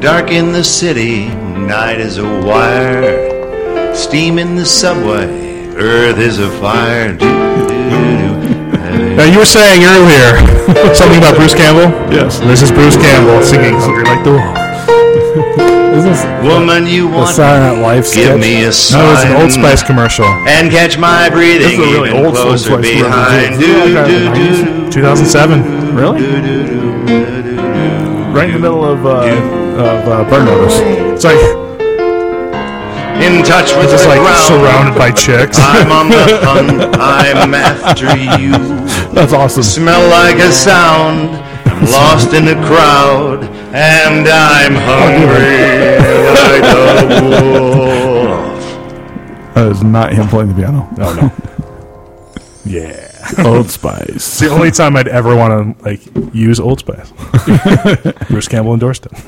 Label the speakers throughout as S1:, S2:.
S1: Dark in the city, night is a wire. Steam in the subway, earth is a fire.
S2: Now you were saying earlier something about Bruce Campbell.
S3: Yes.
S2: This is Bruce Campbell singing "Hungry Like the Wolf."
S3: Isn't this
S1: Woman, you
S3: the
S1: want
S3: Silent Life sketch?
S1: give me a sign.
S2: No, it was an Old Spice commercial.
S1: And catch my breathing
S3: This is a really
S1: even
S3: old Soul
S1: closer
S3: Spice
S1: behind.
S3: reference. Yeah, I got it.
S1: Do, do, do,
S2: 2007.
S3: Really? Right in the middle of, uh, of uh, Burn Notice.
S2: It's like
S1: in touch with
S2: just
S1: the
S2: like
S1: ground.
S2: surrounded by chicks.
S1: I'm on the hunt. I'm after you.
S3: That's awesome.
S1: Smell like a sound. I'm lost in the crowd, and I'm hungry like a wolf.
S3: That is not him playing the piano. No,
S1: Oh,
S3: no.
S2: yeah.
S3: Old Spice.
S2: It's the only time I'd ever want to like use Old Spice. Bruce Campbell endorsed it.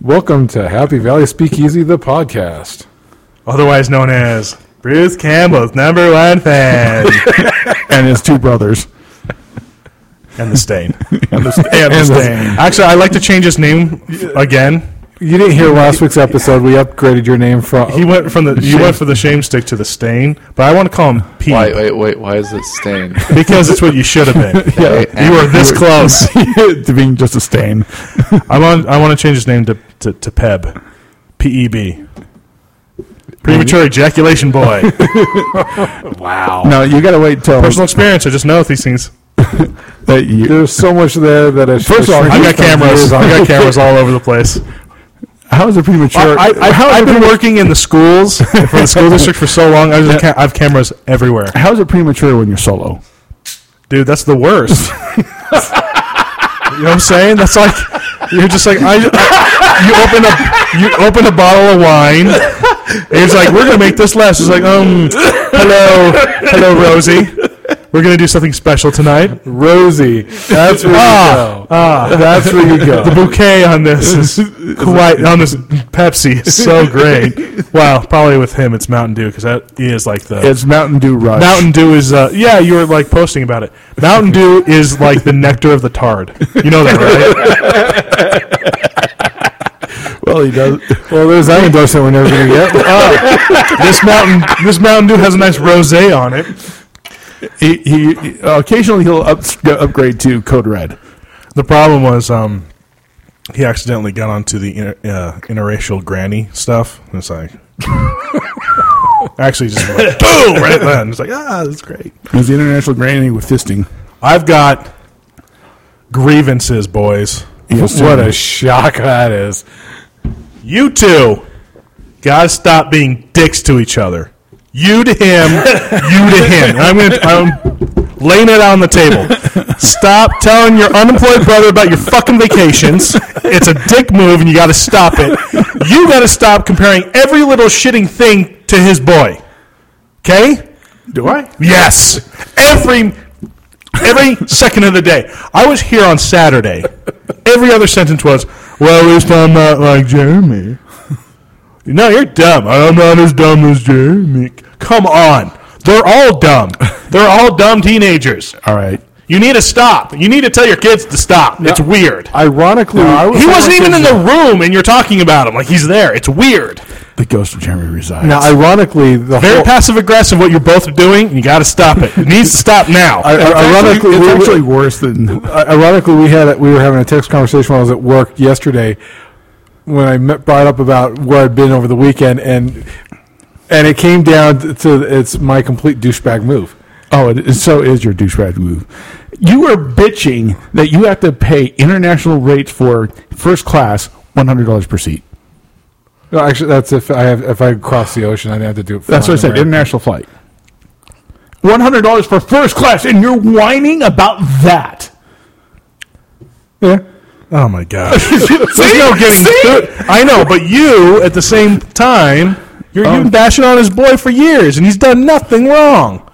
S4: Welcome to Happy Valley Speakeasy, the podcast.
S2: Otherwise known as Bruce Campbell's number one fan.
S3: and his two brothers.
S2: and the stain. And the, st- and the
S3: And the-
S2: stain. Actually, I'd like to change his name f- again.
S4: You didn't hear last week's episode. We upgraded your name from.
S2: He went from the you went from the shame stick to the stain, but I want to call him Pete
S5: Wait, wait, wait. Why is it stained?
S2: because it's what you should have been.
S3: Yeah.
S2: You were this close.
S3: to being just a stain.
S2: I want I want to change his name to to, to Peb, P E B. Premature ejaculation boy.
S3: No, you gotta wait till
S2: Personal experience. I just know these things.
S3: that you.
S4: There's so much there that I
S3: First of all,
S2: I got cameras. I got cameras all over the place.
S3: How is it premature?
S2: I, I,
S3: how, is
S2: have
S3: it
S2: been
S3: prema-
S2: working in the schools for the school district for so long. I, was ca- I have cameras everywhere,
S3: how is it premature when you're solo?
S2: dude. That's the worst. you know what I'm saying? That's like you're just like I. I- you open a you open a bottle of wine. And it's like we're gonna make this last. It's like um, hello, hello, Rosie. We're gonna do something special tonight. Ah,
S4: Rosie. That's where you go. That's where you go.
S2: The bouquet on this is quite on this Pepsi is so great. Wow, probably with him it's Mountain Dew because that is like the
S3: It's Mountain Dew Rush.
S2: Mountain Dew is uh, yeah you were like posting about it. Mountain Dew is like the nectar of the tard. You know that right?
S3: Well, he does.
S4: Well, there's that endorsement we're never going to get.
S2: Uh, this mountain this Mountain Dew has a nice rosé on it.
S3: He, he, he- occasionally he'll up, upgrade to Code Red.
S2: The problem was um, he accidentally got onto the inter, uh, interracial granny stuff. And it's like actually just like, boom right then. It's like ah that's great.
S3: It's the international granny with fisting.
S2: I've got grievances, boys.
S4: what a shock that is.
S2: You two gotta stop being dicks to each other. You to him, you to him. And I'm gonna I'm laying it on the table. Stop telling your unemployed brother about your fucking vacations. It's a dick move and you gotta stop it. You gotta stop comparing every little shitting thing to his boy. Okay?
S3: Do I?
S2: Yes. Every every second of the day. I was here on Saturday. Every other sentence was, "Well, at least I'm not like Jeremy." No, you're dumb. I'm not as dumb as Jeremy. Come on. They're all dumb. They're all dumb teenagers.
S3: All right.
S2: You need to stop. You need to tell your kids to stop. It's weird.
S4: Ironically,
S2: he wasn't even in the room and you're talking about him like he's there. It's weird.
S3: The ghost of Jeremy resides.
S4: Now, ironically, the
S2: Very
S4: whole.
S2: passive aggressive what you're both doing. and You got to stop it. It needs to stop now.
S4: I-
S3: It's actually-
S4: ironically,
S3: it's
S4: we- we-
S3: actually worse than
S4: I- ironically, we had a, we were having a text conversation when I was at work yesterday when I met, brought up about where I'd been over the weekend, and and it came down to, it's my complete douchebag move.
S3: Oh, it is, so is your douchebag move. You were bitching that you have to pay international rates for first class one hundred dollars per seat.
S4: No, actually, that's if I have if I cross the ocean, I'd have to do it. For
S3: That's what I said. International flight. One hundred dollars for first class, and you're whining about that.
S4: Yeah.
S2: Oh my gosh. There's
S3: See?
S2: no getting
S3: See?
S2: through- I know, but you at the same time, you're,
S4: Um,
S2: you've been bashing on his boy for years, and he's done nothing wrong.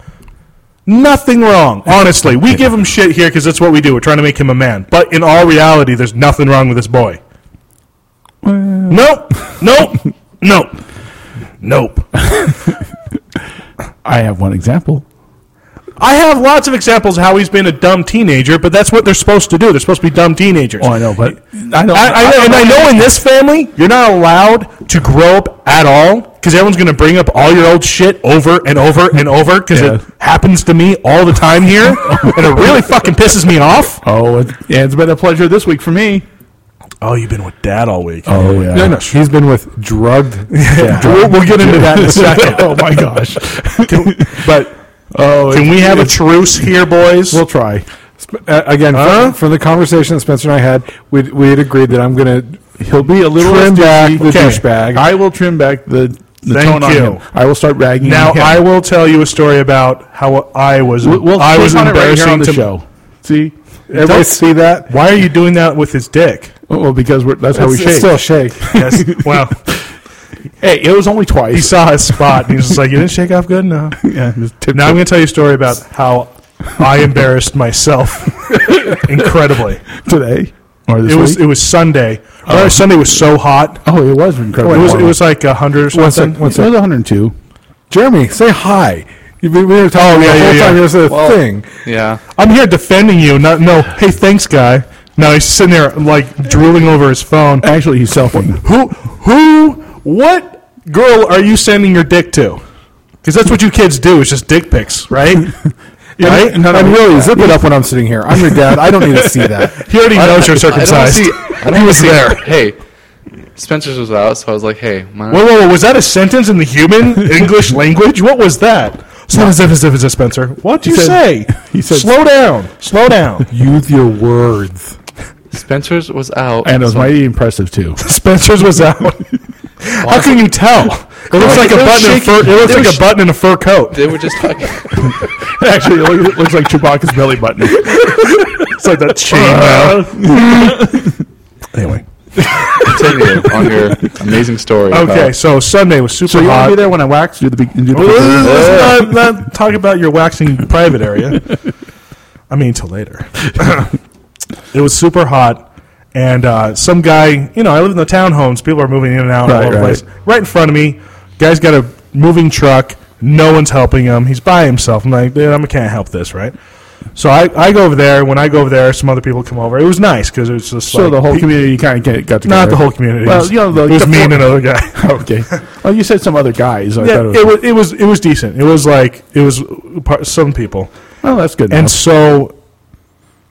S2: Nothing wrong. Honestly, we give him shit here because that's what we do. We're trying to make him a man. But in all reality, there's nothing wrong with this boy. Nope. Nope. nope. Nope.
S3: I have one example.
S2: I have lots of examples of how he's been a dumb teenager, but that's what they're supposed to do. They're supposed to be dumb teenagers.
S3: Oh, I know, but I know.
S2: I, I, and I know in this family, you're not allowed to grow up at all because everyone's going to bring up all your old shit over and over and over because
S3: Yeah.
S2: it happens to me all the time here, and it really fucking pisses me off.
S3: Oh, it, yeah, it's been a pleasure this week for me.
S2: Oh, you've been with dad all week.
S3: Oh yeah.
S4: No, no, he's been with drugged.
S2: We'll, we'll get into that in a second.
S3: oh my gosh.
S2: But
S3: Oh,
S2: can we have a truce here, boys?
S3: we'll try.
S4: Sp- uh, again, from- from, the conversation that Spencer and I had, we we had agreed that I'm going to
S3: He'll be a little
S4: Trim
S3: less
S4: back
S3: douchey.
S4: the douchebag.
S3: I will trim back the, the
S2: Thank
S3: tone
S2: you.
S3: on him. I will start ragging
S2: now
S3: on him.
S2: I will tell you a story about how I was.
S3: We'll- we'll
S2: I was
S3: sleep on it right here
S2: embarrassing
S3: on the
S2: to
S3: show. See,
S4: everybody see that.
S2: Why are you doing that with his dick?
S3: Oh, well, because we're, that's how we
S4: It's, it's
S3: shake.
S4: still
S2: Yes.
S4: shake.
S2: Well,
S3: hey, it was only
S2: he
S3: twice.
S2: saw his spot and he was just like, "You didn't shake off good enough."
S3: yeah, just tip-
S2: Now I'm going to tell you a story about how I embarrassed myself incredibly.
S3: today or this
S2: It was
S3: week.
S2: it was Sunday. Remember, Sunday was so hot.
S3: oh, it was incredible.
S2: It was it was like hundred or
S4: One
S2: something.
S4: sec, one
S3: it
S4: sec.
S3: was 102.
S4: Jeremy, say hi. You've been, we
S3: Oh,
S4: were talking
S2: yeah,
S4: the whole
S2: yeah,
S4: time.
S2: yeah.
S4: There's a
S5: Well,
S4: thing.
S5: Yeah.
S2: I'm here defending you. Not no. Hey, thanks, guy. No, he's sitting there like drooling over his phone.
S3: Actually, he's selfing.
S2: Who who what girl are you sending your dick to? Because that's what you kids do. It's just dick pics, right? right?
S4: and really, zip it up when I'm sitting here. I'm your dad. I don't need to see that.
S2: He already knows you're
S5: I don't wanna
S2: circumcised.
S5: see. I don't
S2: he
S5: wanna
S2: was
S5: see.
S2: there.
S5: Hey, Spencer's was out, so I was like, hey, my,
S2: Whoa, whoa, whoa, was that a sentence in the human English language? What was that? So that is if it's if it's a Spencer. What do you
S4: said-
S2: say?
S4: he said-
S2: slow down, slow down.
S4: Use your words.
S5: Spencer's was out.
S3: And it was
S5: so
S3: mighty impressive, too.
S2: Spencer's was out. How can you tell? It looks like a
S5: they were
S2: button. In a
S5: shaking-
S2: fur, it looks
S5: they were
S2: like a
S5: sh-
S2: button in a fur coat.
S5: They were just talking.
S3: Actually, it looks, it looks like Chewbacca's belly button.
S2: It's like that chain. anyway,
S5: Continue on your amazing story.
S2: okay.
S5: about-
S2: So Sunday was super
S3: Uh, So you want
S2: hot.
S3: to be there when I wax? Do the, be- do the
S2: Let's not, not talk about your waxing private area. I mean, till later. it was super hot, and uh, some guy, you know, I live in the townhomes. People are moving in and out all
S3: Right,
S2: over the
S3: right.
S2: place. Right in front of me, guy's got a moving truck. No one's helping him. He's by himself. I'm like, dude, I can't help this, right? So I, I go over there. When I go over there, some other people come over. It was nice because it was just
S3: So
S2: like
S3: the whole
S2: pe-
S3: community kind of got together.
S2: not the whole community.
S3: Well,
S2: It was-
S3: you know, the-
S2: it was
S3: the
S2: me
S3: four-
S2: and another guy.
S3: Okay. Well, you said some other guys. I thought
S2: Yeah, it
S3: it was,
S2: was it was it was decent. It was like it was par- some people,
S3: oh, that's good.
S2: and
S3: enough.
S2: so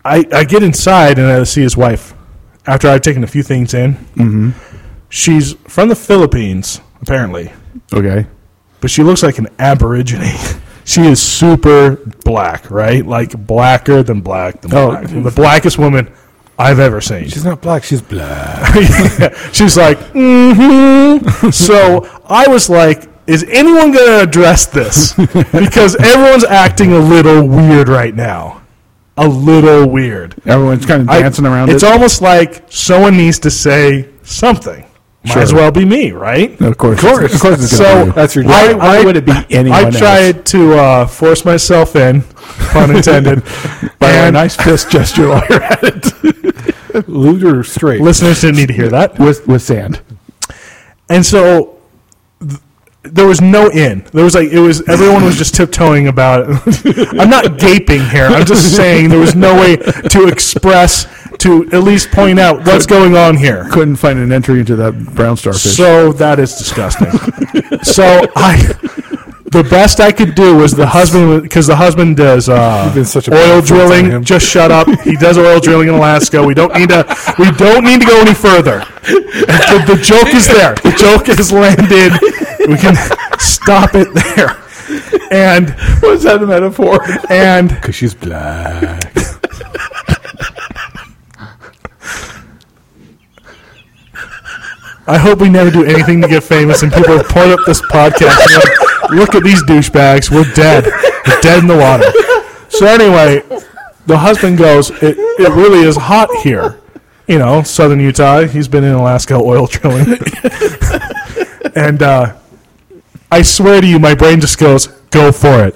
S2: I I get inside and I see his wife. After I've taken a few things in, mm-hmm. she's from the Philippines apparently,
S3: okay.
S2: but she looks like an aborigine. She is super black, right? Like blacker than black than
S3: Oh.
S2: black. The blackest woman I've ever seen.
S4: She's not black. She's black.
S2: She's like, mm-hmm. so I was like, is anyone going to address this? Because everyone's acting a little weird right now. A little weird.
S3: Everyone's kind of
S2: I-
S3: dancing around
S2: It's
S3: it.
S2: almost like someone needs to say something. Might as
S3: Sure.
S2: well be me, right?
S3: of course.
S4: Of course, it's
S2: So
S4: gonna be. that's your
S2: I,
S4: dad.
S3: Why
S2: I,
S3: would it be anyone
S2: I
S3: else?
S2: tried to uh, force myself in, pun intended.
S3: By a
S2: and
S3: nice fist gesture while you're at it.
S4: Looter straight.
S2: listeners didn't need to hear that.
S3: With, with sand.
S2: And so th- there was no in. There was like it was everyone was just tiptoeing about it. I'm not gaping here. I'm just saying there was no way to express to at least point out what's going on here.
S3: Couldn't find an entry into that brown starfish.
S2: So that is disgusting. so I the best I could do was the husband because the husband does uh,
S4: been such a
S2: oil
S4: bad influence on
S2: drilling.
S4: him.
S2: Just shut up. He does oil drilling in Alaska. We don't need to. We don't need to go any further. The, the joke is there. The joke is landed. We can stop it there. And
S3: was that a metaphor?
S2: and
S4: Because she's black.
S2: I hope we never do anything to get famous and people point up this podcast and like, look at these douchebags. We're dead. We're dead in the water. So anyway, the husband goes, it, it really is hot here. You know, southern Utah. He's been in Alaska oil drilling. and uh, I swear to you, my brain just goes, go for it.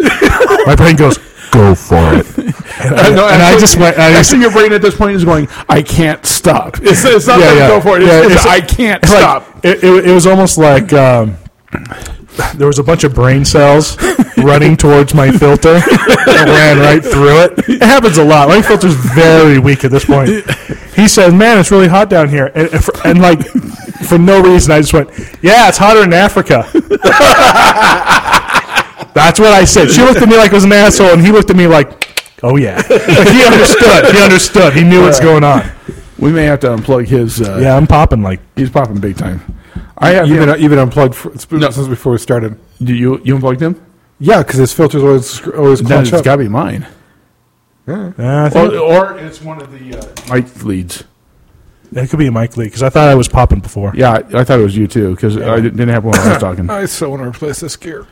S2: My brain goes, go for it. And I,
S3: No,
S2: and I
S3: actually-
S2: just went, I just,
S3: Actually, your brain at this point is going, I can't stop. It's, it's not
S2: Yeah,
S3: that
S2: yeah.
S3: go for it. It's,
S2: Yeah,
S3: it's,
S2: it's-
S3: I can't
S2: It's like-
S3: stop.
S2: it, it, it was almost like um, there was a bunch of brain cells running towards my filter that ran right through it. It happens a lot. My filter's very weak at this point. He said, "Man, it's really hot down here," and, and, for- and like for no reason, I just went, "Yeah, it's hotter in Africa." That's what I said. She looked at me like I was an asshole, and he looked at me like, "Oh yeah." Like, he understood. He understood. He knew what's going on.
S3: We may have to unplug his. Uh,
S2: Yeah, I'm popping like
S3: he's popping big time.
S4: I have you've been, you've been unplugged for, since before we started.
S3: Do you you unplugged him?
S4: Yeah, because his filters always sc- always
S3: No,
S4: clutch
S3: it's
S4: up.
S3: got to be mine.
S2: uh, I think
S3: Or, or it's one of the uh, mic leads.
S2: that could be a mic leak because I thought I was popping before.
S3: Yeah, I, I thought it was you too because I didn't didn't have one when I was talking.
S4: I so want to replace this gear.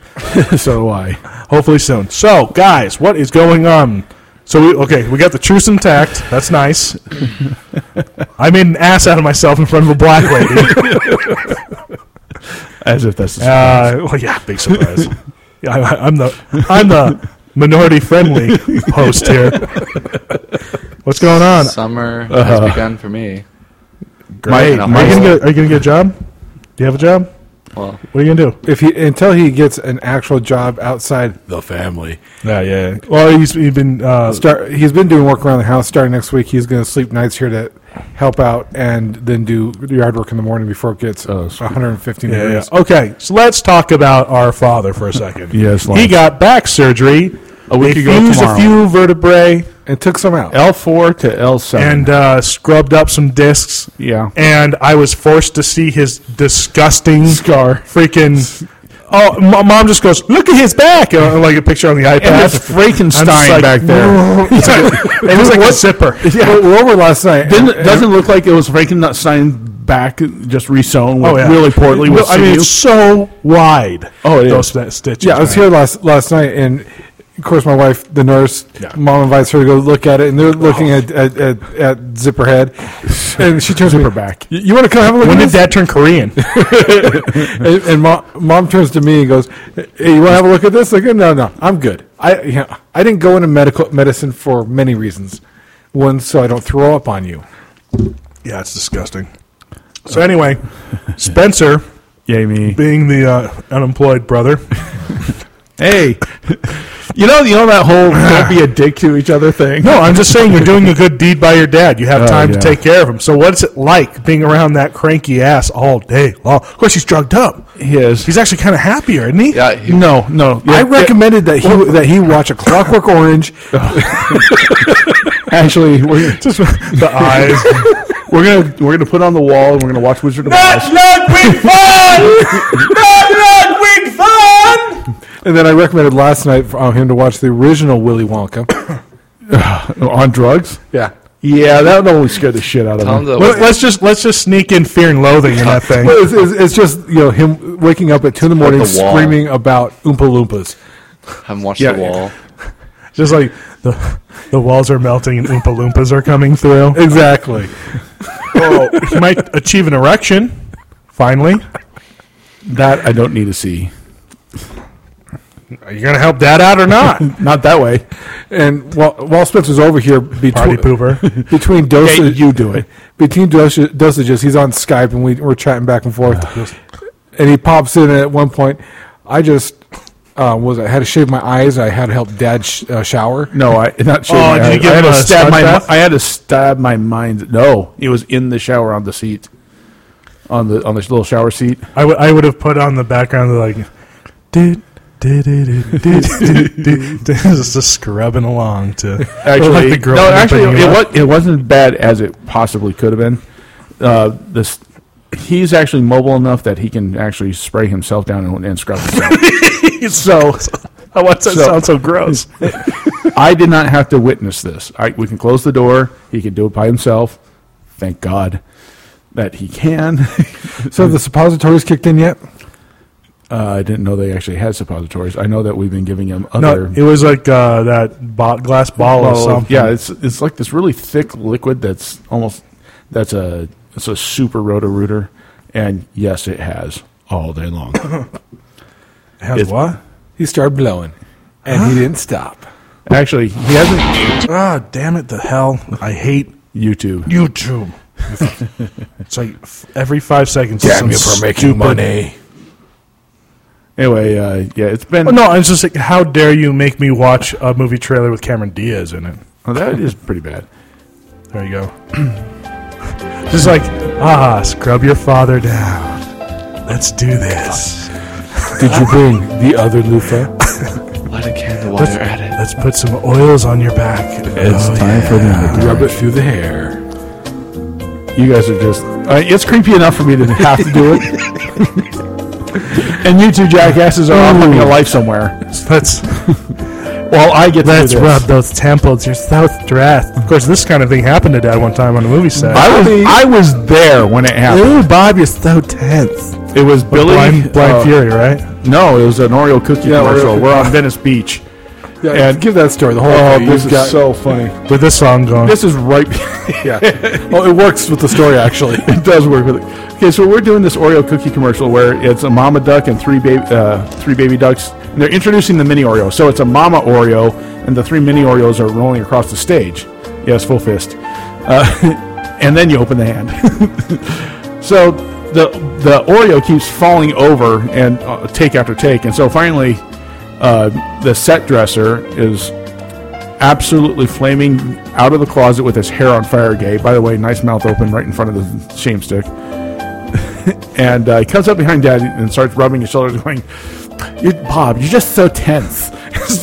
S3: so do I.
S2: Hopefully soon. So, guys, what is going on? So, we, okay, we got the truce intact. That's nice. I made an ass out of myself in front of a black lady.
S3: As if that's the
S2: Uh, well, yeah, big surprise. Yeah, I, I'm the I'm the minority friendly host here. What's going on?
S5: Summer has begun for me.
S3: Great.
S5: Now,
S2: Are you gonna
S5: high
S2: get, are you gonna get a job? Do you have a job?
S5: Well,
S2: What are you gonna do?
S4: If he until he gets an actual job outside,
S3: the family.
S2: Yeah, yeah. Well, he's, he's been uh,
S4: start he's been doing work around the house. Starting next week, he's going to sleep nights here to help out and then do yard work in the morning before it gets
S3: Oh, sweet.
S4: 115
S2: Yeah,
S4: degrees.
S2: yeah. Okay, so let's talk about our father for a second.
S3: Yes,
S2: he
S3: Lance.
S2: got back surgery.
S3: A week
S2: they
S3: ago
S2: fused a
S3: tomorrow.
S2: few vertebrae
S4: And took some out.
S3: L four to L seven.
S2: and uh, scrubbed up some discs.
S3: yeah,
S2: And I was forced to see his disgusting
S3: scar.
S2: freaking. Oh, m- mom just goes, look at his back, uh, like a picture on the iPad.
S3: And it's
S2: I'm
S3: Frankenstein
S2: just like,
S3: back there.
S2: it was like a zipper.
S4: Yeah. We were over last night.
S3: Didn't,
S4: and-
S3: doesn't look like it was Frankenstein back, just resewn with
S2: Oh, yeah.
S3: really poorly. With
S2: I mean,
S3: sinew.
S2: it's so wide.
S3: Oh, it
S2: those
S3: is.
S2: st- stitches.
S4: Yeah, I was
S2: man.
S4: here last last night, and of course, my wife, the nurse,
S2: Yeah.
S4: mom invites her to go look at it, and they're looking at, at, at, at Zipperhead, and she turns her back. You, want to come have a look?
S2: When did
S4: at this?
S2: that turn Korean?
S4: And, and mom, mom turns to me and goes, "Hey, you want to have a look at this?" I go, "No, no, I'm good. I you know, I didn't go into medical medicine for many reasons. One, so I don't throw up on you.
S2: Yeah, it's disgusting. So anyway, Spencer,
S3: Yay me.
S2: being the uh, unemployed brother,
S3: Hey, you know, you know that whole don't be a dick to each other thing.
S2: no, I'm just saying you're doing a good deed by your dad. You have
S3: Oh,
S2: time
S3: yeah.
S2: to take care of him. So what's it like being around that cranky ass all day long? Of course, he's drugged up.
S3: he is.
S2: He's actually kind of happier, isn't he?
S5: yeah, he,
S3: no, no.
S4: I
S3: Yeah,
S4: recommended that he that he watch a Clockwork Orange.
S3: yeah. actually we're,
S2: Just the eyes.
S3: we're gonna we're gonna put on the wall and we're gonna watch Wizard of Oz.
S2: Ludwig Fun! Not Ludwig Fun!
S4: And then I recommended last night for uh, him to watch the original Willy Wonka.
S3: on drugs.
S4: yeah.
S3: Yeah, that would always scare the shit out of
S5: Tell him
S3: him.
S5: that
S2: Let, us just let's just sneak in fear and loathing in that thing.
S4: Well, it's, it's, it's just you know him waking up at two in the morning
S5: the wall.
S4: screaming about Oompa Loompas.
S5: haven't watched
S3: Yeah,
S5: the
S3: yeah.
S5: wall.
S2: Just like the the walls are melting and Oompa Loompas are coming through.
S4: Exactly.
S2: Well,
S3: Oh.
S2: he might achieve an erection. Finally,
S3: That I don't need to see.
S2: are you going to help Dad out or not?
S3: Not that way.
S4: And while, while Spencer's over here
S2: Party
S4: between
S2: pooper.
S4: between
S3: Okay,
S4: dosage,
S3: you do it.
S4: between dosa- dosages, he's on Skype and we, we're chatting back and forth. and he pops in at one point. I just uh, was I had to shave my eyes. I had to help Dad sh- uh, shower.
S3: No, I not shaving.
S2: Oh,
S3: my
S2: did you
S3: eyes.
S2: give
S3: I had
S2: him
S3: to
S2: a
S3: stab
S2: sponge
S3: my.
S2: bath?
S3: I had to stab my mind. No, it was in the shower on the seat, on the on the little shower seat.
S2: I would I would have put on the background like, did did did did did did, did. just scrubbing along to
S3: Actually,
S2: like the girl
S3: no, actually,
S2: opening
S3: it,
S2: up.
S3: was, it wasn't bad as it possibly could have been. Uh, this, he's actually mobile enough that he can actually spray himself down and, and scrub himself.
S2: so. Oh, what's that
S3: So-
S2: sound so gross?
S3: I did not have to witness this. I, we can close the door. He can do it by himself. Thank God that he can.
S4: So the suppositories kicked in yet?
S3: Uh, I didn't know they actually had suppositories. I know that we've been giving him
S2: No,
S3: other.
S2: it was like uh, that bo- glass ball or
S3: Well,
S2: something.
S3: yeah, it's it's like this really thick liquid that's almost that's a it's a super roto rooter, and yes, it has all day long.
S2: It has
S3: it's-
S2: what?
S4: He started blowing, and he didn't stop.
S3: Actually, he hasn't
S2: Ah, damn it! The hell! I hate
S3: YouTube.
S2: YouTube. it's like f- every five seconds. it's some stupid-
S3: Anyway, uh, yeah, it's been.
S2: Well, Oh, no, it's just like, how dare you make me watch a movie trailer with Cameron Diaz in it?
S3: Oh, that is pretty bad.
S2: There you go. just like, ah, scrub your father down. Let's do this.
S4: Did you bring the other loofah?
S5: Light a candle while you're at it.
S2: Let's put some oils on your back.
S3: It's
S2: Oh,
S3: time for them.
S4: Rub it through the hair.
S3: You guys are just. Uh, it's creepy enough for me to have to do it. and you two jackasses are all living a life somewhere.
S2: yeah. Let's
S3: While I get to
S2: let's
S3: do this.
S2: rub those temples. You're so stressed. Of course, this kind of thing happened to Dad one time on a movie set.
S3: I was I was there when it happened.
S2: Ooh, Bob, you're so tense.
S3: It was Billy.
S2: Blind, blind
S3: uh,
S2: Fury, right?
S3: No, it was an Oreo cookie
S4: Yeah, Oreo
S3: commercial.
S4: cookie.
S3: We're on Venice Beach.
S4: Yeah, and give that story. The whole.
S3: Oh,
S4: thing.
S3: this
S4: You've
S3: is
S4: got-
S3: so funny.
S2: With this song going.
S3: This is right.
S4: Yeah. well, Oh, it works with the story actually.
S3: it does work with it. Okay, so we're doing this Oreo cookie commercial where it's a mama duck and three baby uh, three baby ducks. And they're introducing the mini Oreo. So it's a mama Oreo, and the three mini Oreos are rolling across the stage. Yes, full fist. Uh, and then you open the hand. so the the Oreo keeps falling over and uh, take after take, and so finally, uh, the set dresser is absolutely flaming out of the closet with his hair on fire gay. By the way, nice mouth open right in front of the shame stick. and uh, he comes up behind Dad and starts rubbing his shoulders, going, you, Bob, you're just so tense.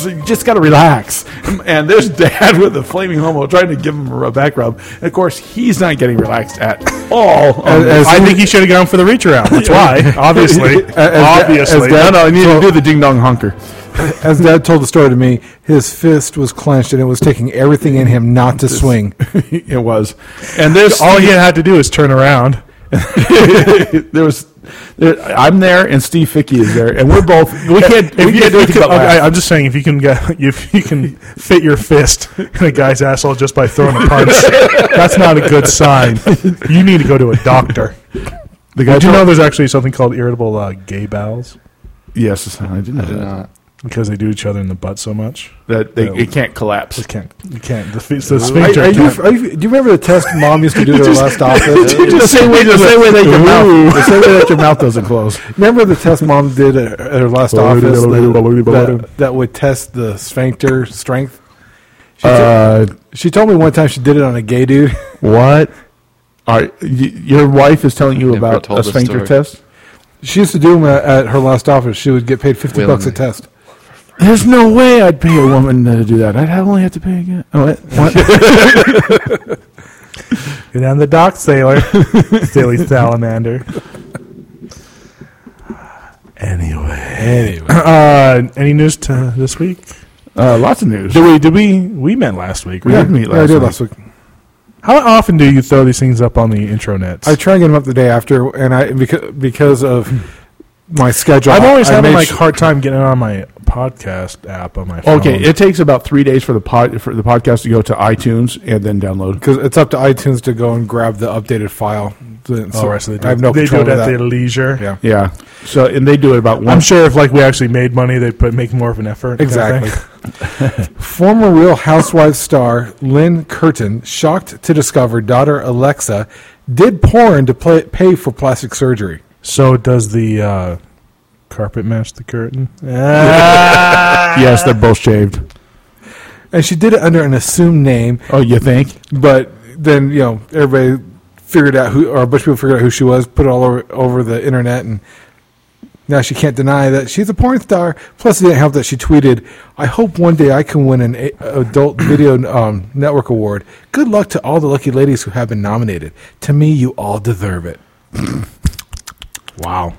S3: you just got to relax. And there's Dad with a flaming homo trying to give him a back rub. And of course, he's not getting relaxed at all. Um, on this.
S2: I think he should have gone for the reach around. That's why, obviously.
S4: As- as-
S2: obviously.
S4: as that-
S3: no, no, I need to do the ding dong honker.
S4: As Dad told the story to me, his fist was clenched and it was taking everything in him not to swing.
S3: it was. And there's
S2: All he had to do is turn around.
S3: there was. There, I'm there, and Steve Ficky is there, and we're both. We can't.
S2: If
S3: we
S2: you,
S3: can't do
S2: if
S3: anything
S2: you-
S3: but
S2: I,
S3: laugh.
S2: I'm just saying, if you can, get, if you can fit your fist in a guy's asshole just by throwing a punch, that's not a good sign. You need to go to a doctor.
S3: The
S2: Did
S3: guy
S2: you
S3: told-
S2: know there's actually something called irritable uh, gay bowels
S3: Yes, I did not.
S5: Did not.
S2: because they do each other in the butt so much?
S3: That they,
S2: Yeah.
S3: it can't collapse.
S2: It can't. You can't. The, fe- the
S4: Are,
S2: sphincter.
S4: are you,
S2: can't.
S4: are you, do you remember the test mom used to do to her last office?
S3: the same way, the same way that your mouth, the same way that your mouth doesn't close.
S4: Remember the test mom did at at her last office that, that, that would test the sphincter strength? She, to-
S3: Uh,
S4: she told me one time she did it on a gay dude.
S3: what? All right, y- your wife is telling you
S5: Never
S3: about
S5: told
S3: a
S5: this
S3: sphincter
S5: story.
S3: test.
S4: She used to do them at, at her last office. She would get paid 50 bucks a
S5: Willingly.
S4: test.
S3: There's no way I'd pay a woman to do that. I'd only have to pay again. Oh, what? what?
S2: Get down the dock, sailor. Silly salamander. Anyway,
S4: Anyway.
S2: uh, any news to this week?
S3: Uh, lots of news.
S2: Did we? Did we? We met last week.
S3: We
S2: Right?
S3: did meet
S4: Yeah, I
S3: last
S4: did
S3: week.
S4: last week.
S2: How often do you throw these things up on the intranets?
S4: I try and get them up the day after, and I because because of my schedule.
S2: am always
S4: I
S2: having
S4: made
S2: like
S4: su-
S2: hard time getting it on my podcast app on my phone.
S3: Okay, it takes about three days for the pod for the podcast to go to iTunes and then download.
S4: because it's up to iTunes to go and grab the updated file. So
S2: oh, right, so they do,
S4: I have no
S2: they do
S4: control
S2: it at
S4: of that.
S2: their leisure.
S4: Yeah.
S3: Yeah. So and they do it about
S2: I'm
S3: once.
S2: sure if like we actually made money, they'd put make more of an effort. kind of thing.
S4: Exactly. Former Real Housewives star Lynn Curtin shocked to discover daughter Alexa did porn to play, pay for plastic surgery.
S2: So does the uh, carpet match the curtain?
S3: yes, they're both shaved.
S4: And she did it under an assumed name,
S3: Oh, you think?
S4: but then, you know, everybody figured out who, or a bunch of people figured out who she was, put it all over, over the internet, and now she can't deny that she's a porn star. Plus, it didn't help that she tweeted, I hope one day I can win an a- adult video um, network award. Good luck to all the lucky ladies who have been nominated. To me, you all deserve it.
S3: Wow.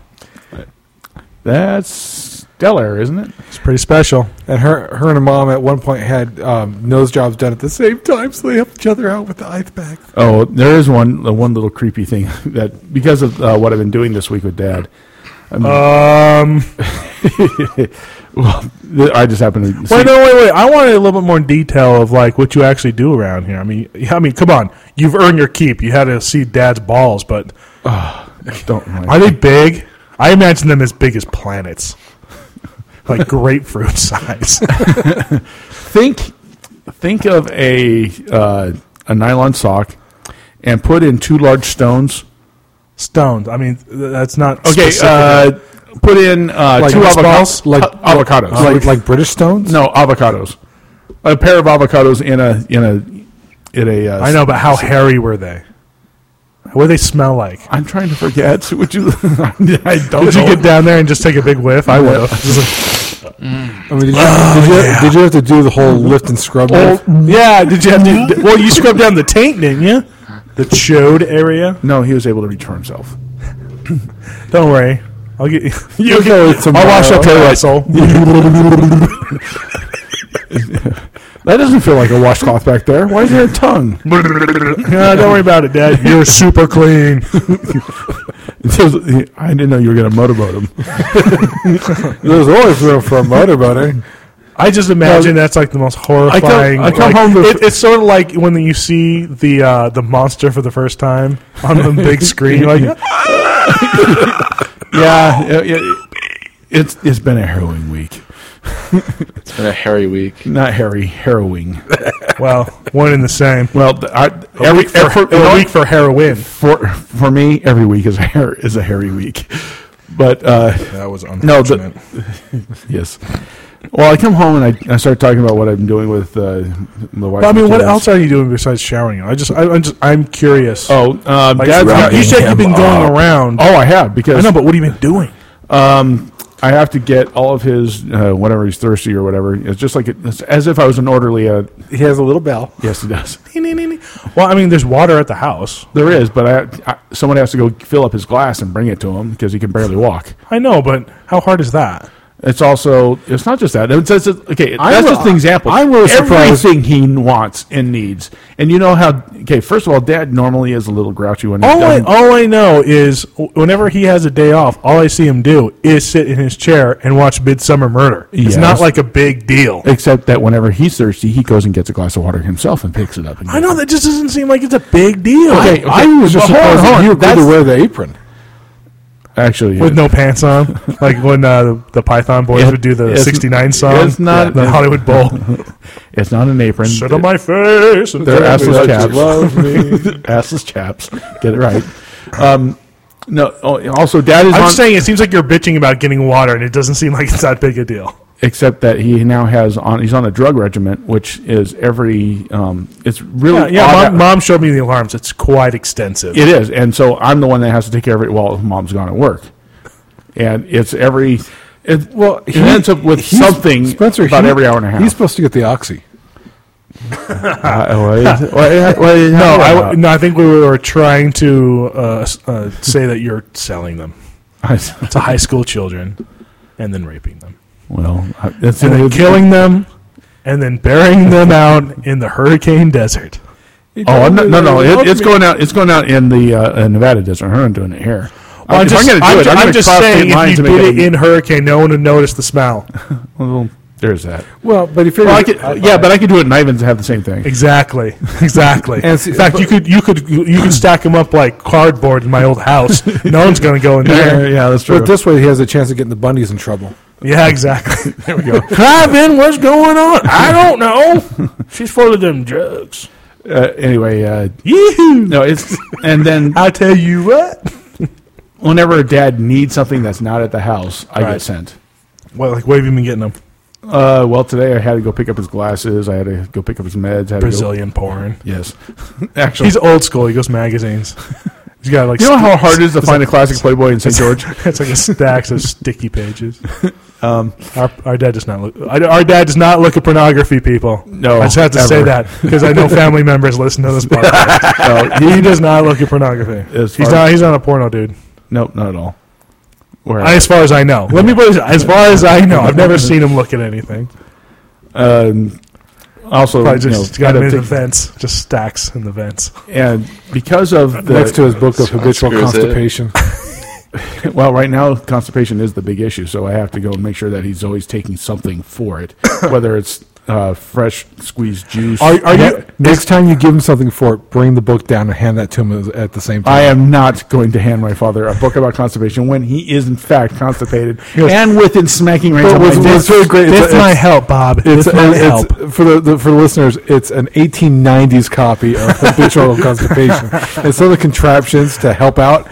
S3: That's stellar, isn't it?
S2: It's pretty special.
S4: And her, her and her mom at one point had um, nose jobs done at the same time, so they helped each other out with the ice pack.
S3: Oh, there is one the one little creepy thing that because of uh, what I've been doing this week with Dad.
S2: Um,
S3: well, th- I just happened to. See,
S2: wait, no, wait, wait. I wanted a little bit more detail of like what you actually do around here. I mean, I mean, come on, you've earned your keep. You had to see Dad's balls, but
S3: don't mind.
S2: are they big? I imagine them as big as planets, like grapefruit size.
S3: think think of a uh, a nylon sock and put in two large stones.
S2: Stones. I mean, th- that's not
S3: Okay,
S2: specific.
S3: uh, put in uh,
S4: Like
S3: two
S4: Smalls?
S3: avocados,
S4: Like-
S3: avocados,
S4: Uh, like, like British stones?
S3: no avocados, a pair of avocados in a in a in a. Uh,
S2: I know, but how hairy were they? What do they smell like?
S3: I'm trying to forget. Would you? I don't.
S2: Did you
S3: know.
S2: get down there and just take a big whiff? I would have.
S4: I mean, did you, did, you, did you have to do the whole lift and scrub? move?
S2: yeah, did you have to? Well, you scrubbed down the taint, didn't you? The chode area.
S3: No, he was able to return himself.
S2: Don't worry, I'll get you.
S4: You'll know it's
S2: I'll wash up your
S4: tomorrow.
S2: asshole.
S3: That doesn't feel like a washcloth back there. Why is there a tongue?
S2: No, don't worry about it, Dad. You're super clean.
S3: It says- I didn't know you were going to motorboat him.
S4: There's always room for a motorboating.
S2: I just imagine that's like the most horrifying.
S3: I come
S2: like-
S3: home to-
S2: it- it's sort of like when you see the uh, the monster for the first time on the big screen. You're like,
S3: Yeah, it, it- it's it's been a harrowing week.
S5: It's been a hairy week.
S3: Not hairy, harrowing.
S2: well, one in the same.
S3: Well, th- I, every
S2: week for-
S3: every-
S2: a week for heroin.
S3: For for me, every week is a hair is a hairy week. But uh,
S2: That was
S3: No, but- yes. Well, I come home and I, I start talking about what I'm doing with uh, the wife.
S2: I mean,
S3: and
S2: what
S3: kids.
S2: else are you doing besides showering? I just, I, I'm just, I'm curious.
S3: Oh, um,
S2: Like,
S3: Dad's-
S2: you, you said you've been going around.
S3: Oh, I have because
S2: I know, but what have you been doing?
S3: Um, I have to get all of his uh, whenever he's thirsty or whatever. It's just like it, it's as if I was an orderly. Uh,
S4: He has a little bell.
S3: yes, he does.
S2: Well, I mean, there's water at the house.
S3: There is, but I, I, someone has to go fill up his glass and bring it to him because he can barely walk.
S2: I know, but how hard is that?
S3: It's also it's not just that. It's, it's, it's- okay,
S4: I'm
S3: that's
S4: re-
S3: just an example.
S4: I'm really surprised-
S3: Everything he wants and needs, and you know how. Okay, first of all, Dad normally is a little grouchy when he's
S2: All Oh, I,
S3: done.
S2: all I know is w- whenever he has a day off, all I see him do is sit in his chair and watch Midsummer Murder. It's
S3: Yes.
S2: not like a big deal.
S3: Except that whenever he's thirsty, he goes and gets a glass of water himself and picks it up. And
S2: I know that just doesn't seem like it's a big deal.
S3: Okay,
S4: I was just
S3: But hold on,
S4: surprised
S3: hold
S4: that
S3: on.
S4: you agreed
S3: That's-
S4: to wear the apron.
S3: actually,
S2: with no pants on, like when uh, the, the Python Boys
S3: It-
S2: would do the
S3: it's-
S2: '69 song,
S3: it's not-
S2: the Hollywood Bowl.
S3: it's not an apron.
S2: Sit on my face. and
S3: They're
S2: tell me that you
S3: assless chaps.
S2: love me.
S3: assless chaps. Get it right. Um, no. oh, Also, dad is
S2: I'm
S3: on,
S2: just saying, it seems like you're bitching about getting water, and it doesn't seem like it's that big a deal.
S3: except that he now has on. He's on a drug regimen, which is every. Um, it's really
S2: Yeah, yeah
S3: odd-
S2: mom, mom showed me the alarms. It's quite extensive.
S3: It is, and so I'm the one that has to take care of it while mom's gone at work, and it's every. It, well, he ends up with
S4: he's-
S3: something
S4: Spencer,
S3: about
S4: he-
S3: every hour and a half. Uh,
S4: He's supposed to get the oxy.
S2: no,
S3: no,
S2: I, w- no, I think we were trying to uh, s- uh, say that you're selling them to high school children and then raping them
S3: well, I- that's
S2: and then killing them and then burying them out in the hurricane desert.
S3: Oh, I'm not, no, no,
S4: He
S3: it,
S4: loved
S3: it's
S4: me.
S3: going out. It's going out in the uh, in Nevada desert. I'm not doing it here.
S2: Well,
S3: if I'm going to do
S2: I'm
S3: it,
S2: ju-
S3: I'm,
S2: I'm
S3: going to
S2: just
S3: cross state
S2: saying
S3: lines
S2: if you
S3: and make
S2: did it
S3: a-
S2: in hurricane, no one would notice the smell.
S3: Well, there's that.
S4: Well, but if you're
S3: Well, I could, yeah, but I could do it in Ivan's and have the same thing.
S2: Exactly, exactly.
S4: And see-
S2: in fact, you could you could you could stack them up like cardboard in my old house. No one's going to go in there.
S3: that's
S4: but this way, he has a chance of getting the bundies in trouble.
S2: Yeah, exactly. There we go. Cliven, what's going on? I don't know. She's full of them drugs.
S3: Uh, anyway, uh,
S2: Yee-hoo.
S3: no, it's and then
S2: I tell you what.
S3: whenever dad needs something that's not at the house, I
S2: Right.
S3: get sent.
S2: What, like, where have you been getting them?
S3: Uh, well, today I had to go pick up his glasses. I had to go pick up his meds. I had
S2: Brazilian porn.
S3: To go, yes, actually,
S2: He's old school. He goes magazines. He's got like
S3: you know
S2: st-
S3: how hard it is to find a classic Playboy in St. George.
S2: it's like a stacks of sticky pages.
S3: Um,
S2: our, our dad does not look. I- Our dad does not look at pornography. People.
S3: No,
S2: I just have to say
S3: ever.
S2: that because I know family members listen to this podcast.
S3: No,
S2: he does not look at pornography.
S3: As
S2: He's
S3: far-
S2: not. He's not a porno dude.
S3: nope, not at all. Where
S2: As far as I know, let me put it this- as far as I know, I've never seen him look at anything.
S3: Oh, Um, also,
S2: Probably
S3: you
S2: just
S3: know,
S2: got him in
S3: kind
S2: the
S3: of thi-
S2: vents, just stacks in the vents.
S3: and because of the
S4: Next to his book of
S5: Sounds
S4: habitual
S5: screws it.
S4: constipation.
S3: well, right now constipation is the big issue, so I have to go and make sure that he's always taking something for it, whether it's uh, fresh squeezed juice.
S2: Are, are you?
S4: Ne- Next time you give him something for it, bring the book down and hand that to him as- at the same
S3: I
S4: time.
S3: am not going to hand my father a book about constipation when he is in fact constipated
S4: Yes.
S3: and within smacking range.
S4: But
S3: of my
S4: what's-
S3: dick.
S4: what's really great is
S2: With
S4: that
S2: my
S4: it's-
S2: help, Bob.
S4: it's,
S2: With my
S4: it's-
S2: help.
S4: for the, the for the listeners. It's an 1890s copy of habitual constipation, and some of the contraptions to help out.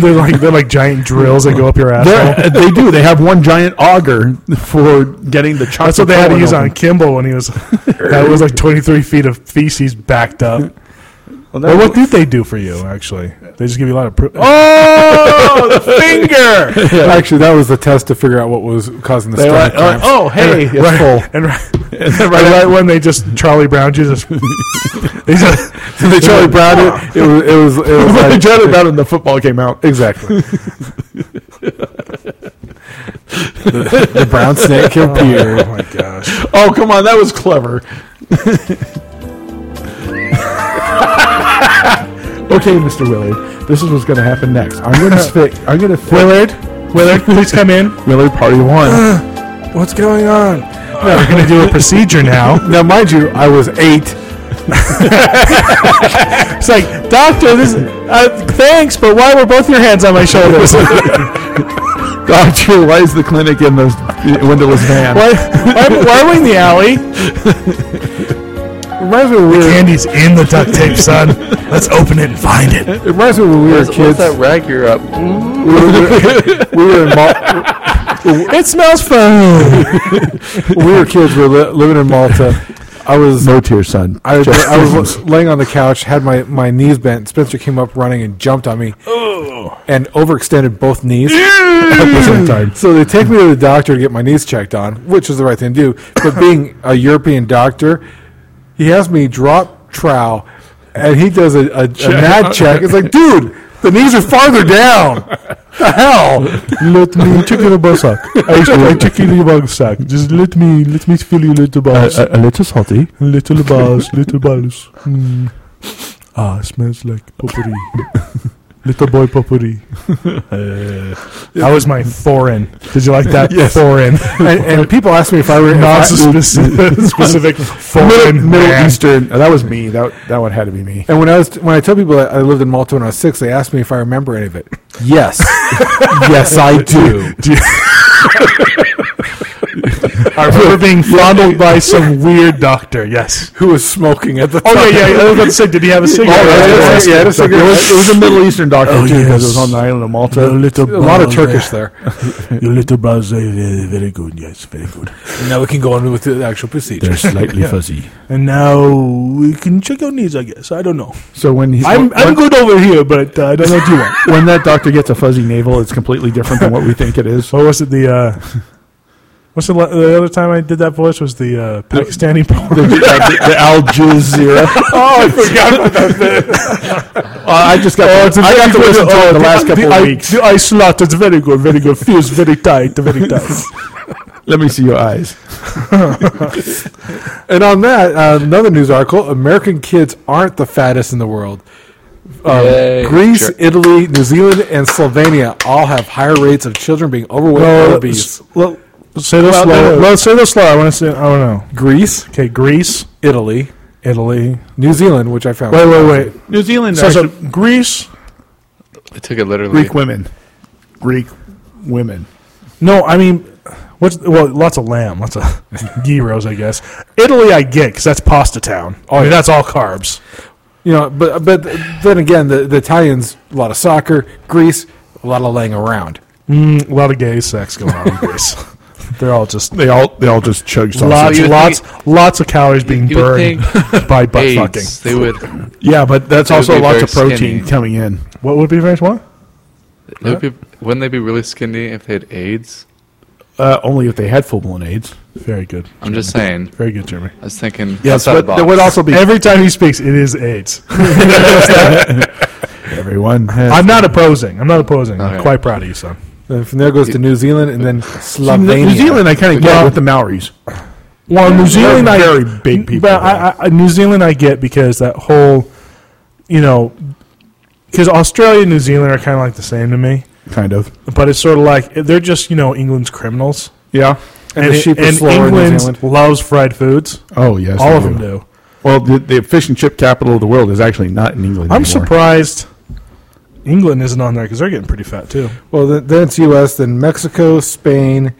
S2: They're like they're like giant drills that go up your asshole.
S4: uh,
S3: They're- they do. They have one giant auger for getting the chocolate.
S2: That's what they had to
S3: filling
S2: use
S3: open.
S2: on Kimball when he was. That was like 23 feet of feces backed up.
S3: Well,
S2: Or
S3: that-
S2: what did they do for you? Actually, they just give you a lot of. Pro- oh, the finger!
S4: Actually, that was the test to figure out what was causing the
S3: They were
S4: stomach
S3: like,
S4: cramps.
S3: oh, hey, it's
S2: right,
S3: full.
S2: And right, and right, when they just Charlie Brown Jesus. they just,
S4: So they Charlie Brown it. It was. It was. It was
S3: They
S4: like,
S3: jotted down and the football came out.
S4: exactly. the, the brown snake computer.
S2: oh my gosh!
S3: Oh, come on, that was clever. okay, Mr. Willard, this is what's going to happen next. I'm going to fit. I'm going to fit
S2: Willard, Willard, please come in. Uh,
S3: Willard Party One.
S4: What's going on?
S2: We're gonna do a procedure now.
S4: Now, mind you, I was eight.
S2: It's like, doctor, this. Uh, thanks, but why were both your hands on my shoulders?
S3: Doctor, why is the clinic in the windowless van?
S2: Why, why, why are we in the alley?
S4: Reminds me of when we were,
S2: Candy's in the duct tape, son. Let's open it and find it.
S4: it reminds me of when we were
S5: What's, what's
S4: kids.
S5: that rag you're up?
S4: We were, we were in Mal-
S2: It smells foul.
S4: when we were kids. We were li- living in Malta. I was
S3: No tears, son.
S4: I, was-
S3: Just
S4: I was
S3: tears.
S4: laying on the couch, had my, my knees bent. Spencer came up running and jumped on me and overextended both knees at the same time. So they take me to the doctor to get my knees checked on, which is the right thing to do. But being a European doctor, he has me drop trowel and he does a, a, a mad check. It's like, dude, the knees are farther down. The
S3: Oh,
S4: hell?
S2: Let me check your ballsack. I, I check your ballsack. Just let me, let me feel your little balls,
S3: a, a little salty.
S2: little balls, little balls. Hmm. Ah, smells like potpourri. little boy potpourri.
S3: Uh,
S2: that was my foreign. Did you like that foreign?
S4: And, and people ask me if I were
S2: Not
S4: if I-
S2: specific, specific
S3: Middle,
S2: foreign
S3: Middle
S2: man.
S3: Eastern.
S4: Oh,
S3: That was me. That that one had to be me.
S4: And when I was when I told people that I lived in Malta when I was six, they asked me if I remember any of it. Yes, yes, I do.
S2: I remember being fondled by some weird doctor. Yes.
S4: Who was smoking at the time?
S2: Oh yeah, yeah. I was about to say, did he have a cigarette?
S4: yeah, yeah, yeah, yeah, yeah,
S3: It was, it was a Middle Eastern doctor
S2: Oh,
S3: too, because
S2: yes.
S3: it was on the island of Malta.
S4: A lot of Turkish there.
S2: Your little balls are very, very good. Yes, very good.
S4: And now we can go on with the actual procedure.
S3: slightly fuzzy.
S2: And now we can check your knees, I guess. I don't know.
S3: So when he,
S2: I'm,
S3: when,
S2: I'm good over here, but uh, I don't know what you want.
S3: when that doctor gets a fuzzy navel, it's completely different than what we think it is.
S2: What was it? The uh, what's the, la- the other time I did that voice was the uh, Pakistani porn.
S3: the, Al Jazeera.
S2: oh, I forgot about that.
S3: I just got. Oh, I got to listen to it the last couple of weeks.
S2: The, I slot. It's very good. Very good. Feels very tight. Very tight.
S3: Let me see your eyes.
S4: And on that, uh, another news article: American kids aren't the fattest in the world. Um,
S5: Yay.
S4: Greece,
S5: Sure.
S4: Italy, New Zealand, and Slovenia all have higher rates of children being overweight or obese.
S2: Well, say this
S4: Well,
S2: slow.
S4: no.
S2: Well, say this slow. I want to say. I don't know.
S4: Greece,
S2: Okay, Greece,
S4: Italy,
S2: Italy.
S4: New Zealand, which I found.
S2: Wait, wait, wait.
S3: New Zealand
S2: So, so Greece.
S5: I took it literally.
S3: Greek women, Greek women.
S2: No, I mean, what's well, lots of lamb, lots of gyros, I guess. Italy, I get because that's pasta town. Oh, I mean, that's all carbs.
S4: You know, but but then again, the, the Italians a lot of soccer, Greece a lot of laying around.
S2: Mm, a lot of gay sex going on in Greece. They're all just
S3: They all they all just chug sausage.
S2: lots,
S5: you would
S2: lots,
S5: think-
S2: lots of calories being
S5: you would
S2: burned by butt
S5: AIDS,
S2: fucking.
S5: They would.
S3: yeah, but that's
S5: They would
S3: also
S5: be
S3: lots
S5: very
S3: of protein
S5: skinny.
S3: coming in.
S2: What would be very what?
S5: They would be, wouldn't they be really skinny if they had AIDS?
S3: Uh, only if they had full blown AIDS.
S2: Very good,
S5: I'm just saying.
S2: very good, Jeremy.
S5: I was thinking.
S3: Yes,
S5: outside the
S3: but
S5: box.
S3: there would also be
S2: Every time he speaks, it is AIDS.
S3: everyone. Has,
S2: I'm not opposing. I'm not opposing. I'm
S5: Okay.
S2: quite proud of you, son.
S4: And from there goes to New Zealand and then Slovenia.
S3: New Zealand, I kind of get
S2: Yeah.
S3: with the Maoris.
S2: Well, New Zealand, I,
S3: very big people
S2: But I, I- I, New Zealand, I get because that whole, you know, because Australia and New Zealand are kind of like the same to me.
S3: Kind of.
S2: But it's sort of like they're just you know England's criminals,
S3: Yeah.
S2: and,
S4: the
S2: it-
S4: sheep are
S2: and
S4: slower in New
S2: England
S4: Zealand.
S2: loves fried foods.
S3: Oh yes,
S2: All
S3: they
S2: of
S3: do.
S2: them do.
S3: Well, the, the fish and chip capital of the world is actually not in England.
S2: I'm
S3: anymore.
S2: surprised England isn't on there because they're getting pretty fat too.
S4: Well, then, then it's U.S., then Mexico, Spain.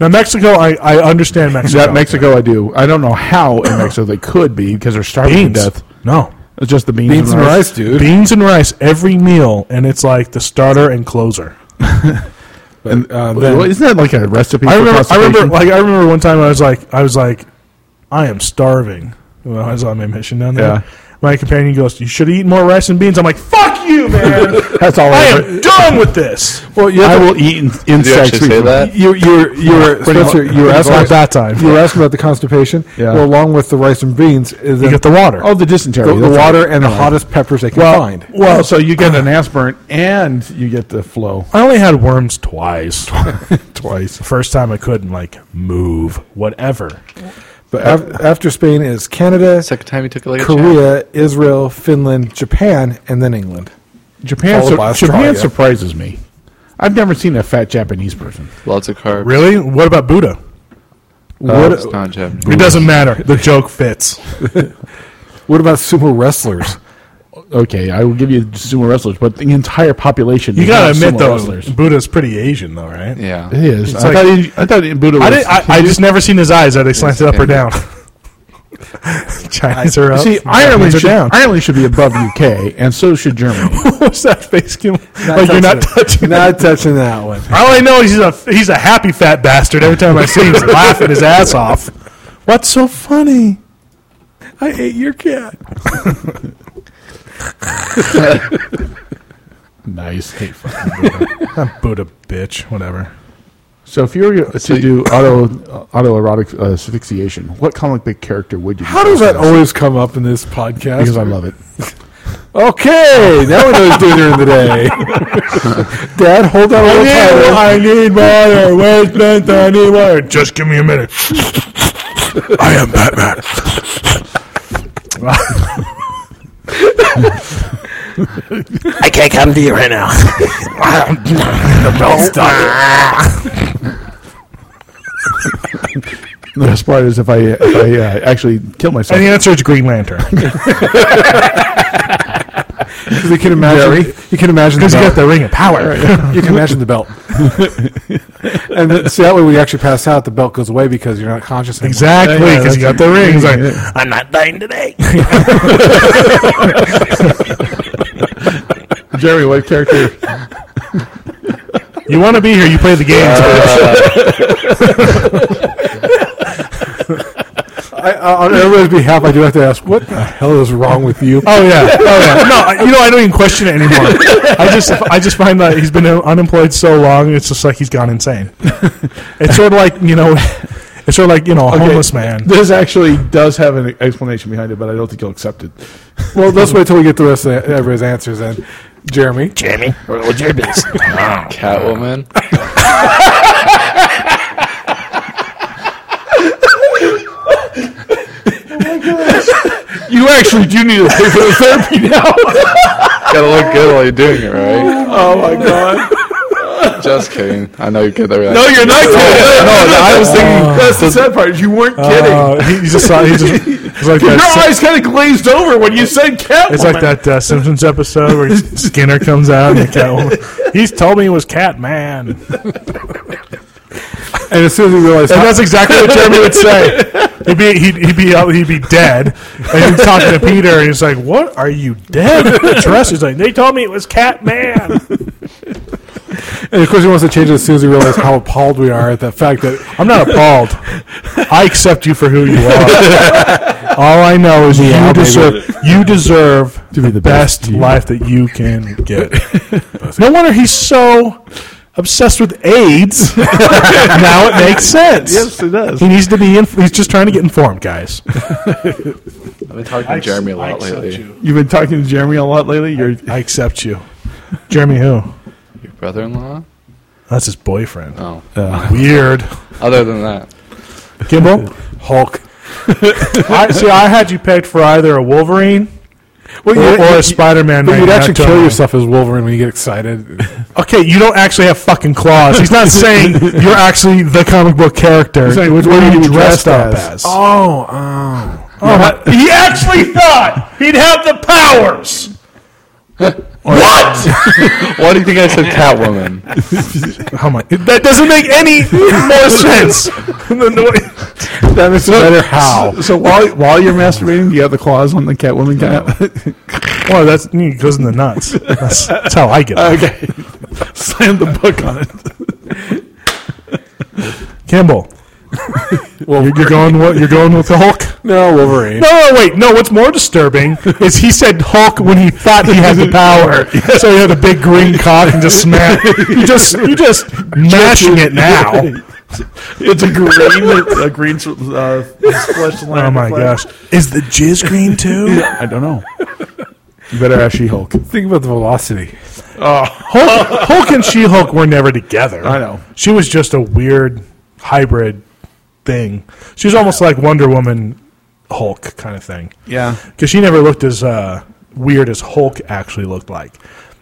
S2: Now Mexico, I, I understand Mexico.
S3: That Mexico, I do. I don't know how in Mexico they could be because they're starving
S2: beans.
S3: to death.
S2: No,
S3: It's just the beans,
S4: Beans and rice, dude.
S2: Beans and rice every meal, and it's like the starter and closer.
S4: and, uh,
S3: Well,
S4: then,
S3: Isn't that like a recipe?
S2: I
S3: for
S2: remember. I remember.
S3: constipation?
S2: Like I remember one time I was like, I was like, I am starving. When I was on my mission down there.
S3: Yeah.
S2: My companion goes, "You should have eaten more rice and beans." I'm like, "Fuck you, man!
S3: that's all.
S2: I
S3: I,
S2: am done with this."
S4: well, you,
S3: I
S4: have
S3: will eat in,
S5: Did you
S3: insects.
S5: actually say
S3: before-
S5: that?
S4: to- you, you, you were Spencer. You were asking
S2: Not
S4: about
S2: that time.
S4: you were asking about the constipation.
S3: Yeah.
S4: Well, along with the rice and beans, is
S2: You
S4: then
S2: get the water.
S3: Oh, the dysentery.
S4: the, the
S3: that's right.
S4: water and the hottest peppers they can
S3: Well,
S4: find.
S3: well, Oh, so you get an aspirin and you get the flow
S2: I only had worms twice.
S3: twice.
S2: The first time I couldn't like move, whatever.
S4: But af- after Spain is Canada,
S5: Second time you took it like a champ.
S4: Korea, Israel, Finland, Japan, and then England.
S3: Japan,
S4: Followed by
S3: sur- Japan
S4: Australia.
S3: surprises me. I've never seen a fat Japanese person.
S5: Lots of carbs.
S2: Really? What about Buddha?
S5: Oh,
S4: what,
S5: it's not Japanese.
S2: It doesn't matter. The joke fits.
S4: what about sumo wrestlers?
S3: Okay, I will give you sumo wrestlers, but the entire population.
S2: You
S3: is
S2: gotta
S3: not
S2: admit
S3: sumo
S2: though,
S3: wrestlers.
S2: Buddha's pretty Asian though, right?
S5: Yeah.
S3: It is.
S2: It's
S3: I,
S2: like-
S3: thought he, I thought he- Buddha was.
S2: I, didn't, I, I just never seen his eyes. Are they slanted up or down? Chinese are up.
S3: see,
S2: Japanese
S3: Ireland should,
S2: are down.
S3: Ireland should be above UK, and so should Germany.
S2: What's that face? Kim? Like you're not touching. That.
S4: Not touching that one.
S2: All I know is he's a he's a happy fat bastard. Every time I see him, he's laughing his ass off. What's so funny? I hate your cat.
S3: nice. Hey, fuck.
S2: Buddha bitch. Whatever.
S3: so if you were to do auto autoerotic uh, asphyxiation, what comic book character would you? be
S4: How does that
S3: cast as?
S4: always come up in this podcast?
S3: Because I love it.
S4: Okay, now we know who's doing during the day. Dad, hold on a
S3: Oh,
S4: little
S2: I
S4: tighter.
S2: need water. Where's Bent? I need water. Just give me a minute. I am Batman.
S6: I can't come to you right now.
S3: The best part is if I if I uh, actually kill myself.
S2: And the answer is Green Lantern.
S4: You can imagine. You can imagine.
S2: Because you got
S4: belt.
S2: the ring of power.
S4: you can imagine the belt. and then, so that way, we actually pass out. The belt goes away because you're not conscious. Anymore.
S2: Exactly.
S3: Yeah,
S2: Because you got the ring. It's like,
S6: I'm not dying today.
S3: Jerry, what character?
S2: you want to be here. You play the games.
S4: I, I, on everybody's behalf, I do have to ask, what the hell is wrong with you?
S2: oh yeah. Oh yeah. No, I, you know I don't even question it anymore. I just I just find that he's been unemployed so long. It's just like he's gone insane. It's sort of like you know. It's sort of like you know a homeless man.
S3: This actually does have an explanation behind it, but I don't think you'll accept it.
S4: Well, let's wait till we get the rest of the- everybody's answers. Then, Jeremy,
S6: Jamie, roll your dice.
S5: Catwoman.
S3: You actually do need to pay for the therapy now.
S5: Gotta look good while you're doing it, right?
S3: Oh my god!
S5: Just kidding. I know you get that.
S3: No, you're not kidding. No, I was thinking that's the sad part. is You weren't kidding.
S2: Uh, he, he's just he's just he's like
S3: Your
S2: that.
S3: eyes kind of glazed over when you said Catwoman.
S2: It's like that uh, Simpsons episode where Skinner comes out and the Catwoman. He's told me he was Catman, and
S4: and as soon as we realize, how,
S2: that's exactly what Jeremy would say. He'd be he'd, he'd be out, he'd be dead, and he's talking to Peter, and he's like, "What are you dead?" Trust is like, "They told me it was Catman."
S4: and of course, he wants to change it as soon as we realize how appalled we are at the fact that
S2: I'm not appalled. I accept you for who you are. All I know is you
S4: baby.
S2: deserve you deserve to be
S3: be the
S2: the
S3: best
S2: best, life that you can get. no wonder he's so obsessed with AIDS. now it makes sense.
S3: Yes, it does.
S2: He needs to be. Inf- he's just trying to get informed, guys.
S5: I've been talking to Jeremy a
S2: I
S5: lot
S2: accept
S5: lately.
S2: you.
S3: You've been talking to Jeremy a lot lately. You're
S2: I accept you, Jeremy. Who?
S5: Your brother-in-law?
S2: That's his boyfriend.
S5: No.
S2: Weird.
S5: Other than that,
S2: Kimball. Hulk. I, see, I had you pegged for either a Wolverine
S4: well,
S2: or,
S4: you-
S2: or
S4: you-
S2: a Spider-Man.
S4: But
S2: man,
S4: you'd
S2: not
S4: actually kill
S2: Tony.
S4: yourself as Wolverine when you get excited.
S2: Okay, you don't actually have fucking claws. He's not saying you're actually the comic book character.
S4: saying, which
S2: What
S4: one
S2: are
S4: are you dressed as?
S2: Oh, oh, He actually thought he'd have the powers.
S5: What? Why do you think I said Catwoman?
S2: How am I? That doesn't make any more sense. than the way-
S3: That makes
S4: No matter how.
S3: So, while while you're masturbating, do you have the claws on the Catwoman guy?
S2: well, that's it goes in the nuts. That's, that's how I get. It.
S3: okay. Slam the book on it.
S2: Campbell. Well, you're, you're going. What you're going with the Hulk?
S4: No, Wolverine.
S2: No, no, wait. No, what's more disturbing is he said Hulk when he thought he had the power. So he had a big green cock and just smash. You just, you just mashing it now.
S3: It's a green, a green uh, flesh line.
S2: Oh my gosh! Is the jizz green too?
S3: I don't know. You better ask She-Hulk.
S4: Think about the velocity.
S2: Hulk, Hulk and She Hulk were never together.
S3: I know.
S2: She was just a weird hybrid thing. She was almost like Wonder Woman, Hulk kind of thing.
S3: Yeah.
S2: because she never looked as uh, weird as Hulk actually looked like.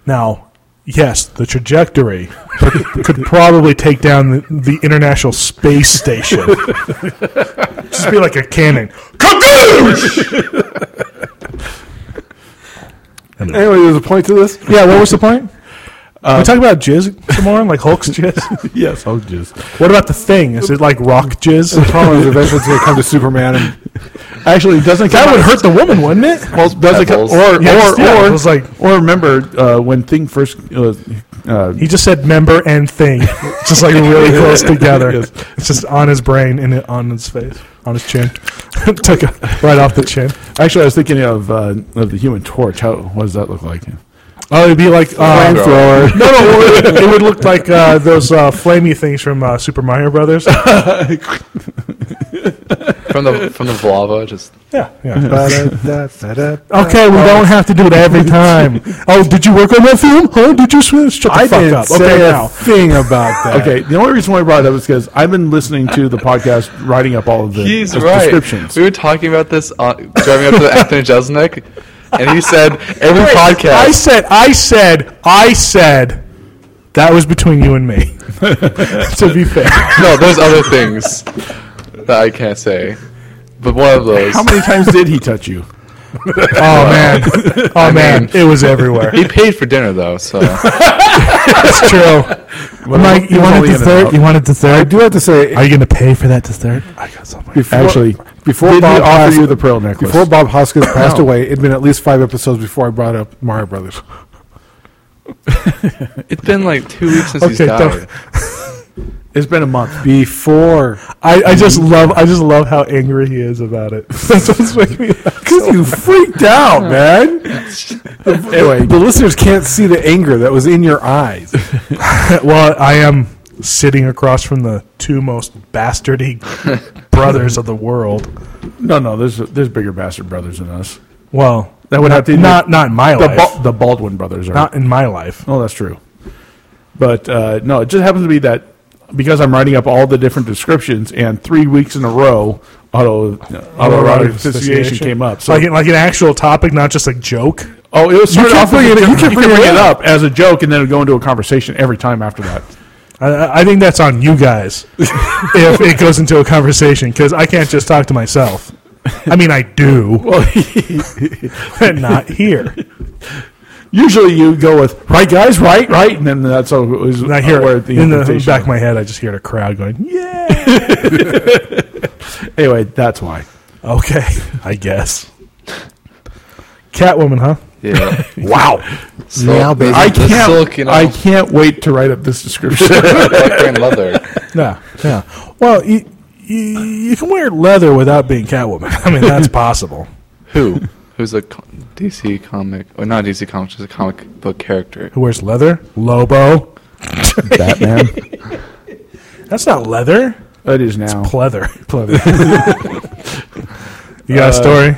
S2: Now, yes, the trajectory could, could probably take down the, the International Space Station. Just be like a cannon. Kakoosh!
S4: Anyway, there's a point to this.
S2: Yeah, what was the point?
S3: Uh,
S2: we talking about jizz some more, like Hulk's jizz.
S3: Yes, Hulk jizz.
S2: what about the thing? Is it like rock jizz?
S4: Problem is, eventually it's going to come to Superman, and
S3: Actually, it doesn't
S2: That
S3: come
S2: would
S3: out-
S2: hurt the woman, wouldn't it?
S3: Well, does it come,
S5: Pebbles.
S3: or
S2: Yeah,
S3: or
S2: just- yeah,
S3: or
S2: it was like-
S3: or remember uh, when Thing first uh, uh,
S2: He just said member and thing, just like really close together.
S3: Yes.
S2: It's just on his brain and it- on his face, on his chin. Took it right off the chin.
S3: Actually, I was thinking of uh, of the Human Torch. How what does that look like?
S2: Oh, it'd be like uh,
S4: flamethrower.
S2: no, no, it would- it would look like uh, those uh, flamey things from uh, Super Mario Brothers.
S5: From the from the Vlava, just
S2: Yeah, yeah. okay, we don't have to do it every time. Oh, did you work on that film? Oh, did you switch? Shut the
S4: I
S2: fuck
S4: didn't
S2: up.
S4: say
S2: Okay,
S4: a
S2: now.
S4: thing about that.
S3: Okay, the only reason why I brought it up is because I've been listening to the podcast, writing up all of the
S5: He's
S3: the
S5: right.
S3: descriptions.
S5: We were talking about this uh, driving up to the Anthony Jeselnik, and he said every
S2: I
S5: podcast.
S2: said, I said, I said. That was between you and me. to be fair.
S5: no, there's other things that I can't say, but one of those.
S3: How many times did he touch you?
S2: Oh man! Oh man!
S5: mean-
S2: it was everywhere.
S5: he paid for dinner though, so
S2: It's true. Mike, you
S3: was
S2: wanted
S3: only
S2: to
S3: in and
S2: third.
S3: out.
S2: You wanted to
S4: I
S2: third.
S4: do have to say,
S2: Are you going to pay for that to third? I got something.
S4: before,
S3: Actually,
S4: before
S3: did he
S4: Bob
S3: offer
S4: passed-
S3: you the pearl necklace?
S4: Before Bob Hoskins passed away, it'd been at least five episodes before I brought up Mario Brothers.
S5: it's been like two weeks since he's
S2: Okay, don't-
S5: died.
S3: it's been a month.
S4: Before,
S2: I, I just
S3: Mm-hmm.
S2: love. I just love how angry he is about it. That's what's making me. laugh.
S4: because you freaked out, man.
S3: Anyway,
S4: The listeners can't see the anger that was in your eyes.
S2: well, I am sitting across from the two most bastardy brothers of the world.
S3: no, no, there's there's bigger bastard brothers than us.
S2: Well,
S3: That would have to
S2: not not in my
S3: the
S2: life.
S3: ba- the Baldwin brothers are.
S2: not in my life.
S3: Oh, that's true. But uh, no, it just happens to be that because I'm writing up all the different descriptions, and three weeks in a row, auto uh, autoerotic association came up. So
S2: like an- like an actual topic, not just a joke.
S3: oh, it was started
S2: kept
S3: off as a
S2: bringing it-
S3: joke.
S2: Oh, you kept
S3: could
S2: bringing
S3: bring
S2: it
S3: it up as a joke, and then it would go into a conversation every time after that.
S2: I- I, I think that's on you guys if it goes into a conversation because I can't just talk to myself. I mean, I do,
S3: Well,
S2: but not here.
S3: usually you go with right, guys, right, right, and then that's all. It was,
S2: And I hear
S3: where
S2: it in the
S3: invitation-
S2: back of my head. I just hear the crowd going, "Yeah,
S3: Anyway, that's why.
S2: okay, I guess." Catwoman, huh?
S5: Yeah.
S3: Wow,
S5: So,
S4: Now, baby.
S3: I
S5: the
S3: can't.
S5: silk, you know,
S3: I can't wait to write up this description.
S5: fucking leather.
S2: Yeah, yeah. Well, you, you, you can wear leather without being Catwoman. I mean, that's possible.
S5: Who? Who's a co- DC comic? Or not DC comic, just a comic book character.
S2: Who wears leather? Lobo.
S3: Batman,
S2: That's not leather.
S3: that is now.
S2: Pleather. Pleather. you
S3: Uh,
S2: got a story?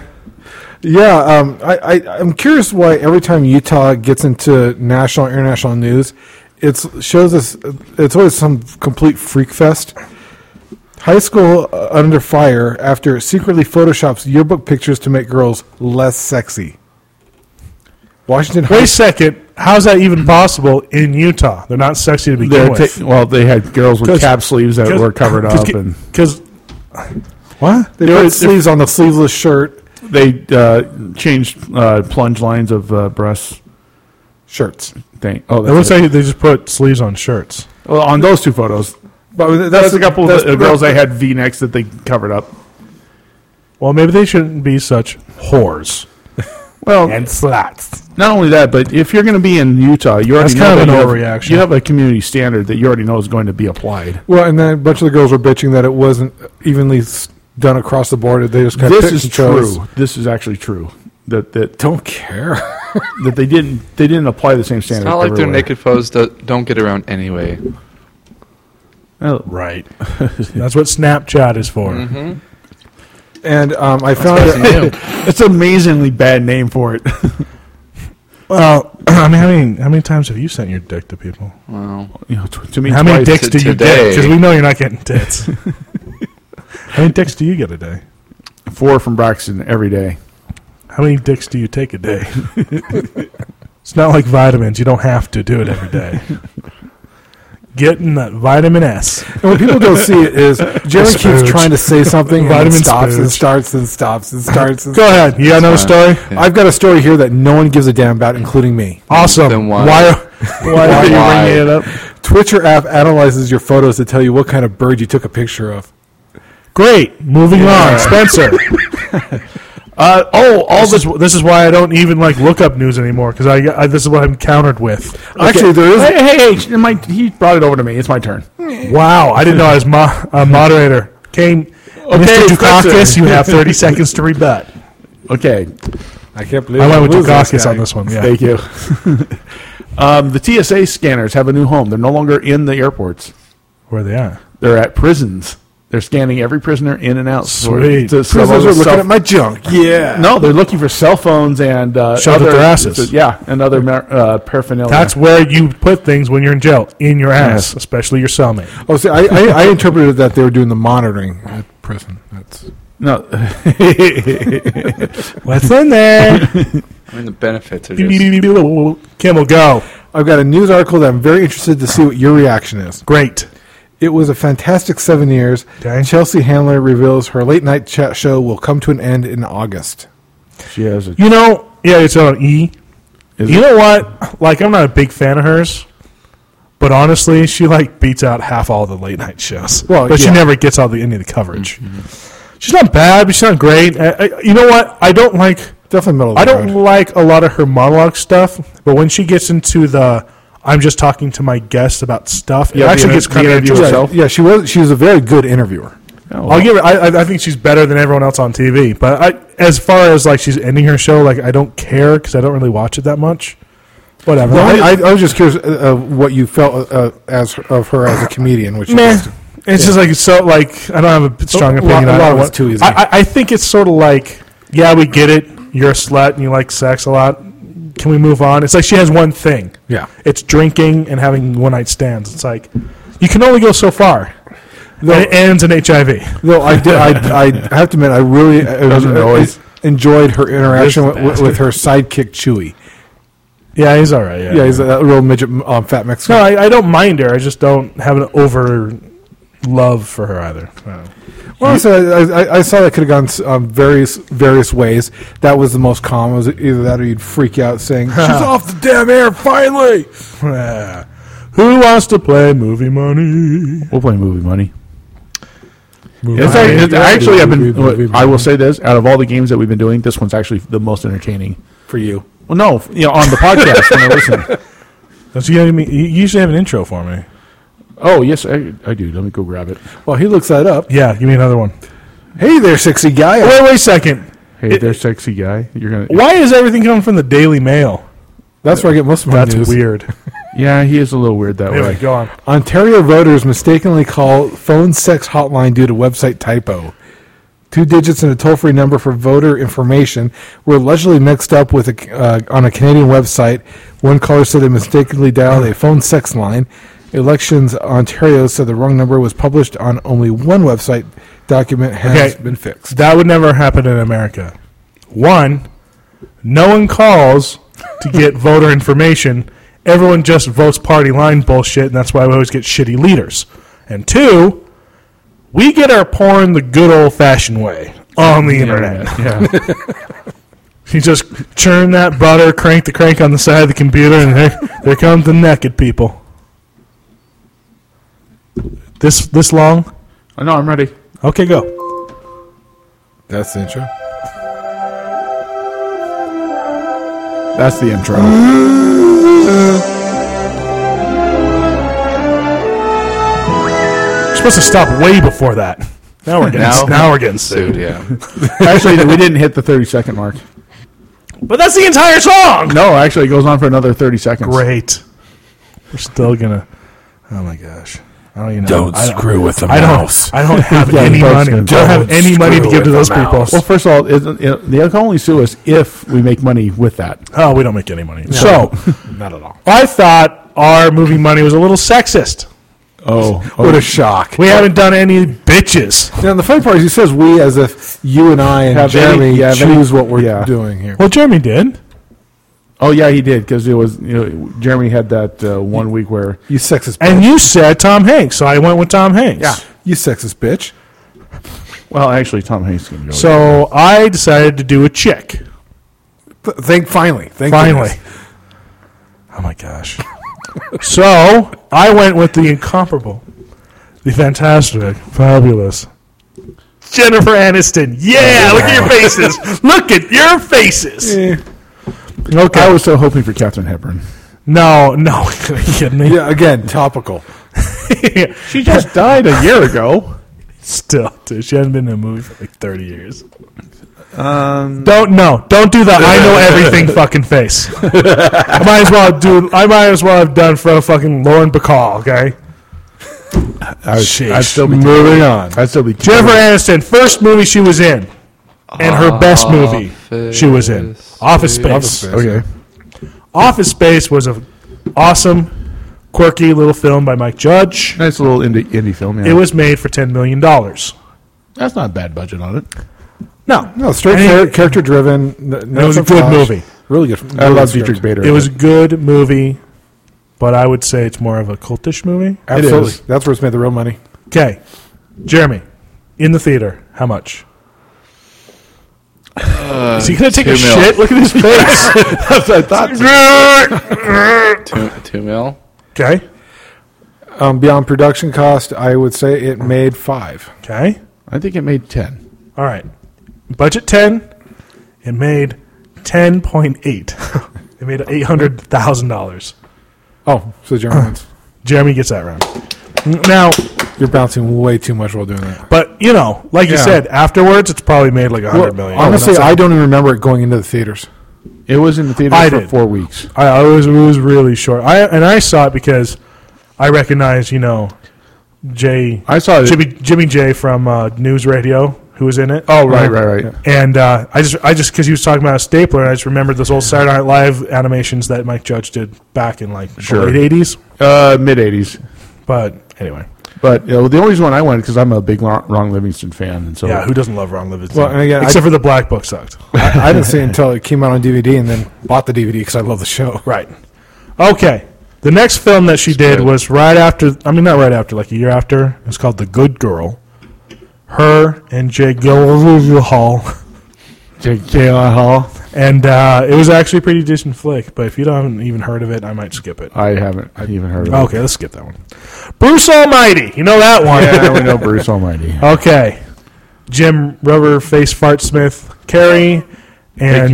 S4: Yeah, um, I, I, I'm curious why every time Utah gets into national international news, it shows us it's always some complete freak fest. High school uh, under fire after it secretly photoshops yearbook pictures to make girls less sexy. Washington
S2: Wait
S4: High
S2: a second. How's that even possible in Utah? They're not sexy to begin
S3: They're
S2: with.
S3: ta- well, they had girls with
S2: 'Cause-
S3: cap sleeves that were covered up, and
S2: because
S4: what they
S3: There
S4: put
S3: is-
S4: sleeves on the sleeveless shirt.
S3: they uh, changed uh, plunge lines of uh, breasts
S4: shirts.
S3: thing. Oh,
S2: It
S3: that's
S2: looks
S3: it.
S2: like they just put sleeves on shirts.
S3: well, on those two photos.
S4: But
S3: That's, a couple of
S4: that's-
S3: the, uh, girls they had V necks that they covered up.
S2: Well, maybe they shouldn't be such whores.
S3: Well,
S2: slats.
S3: not only that, but if you're going to be in Utah, you
S2: That's
S3: already know
S2: kind of
S3: that
S2: an
S3: you have-
S2: overreaction.
S3: you have a community standard that you already know is going to be applied.
S4: Well, and then a bunch of the girls were bitching that it wasn't evenly s- done across the board. that They just kind of
S3: this is true. This is actually true. That that
S4: Don't care.
S3: that they didn't they didn't apply the same standard.
S5: It's not like their
S3: everywhere.
S5: naked foes do, don't get around anyway.
S3: Oh,
S2: Right. That's what Snapchat is for.
S3: Mm-hmm.
S4: And um, I found it.
S3: It's an amazingly bad name for it.
S2: Well, I mean, how many how many times have you sent your dick to people?
S5: Wow.
S3: You know, t- to me,
S2: How many
S3: twice.
S2: dicks do
S5: t-
S2: you
S5: today.
S2: get? Because we know you're not getting tits. how many dicks do you get a day?
S3: Four from Braxton every day.
S2: How many dicks do you take a day? it's not like vitamins. You don't have to do it every day. Getting that vitamin S.
S4: And what people don't see is Jerry keeps
S2: Spooge.
S4: trying to say something and then
S2: Vitamin
S4: stops and
S2: Spooge.
S4: starts and stops and starts. And
S2: Go ahead. You got another story?
S5: Yeah.
S4: I've got a story here that no one gives a damn about, including me.
S2: Awesome.
S5: Then why-
S2: Why? why
S5: Why-
S2: are you
S5: why?
S2: bringing it up?
S4: Twitcher app analyzes your photos to tell you what kind of bird you took a picture of.
S2: Great. Moving on, Spencer. Uh, oh, all this, is, this is why I don't even like look up news anymore because I, I this is what I'm countered with.
S4: Actually, there is.
S3: Hey, hey, hey! My, he brought it over to me. It's my turn.
S2: Wow, I didn't know I was mo- a moderator. Came, Mr.
S3: Spencer.
S2: Dukakis, you have 30 seconds to rebut.
S3: Okay,
S4: I can't believe
S2: I
S4: I'm
S2: went with
S4: losing
S2: Dukakis
S4: guy.
S2: on this one. Yeah,
S3: thank you. um, the TSA scanners have a new home. They're no longer in the airports.
S2: where they are.
S3: They're at prisons. They're scanning every prisoner in and out.
S2: Sweet.
S3: To- to-
S4: Prisoners are
S3: to-
S4: looking at my junk. Yeah.
S3: No, they're looking for cell phones and uh,
S2: Shoved up
S3: other-
S2: their asses.
S3: Yeah, and other mar- uh, paraphernalia.
S2: That's where you put things when you're in jail, in your ass, especially your cellmate.
S4: Oh, see, I, I, I interpreted that they were doing the monitoring at prison. That's
S3: no.
S2: What's in there?
S5: I mean, the benefits are just.
S2: Kimmel, go.
S4: I've got a news article that I'm very interested to see what your reaction is.
S2: Great.
S4: It was a fantastic seven years.
S2: Okay.
S4: Chelsea Handler reveals her late night chat show will come to an end in August.
S3: she has a.
S2: You know, yeah, it's on E.
S3: Is
S2: you know what? Like, I'm not a big fan of hers, but honestly, she like beats out half all the late night shows.
S4: Well,
S2: but she
S4: yeah.
S2: never gets all the any of the coverage.
S3: Mm-hmm.
S2: She's not bad, but she's not great. I, I, you know what? I don't like.
S4: Definitely middle of the
S2: I don't
S4: road.
S2: like a lot of her monologue stuff, but when she gets into the "I'm just talking to my guests about stuff," it
S3: Yeah, the
S2: actually
S3: inter-
S2: gets kind
S3: the
S2: of
S3: interview
S2: interesting.
S3: herself.
S4: Yeah, she was. She was a very good interviewer.
S2: I'll give her. I, I- I think she's better than everyone else on TV. But I, as far as like she's ending her show, like I don't care because I don't really watch it that much. Whatever.
S4: Well,
S2: I-
S4: I, I, I was just curious uh, of what you felt uh, as of her as a comedian. Which
S2: Meh.
S4: is-
S2: It's just like so. Like I don't have a strong
S4: A lot-
S2: opinion.
S4: a
S2: on
S4: lot
S2: it.
S4: of it's
S2: What-
S4: too easy.
S2: I, I, I think it's sort of like, yeah, we get it. You're a slut and you like sex a lot. Can we move on? It's like she has one thing.
S4: Yeah.
S2: It's drinking and having one night stands. It's like you can only go so far. And it ends in HIV.
S4: Though I did, I, I have to admit, I really I- I
S3: Doesn't noise.
S4: enjoyed her interaction
S2: This
S4: with, with her sidekick Chewy.
S2: Yeah, he's all right. Yeah,
S4: Yeah, he's a, that real midget, um, fat
S2: no,
S4: Mexican.
S2: I, I don't mind her. I just don't have an over love for her either. I don't know.
S4: Well, so I, I, I saw that could have gone um, various various ways. That was the most common. Was either that or you'd freak out saying, "She's off the damn air finally."
S2: Who wants to play movie money?
S3: We'll play movie money.
S2: Movie
S3: It's
S2: money.
S3: actually, it's actually I've been.
S4: Movie money.
S3: I will say this: out of all the games that we've been doing, this one's actually the most entertaining.
S4: For you,
S3: Well, no, you know, on the podcast when I listen.
S2: Don't you, have any- you usually have an intro for me.
S3: Oh yes, I, I do. Let me go grab it.
S4: well, he looks that up.
S2: Yeah, give me another one.
S4: Hey there, sexy guy.
S2: Wait, wait a second.
S3: Hey, there, sexy guy. You're gonna.
S2: Why is everything coming from the Daily Mail?
S4: That's where I get most of my
S2: That's
S4: news.
S2: weird.
S3: Yeah, he is a little weird that
S2: Anyway,
S3: way.
S2: go on.
S4: Ontario voters mistakenly call phone sex hotline due to website typo. Two digits and a toll-free number for voter information were allegedly mixed up with a, uh, on a Canadian website. One caller said they mistakenly dialed a phone sex line. Elections Ontario said the wrong number was published on only one website. Document has
S2: Okay.
S4: been fixed.
S2: That would never happen in America. One, no one calls to get voter information. Everyone just votes party line bullshit, and that's why we always get shitty leaders. And two, we get our porn the good old fashioned way on the internet.
S3: Yeah.
S2: You just churn that butter, crank the crank on the side of the computer, and there, there comes the naked people. This this long?
S3: I know, Oh, I'm ready.
S2: Okay, go.
S4: That's the intro.
S3: That's the intro.
S2: You're supposed to stop way before that. Now we're getting now,
S5: Now-
S2: we're getting sued.
S5: Dude, yeah.
S3: actually, we didn't hit the 30 second mark.
S2: But that's the entire song.
S3: No, actually, it goes on for another 30 seconds.
S2: Great. We're still gonna. Oh my gosh. I don't even know. I don't,
S4: screw with the
S2: I don't, I don't have
S3: Yeah,
S2: any
S3: the
S2: money.
S3: boat's
S2: I
S3: gonna-
S2: don't have any money to give to those people.
S3: Well, first of all, it, it, they can only sue us if we make money with that.
S2: Oh, we don't make any money.
S3: So,
S4: Not at all.
S2: I thought our movie money was a little sexist.
S3: oh,
S4: What a shock.
S2: We haven't done any bitches.
S4: Now the funny part is he says we as if you and I and
S3: Have any-
S4: Jeremy
S3: yeah, have any-
S4: choose what we're
S3: yeah.
S4: doing here.
S2: Well, Jeremy did.
S3: oh yeah, he did because it was you know Jeremy had that uh, one week where
S4: You sexist bitch.
S2: And you said Tom Hanks, so I went with Tom Hanks.
S3: Yeah.
S4: You sexist bitch.
S3: well actually Tom Hanks can go
S2: So I decided to do a chick.
S4: Th- Thank finally. Thank
S2: Finally.
S4: goodness.
S2: Oh my gosh. so I went with the incomparable, the fantastic, fabulous Jennifer Aniston. Yeah, look at your faces. Look at your faces.
S3: okay. I was so hoping for Catherine Hepburn.
S2: No, no, are you kidding me?
S4: Yeah, again, topical.
S3: She just died a year ago.
S2: Still, dude, she hasn't been in a movie for like thirty years.
S3: Um,
S2: don't no, don't do that. I know everything. fucking face. I might as well do. I might as well have done for fucking Lauren Bacall. Okay,
S3: I was,
S2: Sheesh.
S3: I'd still be
S4: Moving on.
S3: I'd still be
S2: Jennifer Aniston, first movie she was in, and her best movie she was in
S5: Office
S2: Office Space.
S4: Office Space.
S3: Okay.
S2: Office Space was a awesome, quirky little film by Mike Judge.
S3: Nice little indie, indie film. Yeah.
S2: It was made for ten million dollars.
S3: That's not a bad budget on it.
S2: No,
S4: No, straight
S2: And it-
S4: character driven. No, no
S2: it was a good
S4: flash.
S2: movie.
S4: Really good.
S3: I
S4: really
S3: love
S4: good
S3: Dietrich
S4: script.
S3: Bader.
S2: It was a good movie, but I would say it's more of a cultish movie.
S4: Absolutely.
S3: is.
S4: That's where it's made the real money.
S2: Okay, Jeremy, in the theater, how much? Is he gonna take a
S5: two mil.
S2: shit? Look at his face.
S3: That's what I thought.
S5: Two, two mil?
S2: okay,
S4: Um, beyond production cost, I would say it made five.
S2: okay,
S3: I think it made ten.
S2: all right. Budget ten. It made ten point eight. it made eight hundred thousand dollars.
S4: Oh, so Jeremy wins.
S2: Jeremy gets that round. Now,
S4: You're bouncing way too much while doing that.
S2: but you know, like you
S4: Yeah.
S2: said, afterwards it's probably made like a hundred million.
S4: Honestly, I don't even remember it going into the theaters.
S3: It was in the theater
S2: I
S3: for
S2: did.
S3: four weeks.
S2: I, I was it was really short. I and I saw it because I recognized you know Jay
S3: I saw it.
S2: Jimmy Jimmy J from uh, News Radio who was in it. Um,
S3: Oh right, right, right.
S2: And uh, I just I just because he was talking about a stapler, and I just remembered those old Saturday Night Live animations that Mike Judge did back in like
S3: Sure.
S2: the late eighties.
S3: Uh, Mid eighties.
S2: But anyway,
S3: But you know, the only reason why I went because I'm a big Lon- Ron Livingston fan, and so
S2: yeah, who doesn't love Ron Livingston?
S4: Well, and again, I-
S2: except for the Black Book sucked.
S4: I, I didn't see it until it came out on DVD and then bought the DVD because I love the show.
S2: Oh, Right. Okay. The next film that she did
S5: good.
S2: was right after. I mean, not right after, like a year after. It's called The Good Girl. Her and Jay Gyllenhaal,
S3: Jake Hall.
S2: and uh, it was actually a pretty decent flick. But if you haven't even heard of it, I might skip it.
S3: I haven't even heard of it.
S2: Okay, let's skip that one. Bruce Almighty, you know that one.
S3: Yeah, we know Bruce Almighty.
S2: Okay. Jim Rubber Face Fart Smith, Carrie,
S3: Making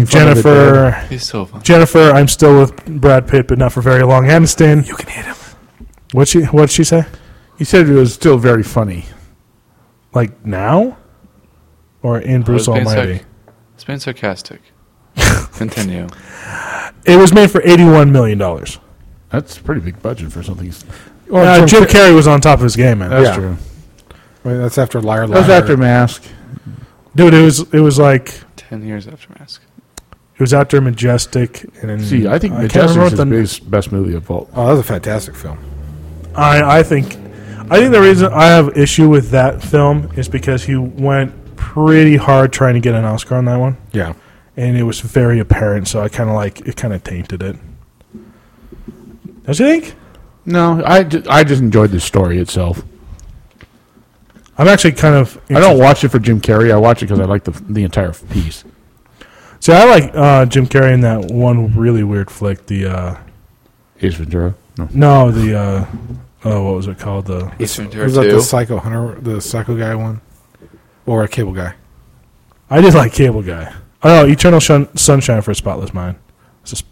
S2: and
S3: fun of it,
S2: Jennifer
S5: He's so fun.
S2: Jennifer, I'm still with Brad Pitt, but not for very long. Aniston. You can hit him. What she? What she say?
S3: He said it was still very funny.
S2: Like now, or in Bruce
S5: I was being
S2: Almighty?
S5: sarc- It's being sarcastic. Continue.
S2: It was made for 81 million dollars. Uh,
S3: That's a pretty big budget for something.
S4: Well, in terms
S2: Jim
S4: of-
S2: Carrey was on top of his game, man.
S3: That's
S4: Yeah.
S3: true.
S4: I mean, that's after Liar Liar.
S3: That was after Mask.
S2: dude, it was it was like it
S5: Ten years after Mask.
S2: was after Majestic and then-
S3: See, I think
S2: can't
S3: Majestic's
S2: remember
S3: his
S2: what the-
S3: biggest, best movie of all.
S4: Oh, that was a fantastic film.
S2: I, I think I think the reason I have issue with that film is because he went pretty hard trying to get an Oscar on that one,
S4: Yeah.
S2: and it was very apparent. So I kind of like it, kind of tainted it. Don't you think?
S3: No, I just, I just enjoyed the story itself.
S2: I'm actually kind of.
S3: I don't watch it for Jim Carrey. I watch it because I like the the entire piece.
S2: See, I like uh, Jim Carrey in that one really weird flick. The uh,
S3: Ace Ventura. No.
S2: no, the uh, oh, what was it called? The
S5: Ace Ventura
S4: Was that the
S5: 2.
S4: Psycho Hunter, the Psycho Guy one, or a Cable Guy?
S2: I did like Cable Guy. Oh, no, Eternal Shun- Sunshine for a Spotless Mind. It's just-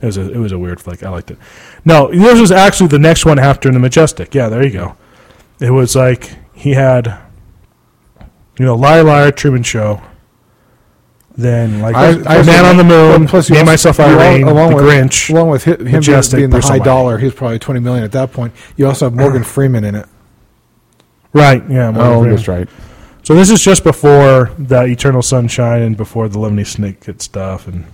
S2: It was, a, it was a weird flick. I liked it. No, this was actually the next one after the Majestic. Yeah, there you go. It was like he had, you know, Liar Liar, Truman Show. Then like
S4: I-
S2: Man on the Moon,
S4: plus you
S2: Me
S4: also-
S2: myself
S4: you al-
S2: Irene, The
S4: with,
S2: Grinch.
S4: along with hi- him
S2: Majestic,
S4: being the
S2: Bristol
S4: high
S2: Myers.
S4: dollar. He's probably twenty million at that point. You also have Morgan Freeman in it.
S2: right? Yeah. Morgan
S3: Oh,
S2: Freeman.
S3: that's right.
S2: So this is just before the Eternal Sunshine and before the Lemony Snicket stuff and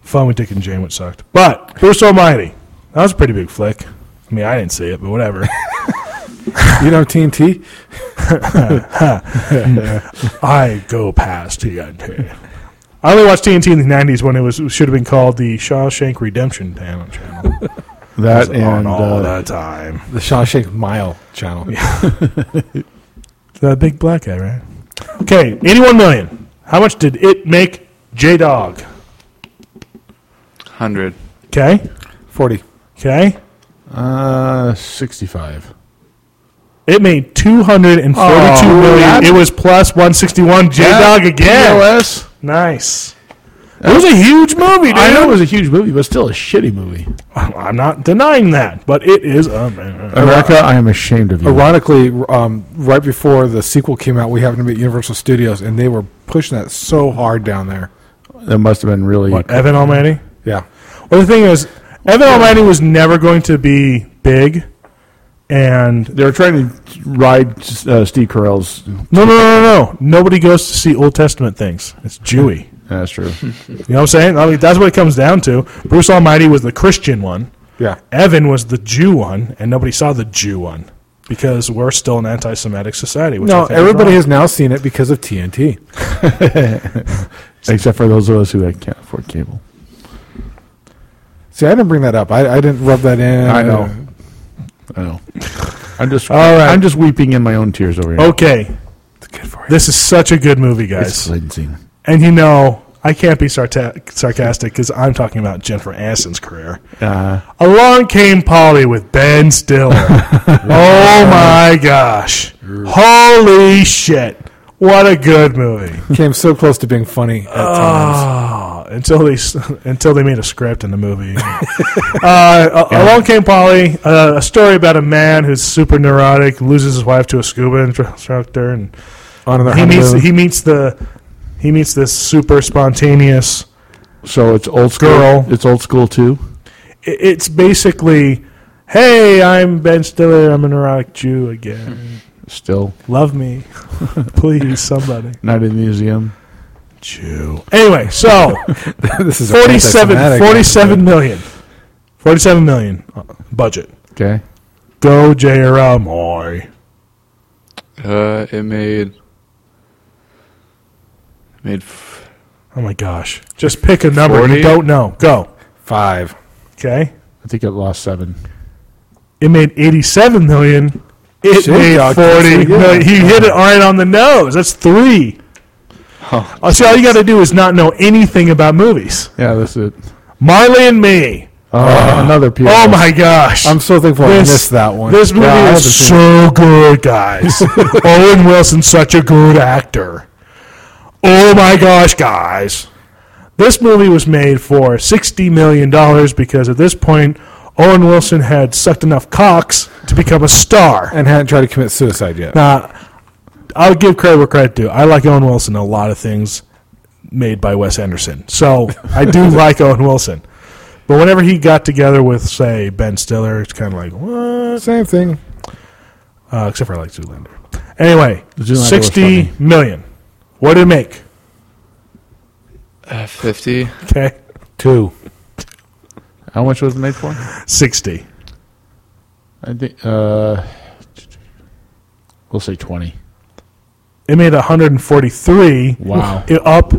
S2: Fun with Dick and Jane, which sucked. But Bruce Almighty, that was a pretty big flick. I mean, I didn't see it, but whatever.
S4: You know TNT.
S2: I go past TNT. I only watched TNT in the '90s when it was it should have been called the Shawshank Redemption Channel. channel. It was
S3: That
S2: on
S3: and
S2: all
S3: uh,
S2: the time.
S4: The Shawshank Mile channel.
S2: That big black guy, right? Okay, 81 million. How much did it make J Dog?
S5: 100.
S2: Okay,
S4: Forty.
S2: okay.
S3: uh, sixty-five.
S2: It made two hundred and forty-two
S3: Oh,
S2: million.
S3: that's-
S2: It was plus 161. J Dog again.
S3: POS.
S2: Nice. It was a huge movie, dude.
S3: I know it was a huge movie, but still a shitty movie.
S2: I'm not denying that, but it is a
S3: America, I am ashamed of you.
S4: Ironically, um, right before the sequel came out, we happened to be at Universal Studios, and they were pushing that so hard down there.
S3: That must have been really.
S2: Evan Almighty.
S4: Yeah,
S2: Well, the thing is, Evan Almighty was never going to be big, and
S3: They were trying to ride uh, Steve Carell's.
S2: no, no, no, no, no. Nobody goes to see Old Testament things. It's Jewy.
S3: That's true.
S2: You know what I'm saying? I mean, that's what it comes down to. Bruce Almighty was the Christian one.
S4: yeah.
S2: Evan was the Jew one, and nobody saw the Jew one because we're still an anti-Semitic society. Which I
S4: No,
S2: think is
S4: everybody
S2: wrong.
S4: has now seen it because of TNT.
S3: Except for those of us who can't afford cable.
S4: See, I didn't bring that up. I, I didn't rub that in.
S3: I know. I know. I'm just.
S2: All right.
S3: I'm just weeping in my own tears over here.
S2: Okay, this is such a good movie,
S3: it's
S2: guys,
S3: cleansing.
S2: and you know I can't be sarta- sarcastic because I'm talking about Jennifer Aniston's career.
S3: Uh,
S2: Along came Polly with Ben Stiller. oh my gosh! Holy shit! What a good movie.
S4: Came so close to being funny at
S2: Uh,
S4: times.
S2: Oh, until they s- until they made a script in the movie. uh, a- Along came Polly, uh, a story about a man who's super neurotic, loses his wife to a scuba instructor, and
S4: On another
S2: he meets
S4: honeymoon.
S2: he meets the he meets this super spontaneous.
S3: so it's old school.
S2: Girl.
S3: It's old school too.
S2: i- It's basically, hey, I'm Ben Stiller, I'm a neurotic Jew again.
S3: Still
S2: Love me, please, somebody.
S3: not in the museum.
S2: Jew. Anyway, so.
S4: this is a
S2: 47,
S4: anti-Semitic.
S2: 47 million. 47 million uh, budget.
S3: Okay.
S2: Go JRL, boy.
S5: Uh, it made. It made. F-
S2: Oh my gosh. Just pick a number you
S5: 40?
S2: don't know. Go.
S4: Five.
S2: Okay.
S3: I think it lost seven.
S2: It made 87 million. It
S4: Shit,
S2: made
S4: dog.
S2: 40
S4: Yeah.
S2: million. He hit it right on the nose. That's three.
S5: oh,
S2: Uh, See, all you got to do is not know anything about movies.
S3: Yeah, that's it.
S2: Marley and Me.
S3: Uh, another POS.
S2: Oh my gosh.
S4: I'm so thankful
S2: This-
S4: I missed that one.
S2: This movie
S4: Yeah, I had to
S2: is
S4: see
S2: so good, guys. Owen Wilson's such a good actor. Oh my gosh, guys. This movie was made for $60 million because at this point, Owen Wilson had sucked enough cocks to become a
S4: it.
S2: star.
S4: and hadn't tried to commit suicide yet.
S2: Now, I'll give credit where credit due. I like Owen Wilson in a lot of things made by Wes Anderson. So I do like Owen Wilson. But whenever he got together with, say, Ben Stiller, it's kind of like, what?
S4: Same thing.
S2: uh, except for I like Zoolander. Anyway,
S3: Zoolander was
S2: sixty
S3: funny.
S2: million. What did it make?
S5: uh, 50.
S2: Okay,
S4: Two.
S3: How much was it made for?
S2: sixty.
S3: I think. Uh, we'll say twenty.
S2: It made one hundred and forty-three.
S3: Wow.
S2: It up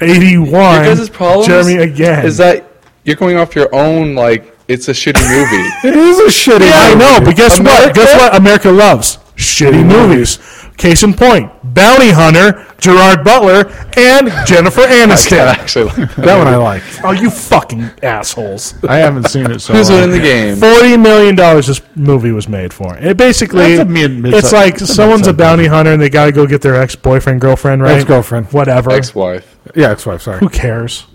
S2: eighty-one.
S5: Your guys' problem
S2: Jeremy again.
S5: is that you're going off your own, like, it's a shitty movie.
S4: It is a shitty.
S2: yeah, I know, but guess what? Guess what? America loves shitty movies. Case in point, Bounty Hunter, Gerard Butler, and Jennifer
S5: I
S2: Aniston.
S5: actually like that.
S4: That one I like.
S2: Oh, you fucking assholes!
S3: I haven't seen it. So
S5: Who's
S3: long.
S5: in the game?
S2: Forty million dollars this movie was made for. And It basically,
S3: That's a mid- mid-
S2: it's like
S3: that's a
S2: someone's a
S3: mid-sized
S2: bounty hunter and they got to go get their ex boyfriend, girlfriend, right?
S4: Ex-girlfriend.
S2: whatever.
S5: Ex-wife.
S4: Yeah, ex-wife. Sorry.
S2: Who cares?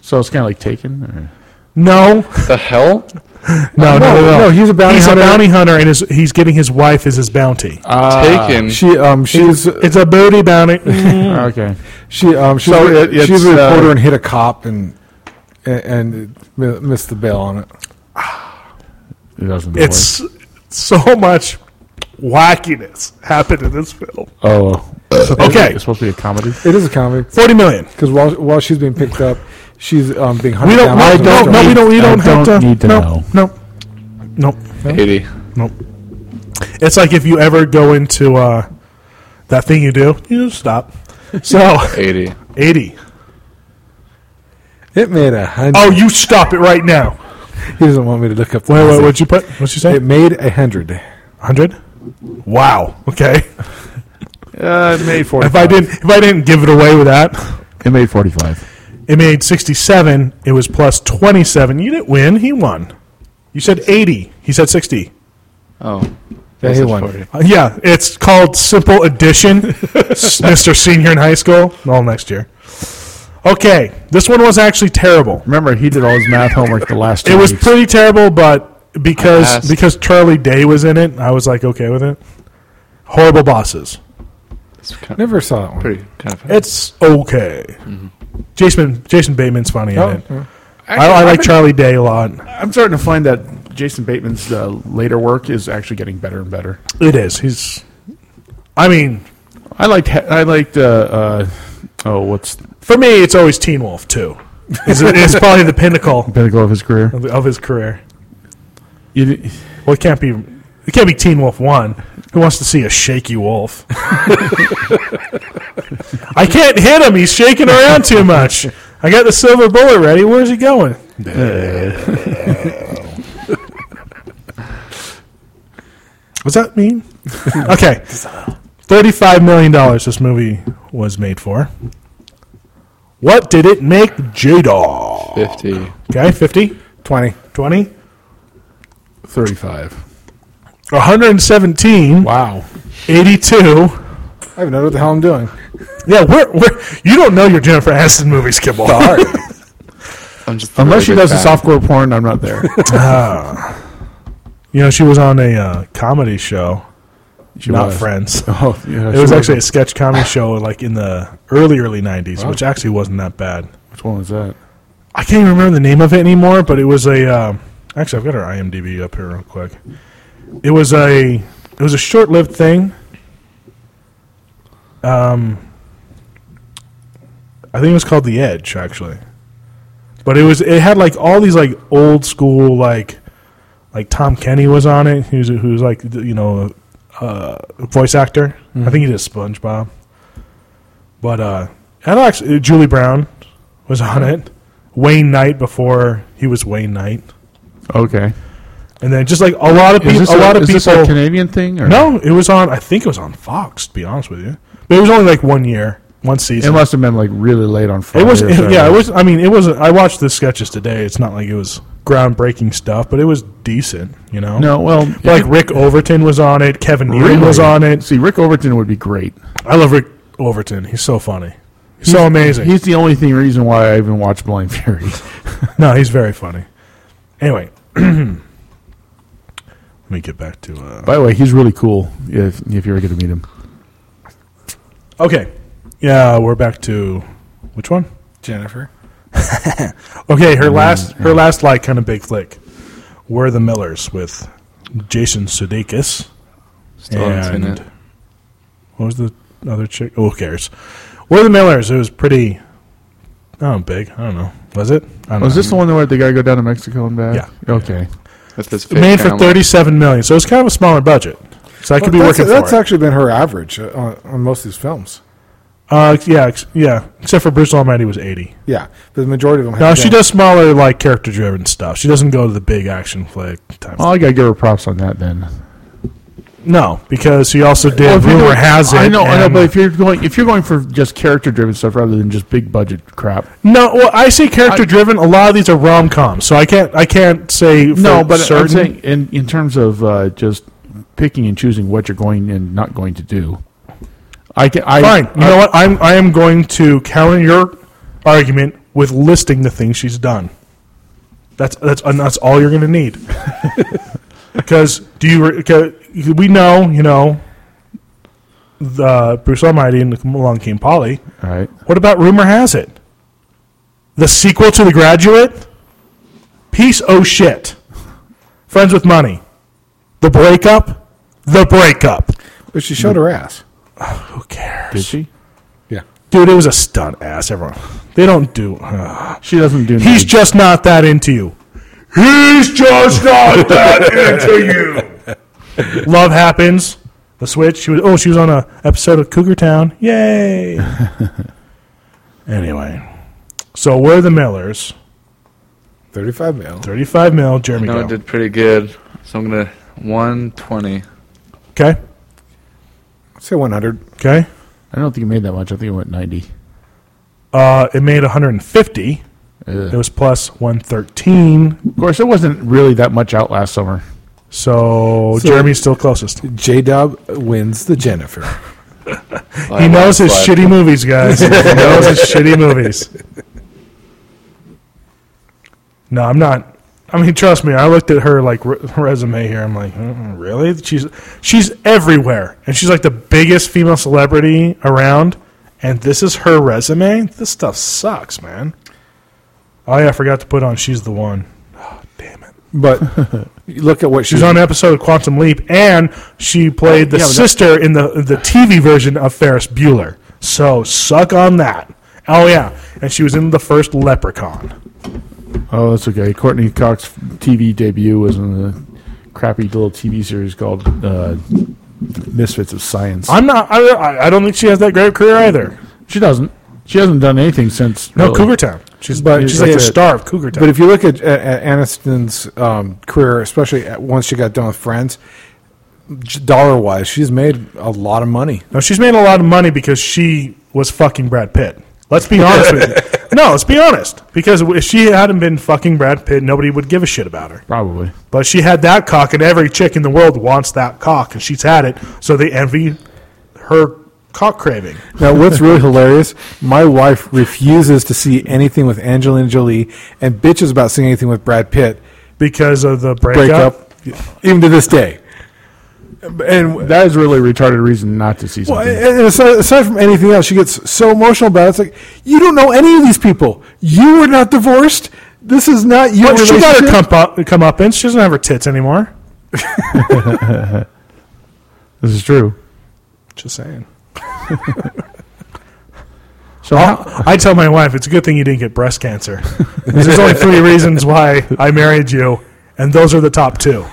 S3: So it's kind of like Taken. or-
S2: No,
S5: The hell?
S3: Oh,
S2: no, no, no, no.
S4: he's a bounty
S2: He's
S4: hunter.
S2: a bounty hunter, and his, he's getting his wife as his bounty.
S5: Taken.
S4: She um she's
S2: it's a booty bounty.
S3: Mm. okay.
S4: she um she's,
S3: So it-
S4: she was a
S3: it's, uh,
S4: reporter and hit a cop and and, and missed the bail on it.
S3: It doesn't. work.
S2: it's so much wackiness happened in this film.
S3: oh.
S2: Okay.
S3: It's supposed to be a comedy.
S4: It is a comedy
S2: Forty million.
S4: because while while she's being picked up, she's um being hunted
S2: We don't. No,
S4: down. by the
S2: no,
S4: military.
S2: no, we don't. We
S3: I
S2: don't, have
S3: don't
S2: to.
S3: need to
S2: no,
S3: know.
S2: no, no, no.
S5: 80.
S2: It's like if you ever go into uh, that thing you do, you just stop. So
S5: 80.
S2: eighty.
S4: It made a hundred.
S2: Oh, you stop it right now.
S4: he doesn't want me to look up. the
S2: Wait, wait.
S4: music.
S2: What'd you put? What'd you say?
S4: It made a hundred.
S2: Hundred. Wow. Okay.
S3: Uh, it made forty.
S2: If I didn't, if I didn't give it away with that,
S3: it made forty-five.
S2: it made sixty-seven. It was plus twenty-seven. You didn't win. He won. You said eighty. He said sixty.
S5: Oh.
S4: Yeah, he
S5: Said
S4: won.
S5: 40.
S2: Uh, yeah, it's called Simple Addition, S- Mr. Senior in high school. All next year. Okay, this one was actually terrible.
S3: Remember, he did all his math homework the last. Two
S2: It was
S3: weeks.
S2: pretty terrible, but because
S5: Asked.
S2: because Charlie Day was in it, I was like okay with it. Horrible bosses.
S5: It's kind of
S4: Never saw that one.
S5: pretty kind of.
S2: It's okay. Jason Jason Bateman's funny
S4: Mm-hmm. Oh,
S2: in it.
S4: yeah.
S2: I, I like Charlie Day a lot.
S3: I'm starting to find that Jason Bateman's uh, later work is actually getting better and better.
S2: It is. He's. I mean,
S3: I liked. he- I liked. Uh, uh, oh, what's the
S2: for me, it's always Teen Wolf too. It's, it's probably the pinnacle
S3: pinnacle of his career?
S2: of, of his career.
S3: You di-
S2: Well, it can't be. It can't be Teen Wolf One. Who wants to see a shaky wolf? I can't hit him. He's shaking around too much. I got the silver bullet ready. Where's he going? What's that mean? Okay, thirty-five million dollars. This movie was made for. What did it make? J Dog.
S5: 50.
S2: Okay, 50,
S4: Twenty.
S2: 20,
S3: Thirty-five.
S2: 117,
S3: Wow.
S2: 82.
S4: I don't know what the hell I'm doing.
S2: Yeah, we're, we're, you don't know your Jennifer Aniston movies, Kibble.
S5: I'm just a
S3: Unless she
S5: really
S3: does
S5: big
S3: a
S5: fan.
S3: softcore porn, I'm not there.
S2: You know, she was on a uh, comedy show,
S3: She
S2: not
S3: was.
S2: Friends.
S3: Oh, yeah,
S2: It was actually a sketch comedy show, like in the early early '90s, which actually wasn't that bad.
S3: Which one was that?
S2: I can't even remember the name of it anymore, but it was a. Um, actually, I've got her IMDb up here real quick. It was a. It was a short-lived thing. Um, I think it was called The Edge, actually. But it was. It had like all these like old school like, like Tom Kenny was on it. Who's who's like you know, uh, voice actor. I
S3: Mm-hmm.
S2: think he did SpongeBob. But uh, and actually Julie Brown was on it. Wayne Knight before he was Wayne Knight,
S3: Okay.
S2: and then just like a lot of
S3: Is
S2: people,
S3: this
S2: a, lot of
S3: is this
S2: people.
S3: a Canadian thing? Or?
S2: no, it was on. I think it was on Fox. To be honest with you, but it was only like one year, one
S3: It
S2: season.
S3: must have been like really late on Friday.
S2: It was,
S3: or
S2: it- yeah,
S3: Saturday.
S2: it was. I mean, it was. I watched the sketches today. It's not like it was groundbreaking stuff, but it was decent. You know,
S3: No, well,
S2: But, like Rick Overton was on it. Kevin
S3: Rick
S2: Nealon was on it.
S3: See, Rick Overton would be great.
S2: I love Rick Overton. He's so funny. He's, so amazing.
S3: He's the only thing reason why I even watch Blind Fury.
S2: No, he's very funny. Anyway, let me get back to. Uh,
S3: By the way, he's really cool. If if you ever get to meet him,
S2: okay, yeah, we're back to which one?
S4: Jennifer.
S2: Okay, her last her last like kind of big flick were the Millers with Jason Sudeikis
S5: Still haven't seen
S2: and
S5: it.
S2: what was the other chick? Oh, who cares? Were the Millers? It was pretty. Oh, big. I don't know. Was it? I don't
S3: was
S2: know.
S3: this the one where they got to go down to Mexico and back?
S2: Yeah.
S3: Okay.
S5: That's this fake
S2: made for
S5: family.
S2: thirty-seven million? So it's kind of a smaller budget. So I could be
S4: that's
S2: working
S4: that's
S2: for it.
S4: actually been her average uh, on, on most of these films.
S2: Uh, yeah, ex- yeah. Except for Bruce Almighty was eighty.
S4: Yeah, but the majority of them.
S2: No,
S4: have
S2: she
S4: been-
S2: does smaller, like
S3: Uh,
S2: character-driven stuff. She doesn't go to the big action flick. Type.
S3: Well, I got to give her props on that then.
S2: No, because he also did.
S3: Well, if you're
S2: rumor
S3: doing-
S2: has it.
S3: I know, I know,
S2: and-
S3: but if you're going, if you're going for just character-driven stuff rather than just big budget crap,
S2: no, well, I say character driven. A lot of these are rom coms, so I can't. I can't say for
S3: no, but
S2: certain.
S3: I'm saying in in terms of uh, just picking and choosing what you're going and not going to do. I can, I,
S2: Fine. You
S3: I-
S2: know what? I'm. I am going to counter your argument with listing the things she's done. That's that's and that's all you're going to need. Because do you? re- 'cause We know. You know. The Bruce Almighty and Along Came Polly.
S3: all right.
S2: What about rumor has it? The sequel to The Graduate? Piece oh shit. Friends with Money. The breakup? The breakup.
S4: But she showed her ass.
S2: Who cares?
S3: Did she?
S4: Yeah.
S2: Dude, it was a stunt ass, everyone. They don't do. ugh.
S3: She doesn't do.
S2: He's
S3: nothing.
S2: just not that into you. He's just not that into you. Love happens. The switch. She was. Oh, she was on a episode of Cougar Town. Yay. anyway, so we're the Millers.
S4: 35 mil.
S2: Thirty-five mil. Jeremy.
S5: No,
S2: go.
S5: it did pretty good. So I'm gonna 120.
S2: Okay.
S4: Say 100.
S2: Okay.
S3: I don't think it made that much. I think it went ninety.
S2: Uh, it made 150. It was plus 113.
S3: Of course, it wasn't really that much out last summer.
S2: So, Jeremy's still closest.
S4: J Dub wins the Jennifer.
S2: He knows his shitty movies, guys. he knows his shitty movies. No, I'm not. I mean, trust me. I looked at her like re- resume here. I'm like, mm, really? She's she's everywhere, and she's like the biggest female celebrity around. And this is her resume. This stuff sucks, man. Oh yeah, I forgot to put on. She's the one. Oh, damn it.
S4: But you look at what
S2: She was on an episode of Quantum Leap, and she played the
S3: Yeah, but that-
S2: sister in the the TV version of Ferris Bueller. So suck on that. Oh yeah, and she was in the first Leprechaun.
S3: Oh, that's okay. Courtney Cox's TV debut was in the crappy little TV series called uh, Misfits of Science.
S2: I'm not. I- I, I don't think she has that great of a career either.
S3: she doesn't. She hasn't done anything since.
S2: No,
S3: really.
S2: Cougar Town. She's
S4: But-
S2: she's like
S4: yeah.
S2: the star of Cougar Town.
S4: But if you look at, at, at Aniston's um, career, especially at, once she got done with Friends, dollar wise, she's made a lot of money.
S2: No, she's made a lot of money because she was fucking Brad Pitt. Let's be honest with you. No, let's be honest. Because if she hadn't been fucking Brad Pitt, nobody would give a shit about her.
S3: Probably.
S2: But she had that cock, and every chick in the world wants that cock, and she's had it, so they envy her cock craving.
S4: Now, what's really hilarious, my wife refuses to see anything with Angelina Jolie and bitches about seeing anything with Brad Pitt
S2: Because of the breakup.
S4: break up, even to this day.
S3: And that is really a retarded reason not to see
S4: Well,
S3: something.
S4: and- and aside, aside from anything else, she gets so emotional about it. It's like, you don't know any of these people. You were not divorced. This is not your
S2: Well, she got her
S4: relationship.
S2: come up, come up in. She doesn't have her tits anymore.
S3: this is true.
S2: Just saying.
S3: So how,
S2: I tell my wife, it's a good thing you didn't get breast cancer. 'Cause There's only three reasons why I married you, and those are the top two.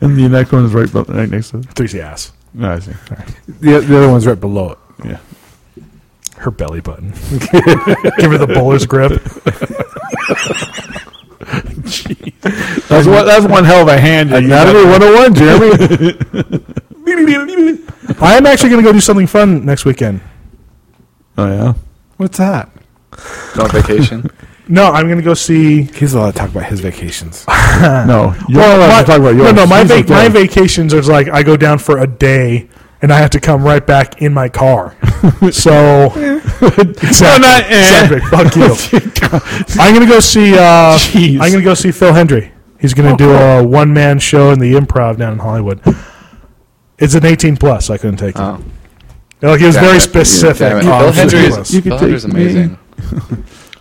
S3: and the next one is right, bu- right next to.
S2: Three's the ass.
S3: No, I see. All right.
S4: The, the other one's right below it.
S3: Yeah.
S2: Her belly button. Give her the bowler's grip.
S3: That's one. That's one hell of a hand. you got.
S4: Anatomy 101, Jeremy.
S2: I am actually going to go do something fun next weekend.
S3: Oh yeah.
S4: What's that?
S5: on vacation.
S2: No, I'm going to go see
S4: He's allowed to talk about his vacations.
S3: No. You're
S2: Well,
S3: allowed
S2: my-
S3: to talk about
S2: No,
S3: yours.
S2: no, my,
S3: He's
S2: vac
S3: okay.
S2: my vacations are like I go down for a day and I have to come right back in my car. so, Cedric,
S3: not, eh.
S2: Cedric, fuck you. I'm gonna go see. Uh,
S3: Jeez.
S2: I'm gonna go see Phil Hendry. He's gonna do a one man show in the Improv down in Hollywood. It's an 18 plus. so I couldn't take
S5: Oh,
S2: it. Like, he was very
S5: damn
S2: specific.
S5: it. Bill
S2: on the
S5: Hendry is,
S2: plus.
S3: You could
S5: Bill Hendry's
S3: take
S5: amazing.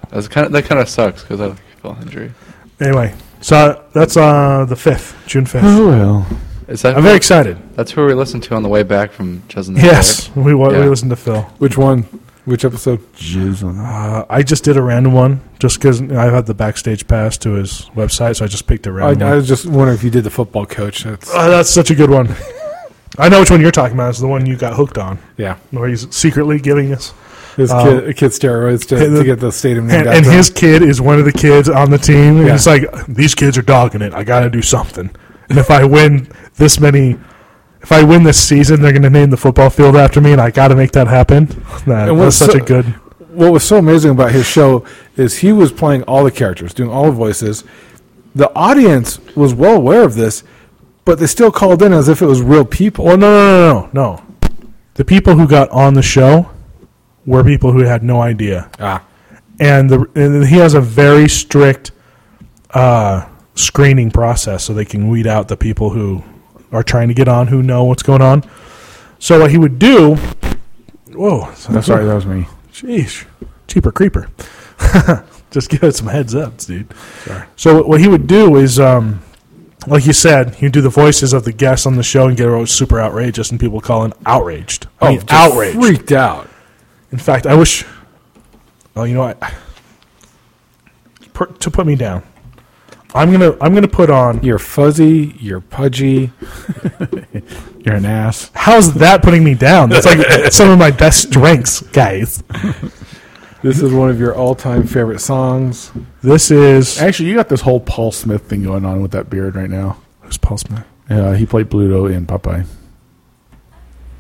S5: That's kind of that kind of sucks because I like Bill Hendry.
S2: Anyway, so that's uh, the 5th, June 5th.
S3: Oh well.
S5: Is that
S2: I'm
S5: who-
S2: very excited.
S5: That's who we listened to on the way back from Chesnut.
S2: Yes, we, wa-
S5: Yeah.
S2: we listened to Phil.
S4: Which one? Which episode?
S3: Jizz on that.
S2: Uh, I just did a random one just because I had the backstage pass to his website, so I just picked a
S4: I,
S2: random
S4: I
S2: one.
S4: was just wondering if you did the football coach. That's,
S2: Oh, that's such a good one. I know which one you're talking about. It's the one you got hooked on,
S4: yeah.
S2: where he's secretly giving us.
S4: His
S2: Uh,
S4: kid, kid steroids to,
S2: and the-
S4: to get the stadium named
S2: And, and
S4: after him.
S2: his kid is one of the kids on the team. And
S4: Yeah.
S2: He's like, these kids are dogging it. I got to do something. and if I win this many, if I win this season, they're going to name the football field after me, and I got to make that happen. That
S4: And
S2: was
S4: what's
S2: such
S4: so-
S2: a good.
S4: what was so amazing about his show is he was playing all the characters, doing all the voices. The audience was well aware of this, but they still called in as if it was real people.
S2: Well, no, no, no, no, no. The people who got on the show were people who had no idea,
S4: ah,
S2: and the and he has a very strict uh, screening process, so they can weed out the people who are trying to get on, who know what's going on. So what he would do? Whoa,
S3: No, sorry, that was me.
S2: Sheesh. Cheaper creeper. Just give it some heads up, dude. So what he would do is, um, like you said, he'd do the voices of the guests on the show and get all super outrageous, and people calling outraged. I mean,
S4: Oh, just
S2: outraged.
S4: freaked out.
S2: In fact, I wish. Oh, you know what? Per, to put me down, I'm gonna I'm gonna put on.
S4: You're fuzzy. You're pudgy.
S3: You're an ass.
S2: How's that putting me down? That's like some of my best strengths, guys.
S4: This is one of your all-time favorite songs.
S2: This is
S3: Actually, you got this whole Paul Smith thing going on with that beard right now.
S2: who's Paul Smith.
S3: Yeah, he played Bluto in Popeye.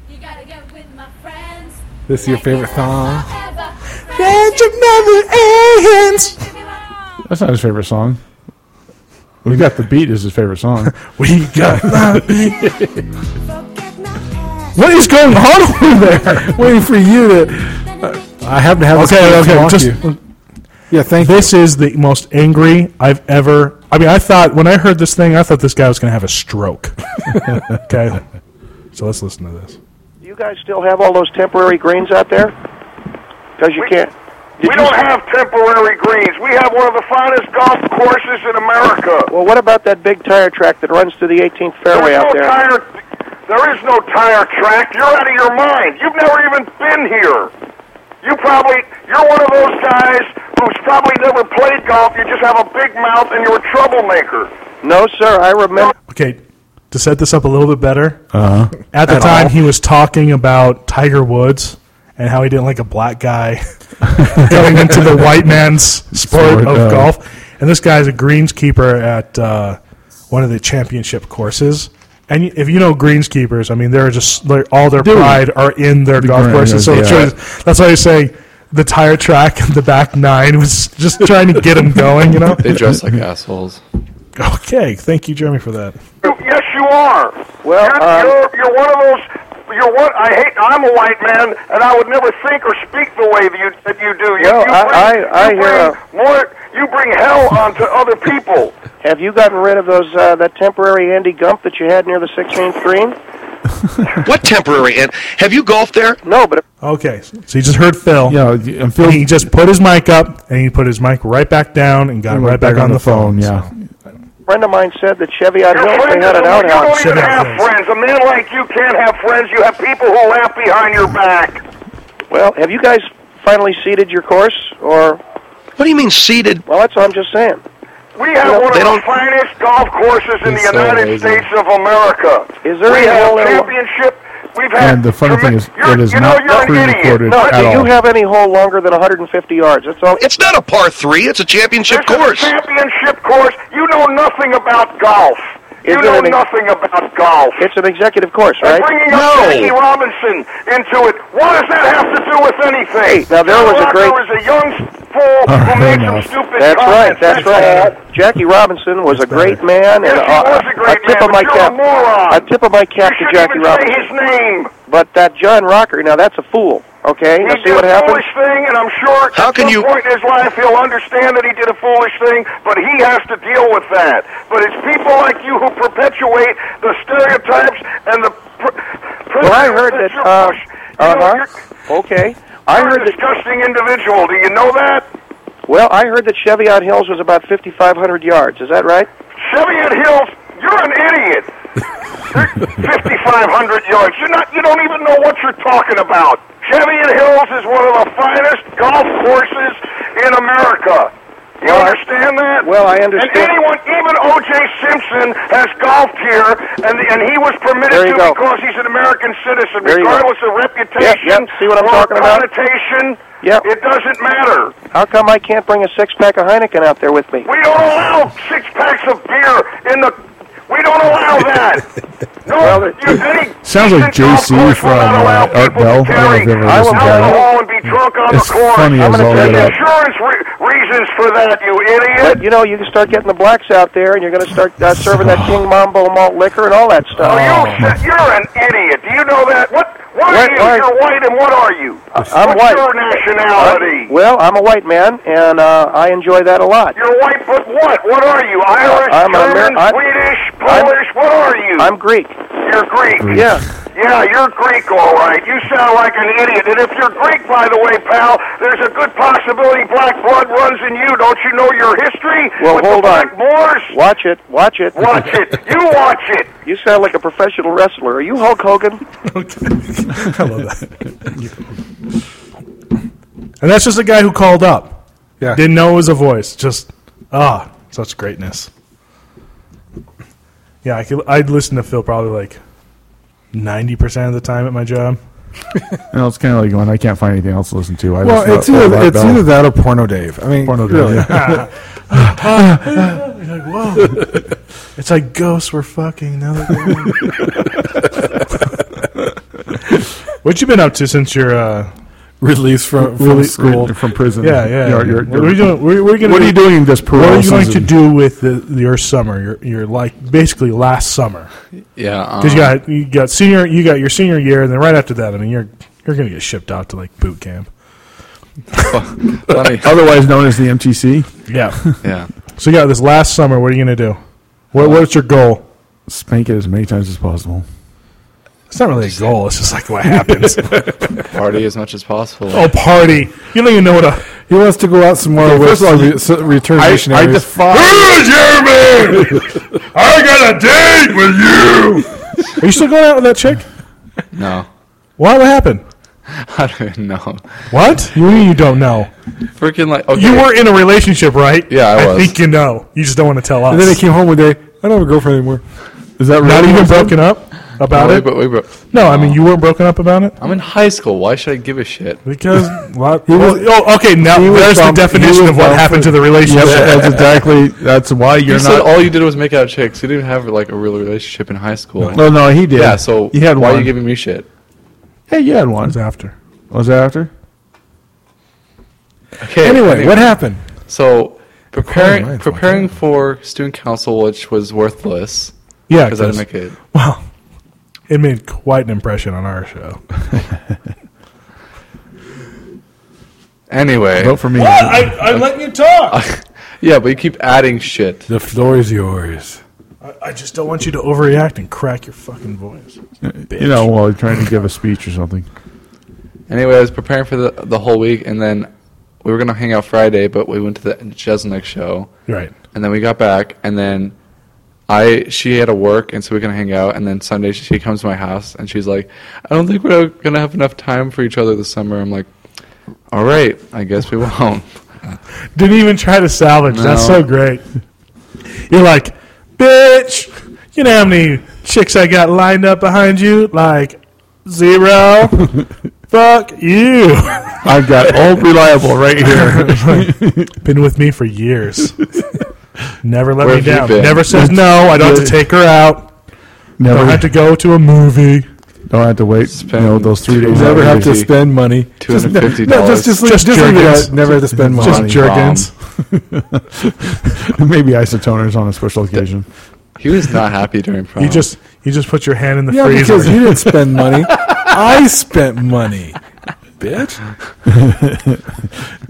S7: You gotta get with my friends.
S4: This is your favorite song.
S7: Friendship never ends.
S3: That's not his favorite song. We got the beat is his favorite song.
S2: We got
S7: Forget my past.
S2: what is going on over there?
S4: Waiting for you to. I happen to have. this
S2: Okay,
S4: clip to
S2: okay,
S4: mock
S2: just-
S4: you. yeah. Thank you.
S2: This is the most angry I've ever. I mean, I thought when I heard this thing, I thought this guy was going to have a stroke. okay, so let's listen to this.
S8: You guys still have all those temporary greens out there? Because you can't.
S9: We don't have temporary greens. We have one of the finest golf courses in America.
S8: Well, what about that big tire track that runs through the 18th fairway
S9: There's
S8: out
S9: no
S8: there?
S9: tire. There is no tire track. You're out of your mind. You've never even been here. You probably you're one of those guys who's probably never played golf. You just have a big mouth and you're a troublemaker.
S8: No, sir. I remember.
S2: Okay, to set this up a little bit better, at the time he was talking about Tiger Woods and how he didn't like a black guy going into the white man's sport
S3: Sport,
S2: of
S3: uh,
S2: golf. And this guy's a greenskeeper at uh, one of the championship courses. And y- if you know greenskeepers, I mean, they're just they're, all their pride are in their golf
S3: green,
S2: courses. So it's
S3: yeah.
S2: really- that's why I say the tire track and the back nine was just trying to get him going. You know?
S5: They dress like assholes.
S2: Okay, thank you, Jeremy, for that.
S9: You, yes, you are.
S8: Well,
S9: you're,
S8: um,
S9: you're, you're one of those. You're one. I hate. I'm a white man, and I would never think or speak the way that you that you do. You,
S8: Well,
S9: you
S8: I- I-
S9: bring,
S8: I
S9: you
S8: hear
S9: bring
S8: a-
S9: more. You bring hell onto other people.
S8: Have you gotten rid of those uh, that temporary Andy Gump that you had near the 16th green?
S6: What temporary? And have you golfed there?
S8: No, but
S2: Okay, so you just heard Phil.
S3: Yeah, and
S2: And
S3: Phil
S2: he just put his mic up and he put his mic right back down and got it right back, on, the phone.
S3: Yeah,
S8: a friend of mine said that Cheviot
S9: Your
S8: Hills they
S9: friends
S8: had
S9: are
S8: an
S9: the- you
S8: outhouse.
S9: don't even
S2: Cheviot
S9: have
S2: Hills.
S9: friends. A man like you can't have friends. You have people who laugh behind your back.
S8: Well, have you guys finally seeded your course? Or
S6: What do you mean seated?
S8: well, that's all I'm just saying.
S9: We have
S8: Well,
S9: one
S6: they
S9: of the
S6: don't-
S9: finest golf courses in the
S5: It's so
S9: United
S5: amazing.
S9: States of America.
S8: Is there
S9: we
S8: any
S9: have
S8: hole in one-
S9: championship? We've had.
S3: And the funny thing is,
S9: you're-
S3: it is
S9: you
S3: not
S9: know, you're an
S3: pre-recorded
S9: idiot.
S8: No,
S3: at
S8: do you
S3: all.
S8: have any hole longer than 150 yards? That's all.
S6: It's not a par three. It's a championship
S9: This is a
S6: course.
S9: championship course. You know nothing about golf.
S8: Is
S9: you
S8: there
S9: know
S8: any-
S9: nothing about golf.
S8: It's an executive course,
S9: And
S8: right?
S9: bringing
S6: No.
S9: up Jackie Robinson into it. What does that have to do with anything?
S8: Now, there was a
S9: Rocker
S8: great-
S9: was a young fool who
S3: right,
S9: made
S3: enough.
S9: some stupid
S8: That's right.
S9: comments.
S8: That's right. Jackie Robinson was a great man, and
S9: Yes, he
S8: uh,
S9: was a great
S8: I tip
S9: man,
S8: of my
S9: but you're a
S8: cap.
S9: moron.
S8: I tip of my
S9: all.
S8: cap
S9: You
S8: to
S9: shouldn't
S8: Jackie
S9: even say
S8: Robinson.
S9: his name.
S8: But that John Rocker, now that's a fool. Okay,
S9: He
S8: now see
S9: did
S8: what
S9: a
S8: happens.
S9: foolish thing, and I'm sure
S6: How
S9: at
S6: can
S9: some
S6: you-
S9: point in his life he'll understand that he did a foolish thing, but he has to deal with that. But it's people like you who perpetuate the stereotypes and the. Pr- pr-
S8: Well, I heard that.
S9: you
S8: Uh
S9: push. You know,
S8: huh.
S9: you're-
S8: Okay, I
S9: you're
S8: heard
S9: a
S8: that.
S9: disgusting individual. Do you know that?
S8: Well, I heard that Cheviot Hills was about 5,500 yards. Is that right?
S9: Cheviot Hills, you're an idiot. You're 5,500 yards. You're not. You don't even know what you're talking about. Cheviot Hills is one of the finest golf courses in America. You
S8: Well, I-
S9: understand that?
S8: well, I understand.
S9: And anyone, even O.J. Simpson, has golfed here, and and he was permitted
S8: There you
S9: to
S8: go.
S9: because he's an American citizen,
S8: There you go.
S9: regardless of reputation.
S8: Yep, yep. See what I'm
S9: or
S8: talking about?
S9: Connotation.
S8: Yep.
S9: It doesn't matter.
S8: How come I can't bring a six pack of Heineken out there with me?
S9: We don't allow six packs of beer in the. We don't allow that. No, you, any
S3: Sounds like JC
S9: decent golf course
S3: from,
S9: will not
S3: uh,
S9: allow
S3: Art
S9: people to
S3: Bell. I don't know if
S9: carry
S3: you've ever listened to that.
S9: Alcohol and be drunk on
S4: It's
S9: the course.
S4: funny as all
S9: There's
S4: get out.
S9: insurance re- reasons for that, you idiot.
S8: But you know, you can start getting the blacks out there, and you're going to start uh, serving that King Mambo malt liquor and all that
S9: Oh,
S8: stuff.
S9: you, sa- you're an idiot. Do you know that? What? What are
S8: What-
S9: you?
S8: what?
S9: You're white, and what are you?
S8: I'm
S9: What's
S8: white.
S9: your nationality?
S8: Well, I'm a white man, and uh, I enjoy that a lot.
S9: You're white, but what? What are you? Irish,
S8: I'm an Amer-
S9: German,
S8: I-
S9: Swedish,
S8: I'm-
S9: Polish? what are you?
S8: I'm Greek.
S9: You're Greek.
S8: Yeah.
S9: Yeah, you're Greek, all right. You sound like an idiot. And if you're Greek, by the way, pal, there's a good possibility black blood runs in you. Don't you know your history?
S8: Well,
S9: with
S8: hold
S9: the
S8: on.
S9: Black Moors?
S8: Watch it. Watch it.
S9: Watch it. You watch it.
S8: You sound like a professional wrestler. Are you Hulk Hogan?
S2: And that's just a guy who called up.
S4: Yeah.
S2: Didn't know it was a voice. Just, ah, such greatness. Yeah, I could, I'd listen to Phil probably like 90% of the time at my job.
S3: You know, it's kind of like going, I can't find anything else to listen to. I
S4: Well,
S3: listen to
S4: it's
S3: Art
S4: either, it's
S3: Bell.
S4: either that or Porno Dave. I mean,
S3: Porno Dave,
S4: really.
S3: yeah.
S2: You're like, whoa. it's like ghosts were fucking. Now they're gone. what you been up to since your? Uh,
S4: Release from, from
S3: Really-
S4: school.
S3: from prison.
S2: yeah, yeah.
S3: You're- you're-
S2: what are we doing? We're, we're gonna
S3: What are you doing this
S2: What are
S3: parole
S2: you going to
S3: season?
S2: do with the, your summer? Your your like basically last summer
S5: Yeah. Um,
S2: because you got you got senior you got your senior year and then right after that I mean you're you're gonna get shipped out to like boot camp.
S5: funny.
S3: Otherwise known as the MTC.
S2: Yeah.
S5: yeah.
S2: so you got this last summer. What are you gonna do? What what's your goal?
S3: Spank it as many times as possible.
S2: It's not really a goal. It's just like what happens.
S5: Party as much as possible.
S2: oh, party! You don't even know what a
S4: He wants to go out some more with
S3: first of all,
S4: re- s- return
S3: I, I
S4: missionaries.
S3: defy.
S8: Uh,
S1: I got a date with you.
S2: Are you still going out with that chick?
S5: No.
S2: Why? What happened?
S5: I don't even know.
S2: What? You mean you don't know?
S5: Freaking like okay.
S2: You were in a relationship, right?
S5: Yeah, I was.
S2: think you know. You just don't want to tell us.
S4: and then he came home one day. I don't have a girlfriend anymore.
S3: Is that
S2: Not
S3: really
S2: even broken up about
S5: No, wait,
S2: it.
S5: but wait, but
S2: no, I mean you weren't broken up about it
S5: I'm in high school. Why should I give a shit?
S2: because.
S3: Uh,
S2: well, oh, okay. Now there's the
S3: bummed- he
S2: definition
S3: was
S2: of what
S3: bummed
S2: happened to the
S3: Yep,
S2: relationship.
S3: that's exactly. That's why
S5: You
S3: you're
S5: said
S3: not.
S5: all you did was make out chicks. You didn't have like a real relationship in high school.
S3: no, no, he did.
S5: Yeah. So
S3: he had
S5: why
S3: one.
S5: are you giving me shit?
S3: hey, you had one.
S2: It's after.
S3: Was that after?
S5: Okay.
S4: Anyway, what happened?
S5: So preparing
S4: right, it's my
S5: preparing for student council, which was worthless
S2: Yeah,
S5: because I didn't
S2: 'cause-
S5: make it.
S2: Well, it made quite an impression on our show.
S5: Anyway,
S3: Vote for me.
S2: I, I'm letting you talk.
S5: yeah, but you keep adding shit.
S4: The floor is yours.
S2: I, I just don't want you to overreact and crack your fucking voice.
S3: You know, while you're trying to give a speech or something.
S5: Anyway, I was preparing for the the whole week, and then we were gonna hang out Friday, but we went to the Chesnick show,
S2: Right.
S5: and then we got back, and then I she had to work, and so we are gonna hang out, and then Sunday she comes to my house, and she's like, "I don't think we're gonna have enough time for each other this summer." I'm like, "All right, I guess we won't."
S2: Didn't even try to salvage. That's
S5: No.
S2: so great. You're like, bitch, you know how many chicks I got lined up behind you? Like, zero. Fuck you.
S3: I've got old reliable right here.
S2: Been with me for years. Never let me
S5: Where have you
S2: down.
S5: been?
S2: Never says no. I don't have to take her out.
S3: Never
S2: Don't have to go to a movie.
S3: Don't have to wait. You know
S5: Spend
S3: those three days.
S4: Never
S3: out
S4: have to
S3: easy.
S4: spend money. Just-
S5: $250.
S4: No, just just leave-
S2: Just
S4: just leave it
S2: jerkins.
S4: out. Never have to spend money.
S2: Just jerkins.
S3: Maybe isotoners on a special occasion.
S5: He was not happy during prom.
S3: Oh.
S2: You just you just put your hand in the
S4: Yeah,
S2: freezer.
S4: because you didn't spend money. I spent money, bitch.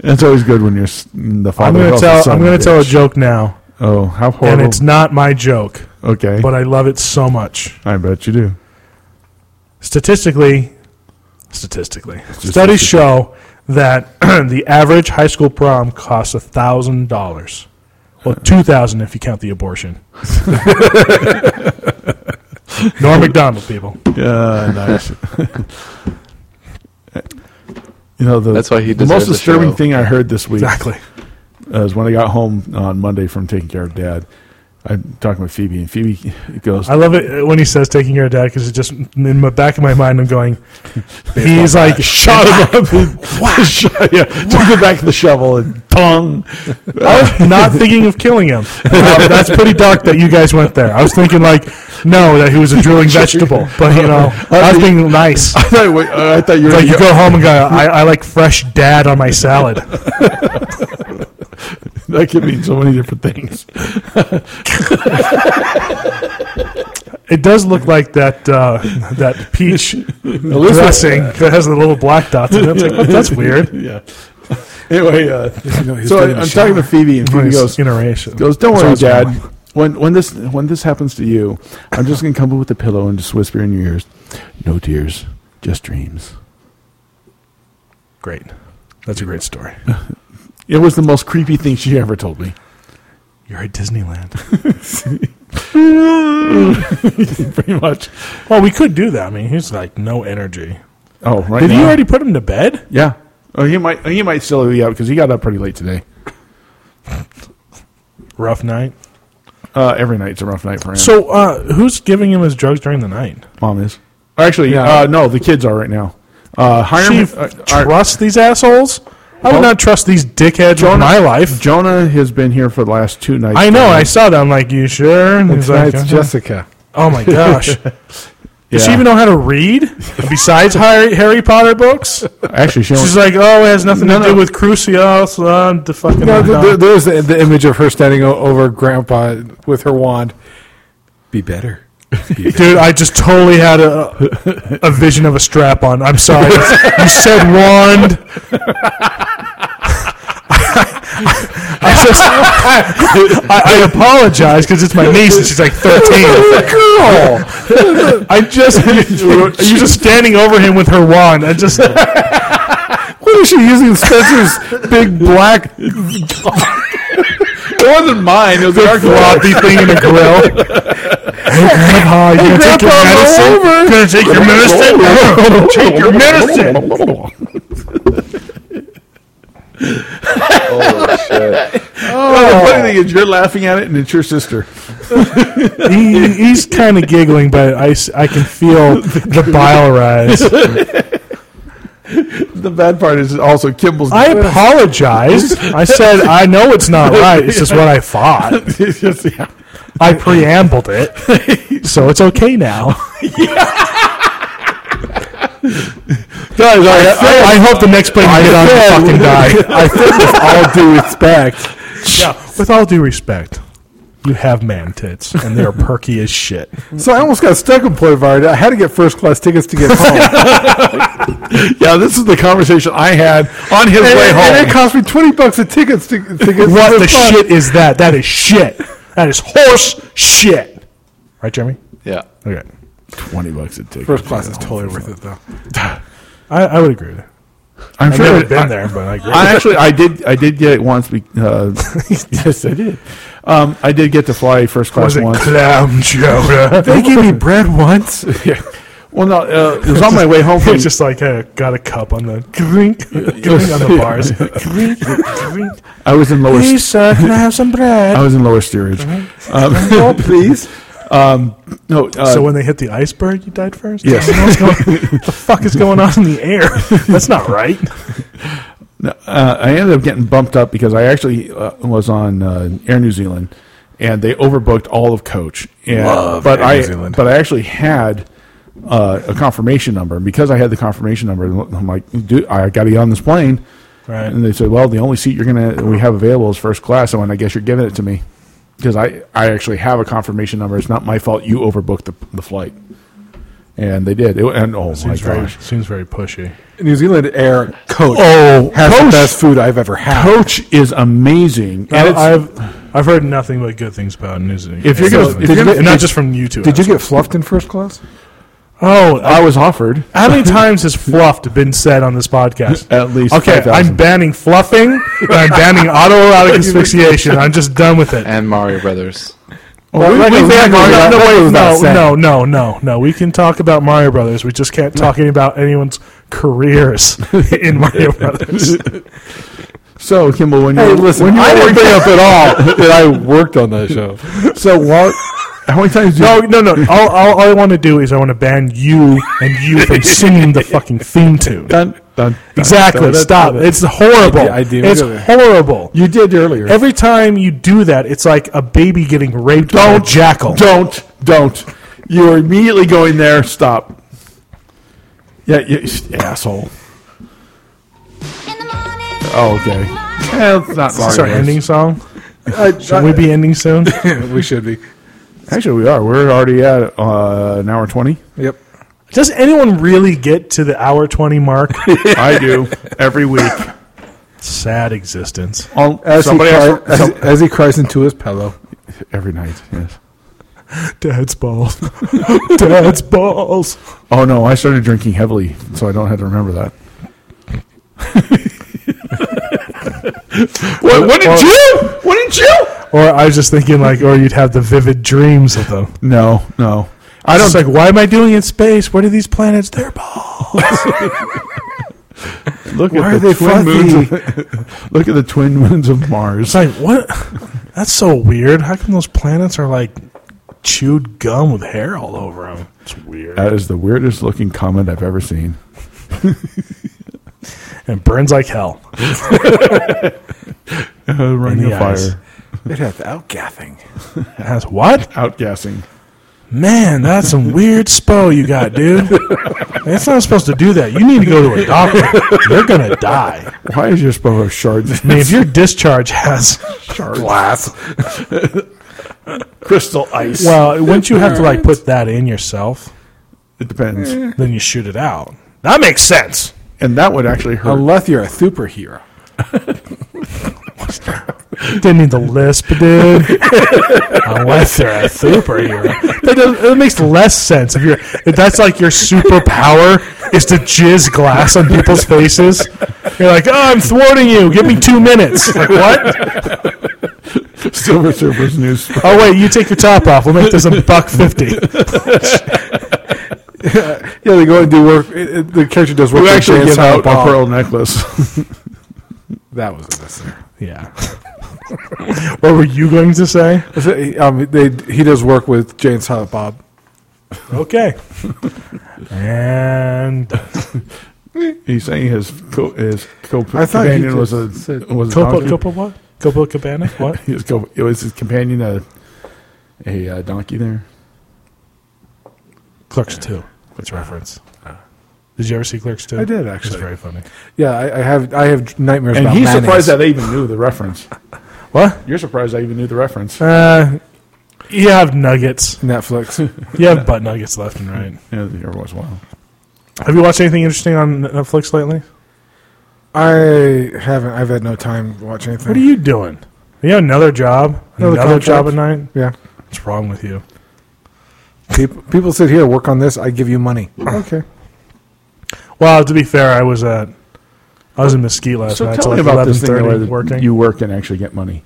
S3: It's always good when you're s- the
S2: I'm
S3: father.
S2: gonna
S3: tells the
S2: tell
S3: son,
S2: I'm gonna
S3: bitch.
S2: tell a joke now,
S3: Oh, how horrible!
S2: and it's not my joke,
S3: okay,
S2: but I love it so much.
S3: I bet you do.
S2: statistically, statistically, studies show that the average high school prom costs a thousand dollars. Well, two thousand if you count the abortion. Norm Macdonald, people.
S3: Yeah, nice. you know the
S5: That's why he
S3: the
S5: deserved
S3: most
S5: the
S3: disturbing
S5: show.
S3: thing I heard this week
S2: Exactly.
S3: uh, is when I got home on Monday from taking care of Dad. I'm talking with Phoebe, and Phoebe goes,
S2: I love it when he says taking care of dad because it just in the back of my mind I'm going. He's like
S3: shot him up. and- yeah, took it back to the shovel and tongue.
S2: I was not thinking of killing him. Uh, that's pretty dark that you guys went there. I was thinking like, no, that he was a drooling vegetable. But you know, I was being nice.
S3: I thought, wait, uh, I thought you were
S2: Like you
S3: gonna go-
S2: go home and go, I, I like fresh dad on my salad.
S3: that could mean so many different things.
S2: It does look like that uh, that peach dressing that has the little black dots. In it. It's like, "What, that's weird.
S3: yeah. Anyway, uh,
S4: he's
S3: so
S4: taking
S3: I,
S4: a
S3: I'm
S4: shower.
S3: talking to Phoebe, and Phoebe goes,
S2: Interracial.
S3: goes, "Don't worry,
S4: Sounds
S3: Dad. When when this when this happens to you, I'm just gonna come up with a pillow and just whisper in your ears, no tears, just dreams."
S2: Great. That's a great story.
S3: It was the most creepy thing she ever told me.
S2: You're at Disneyland.
S3: Pretty much.
S2: Well, we could do that. I mean, he's like no energy.
S3: Oh, right.
S2: Did
S3: now.
S2: you already put him to bed?
S3: Yeah. Oh, he might. He might still be up because he got up pretty late today.
S2: Rough night.
S3: Uh, every night's a rough night for him.
S2: So, uh, who's giving him his drugs during the night?
S3: mom is. Actually, uh, no, the kids are right now. Uh,
S2: She
S3: Hiram,
S2: f-
S3: uh, our-
S2: trusts these assholes? I would not trust these dickheads in my life.
S3: Jonah has been here for the last two nights.
S2: I know. I saw that. I'm like, you sure? And he's like,
S4: Tonight's
S2: "Uh-huh."
S4: Jessica.
S2: oh my gosh. Does she
S3: Yeah.
S2: even know how to read besides Harry, Harry Potter books?
S3: Actually, she
S2: She's
S3: only,
S2: like, oh, it has nothing
S3: No,
S2: to
S3: no.
S2: do with Crucio. So I'm the fucking.
S3: Oh,
S4: No, th- th- there's the, the image of her standing o- over Grandpa with her wand. Be better.
S2: Dude, I just totally had a a vision of a strap on. I'm sorry. you said wand. I, just, I, I apologize because it's my niece and she's like 13. Girl, I just you're just standing over him with her wand. I just
S4: What is she using Spencer's big black?
S3: it wasn't mine. It was our
S2: floppy thing in a grill. Hey, Grandpa, you gonna take your medicine? Gonna take your medicine? take your medicine.
S4: Oh.
S3: The Oh, funny thing is, you're laughing at it, and it's your sister.
S2: he, he's kind of giggling, but I, s- I can feel the bile rise.
S3: The bad part is also Kimball's.
S2: I apologized. I said, I know it's not right. It's just what I thought.
S3: It's just- yeah.
S2: I preambled it. So it's okay now.
S4: Guys, I,
S2: I, I hope the next plane you get on you fucking die.
S4: I think with all due respect,
S2: With all due respect, you have man tits, and they're perky as shit.
S4: so I almost got stuck in Puerto Vallarta. I had to get first class tickets to get home.
S3: yeah, this is the conversation I had on his
S4: and,
S3: way home.
S4: and it cost me twenty bucks of tickets to, to get.
S2: What the
S4: fun.
S2: shit is that? That is shit. That is horse shit. Right, Jeremy?
S5: Yeah.
S2: Okay.
S3: Twenty bucks a ticket.
S4: First class is totally worth it though.
S2: I, I would agree with that.
S3: I'm
S2: I've
S3: sure.
S2: never
S3: it-
S2: been
S3: I-
S2: there, but I agree.
S3: I actually, I did, I did get it once. be- Uh, yes, I did. Um, I did get to fly first class
S2: was it
S3: once.
S2: clam chowder?
S4: They gave me bread once.
S3: Well, no, uh, it was on my way home. From,
S2: It's just like uh, got a cup on the clink, clink on the bars. Clink, clink.
S3: I was in lower.
S2: Please, sir, can I have some bread?
S3: I was in lower steerage. Um,
S4: please.
S3: no, uh,
S2: so when they hit the iceberg, you died first.
S3: Yes.
S2: What the hell's going- what the fuck is going on in the air? That's not right.
S3: uh, I ended up getting bumped up because I actually uh, was on uh, Air New Zealand, and they overbooked all of coach. And,
S4: Love
S3: but
S4: Air
S3: I,
S4: New Zealand.
S3: but I actually had uh, a confirmation number, and because I had the confirmation number, I'm like, dude, I got to get on this plane.
S2: Right.
S3: And they said, well, the only seat you're gonna we have available is first class, and I guess you're giving it to me because I, I actually have a confirmation number. It's not my fault you overbooked the, the flight. And they did. It, and oh my
S2: Seems very,
S3: gosh.
S2: seems very pushy.
S4: New Zealand Air Coach
S3: Oh,
S4: has the
S3: Coach.
S4: best food I've ever had.
S3: Coach is amazing. And it's-
S2: I've I've heard nothing but good things about New Zealand.
S3: If you're gonna-
S2: So-
S3: if
S2: did
S3: you're
S2: you-
S3: gonna-
S2: not
S3: did-
S2: just from YouTube.
S4: Did you get fluffed in first class?
S2: Oh,
S3: I was offered.
S2: How many times has fluffed been said on this podcast?
S3: At least
S2: Okay,
S3: 5,000.
S2: I'm banning fluffing. and I'm banning autoerotic asphyxiation. I'm just done with it.
S5: And Mario Brothers.
S4: Well,
S3: Oh, we-
S4: that
S3: we
S4: goes-
S3: think
S4: that
S3: about that.
S4: goes without-
S3: No,
S4: that
S3: wait,
S4: goes without
S2: No,
S4: saying.
S2: no, no, no, no. We can talk about Mario Brothers. We just can't talk any about anyone's careers in Mario Brothers.
S3: So, Kimball, when you
S4: Hey, listen,
S3: when you
S4: I
S3: were
S4: didn't
S3: working-
S4: bring up at all that I worked on that show.
S3: so what? How many times? Do
S2: No,
S3: you,
S2: Oh, no, no. All, all, all I want to do is I want to ban you and you from singing the fucking theme tune.
S3: done, done,
S2: Exactly. Stop. It's horrible.
S4: I do.
S2: It's horrible.
S3: You did earlier.
S2: Every time you do that, it's like a baby getting raped by a
S3: Don't
S2: jackal.
S3: Don't don't. You are immediately going there. Stop. Yeah, you, asshole. Oh, okay. Eh, it's not
S2: It's our
S3: Mario Bros.
S2: ending song. Should we be ending soon?
S4: Uh, we should be.
S3: Actually, we are. We're already at uh, an hour twenty.
S4: Yep.
S2: Does anyone really get to the hour twenty mark?
S3: I do every week.
S2: Sad existence.
S3: On,
S4: As he,
S3: somebody
S4: cries,
S3: else.
S4: as, as he cries into his pillow.
S3: every night. Yes.
S2: Dad's balls. Dad's balls.
S3: Oh no, I started drinking heavily, so I don't have to remember that.
S5: What, what did you? What did you?
S2: Or I was just thinking like, or you'd have the vivid dreams of them.
S3: No, no. I don't.
S2: It's like, why am I doing it in space? What are these planets? They're balls.
S3: look
S4: why
S3: at
S4: are
S3: the
S4: they
S3: twin moons.
S4: fuzzy?
S3: Of, look at the twin moons of
S2: It's
S3: Mars.
S2: like, what? That's so weird. How come those planets are like chewed gum with hair all over them? It's weird.
S3: That is the weirdest looking comment I've ever seen.
S2: And burns like hell.
S3: Uh, ring
S2: the
S3: of
S2: eyes.
S3: fire.
S4: They'd have outgathing.
S2: It has what?
S3: Outgassing.
S2: Man, that's some weird spo you got, dude. It's not supposed to do that. You need to go to a doctor. You're gonna die.
S3: Why is your spell of shards?
S2: I mean, if your discharge has
S4: Glass.
S3: crystal ice.
S2: well, wouldn't you have to like put that in yourself?
S3: it depends.
S4: Mm.
S2: Then you shoot it out. That makes sense.
S3: And that would actually hurt.
S4: Unless you're a superhero.
S2: Didn't need the lisp, dude. Unless they're a superhero, that does, it makes less sense. If you're, if that's like your superpower is to jizz glass on people's faces. You're like, oh, I'm thwarting you. Give me two minutes. Like what?
S3: Silver Surfer's new spell.
S2: Oh wait, you take your top off. We'll make this a buck fifty.
S4: Yeah, they go and do work. it- it- the character does work.
S3: Who
S4: for
S3: actually
S4: Chance
S3: gives out a
S4: Hardball.
S3: pearl necklace?
S4: That was necessary.
S2: Yeah. what were you going to say?
S4: Um, they, he does work with Jane Silent Bob.
S2: Okay. And
S3: He's saying his co- his co-
S4: I thought he
S3: companion was a
S4: just said-
S3: was a
S2: Copa,
S3: donkey.
S2: Copa what? Copa Cabana? What?
S3: His co- it was his companion a a uh, donkey there.
S2: Clerks Two. That's a reference.
S3: Ah.
S2: Did you ever see Clerks Two?
S4: I did,
S2: It's
S4: actually.
S2: very funny.
S4: Yeah, I, I have I have nightmares.
S3: And
S4: about
S3: he's
S4: mayonnaise.
S3: surprised that I even knew the reference.
S2: What?
S3: You're surprised I even knew the reference.
S2: Uh, you have nuggets.
S4: Netflix.
S2: You have butt nuggets left and right.
S3: Yeah, there was one.
S2: Have you watched anything interesting on Netflix lately?
S4: I haven't. I've had no time to watch anything.
S2: What are you doing? You have another job?
S4: Another
S2: another job at night?
S4: contract. Yeah,
S2: What's wrong with you?
S4: people, people sit here work on this. I give you money. Okay.
S2: Well, to be fair, I was at I was in Mesquite last
S3: So
S2: night.
S3: tell
S2: till
S3: me
S2: like
S3: about this thing
S2: 11:30
S3: where
S2: working.
S3: you work and actually get money,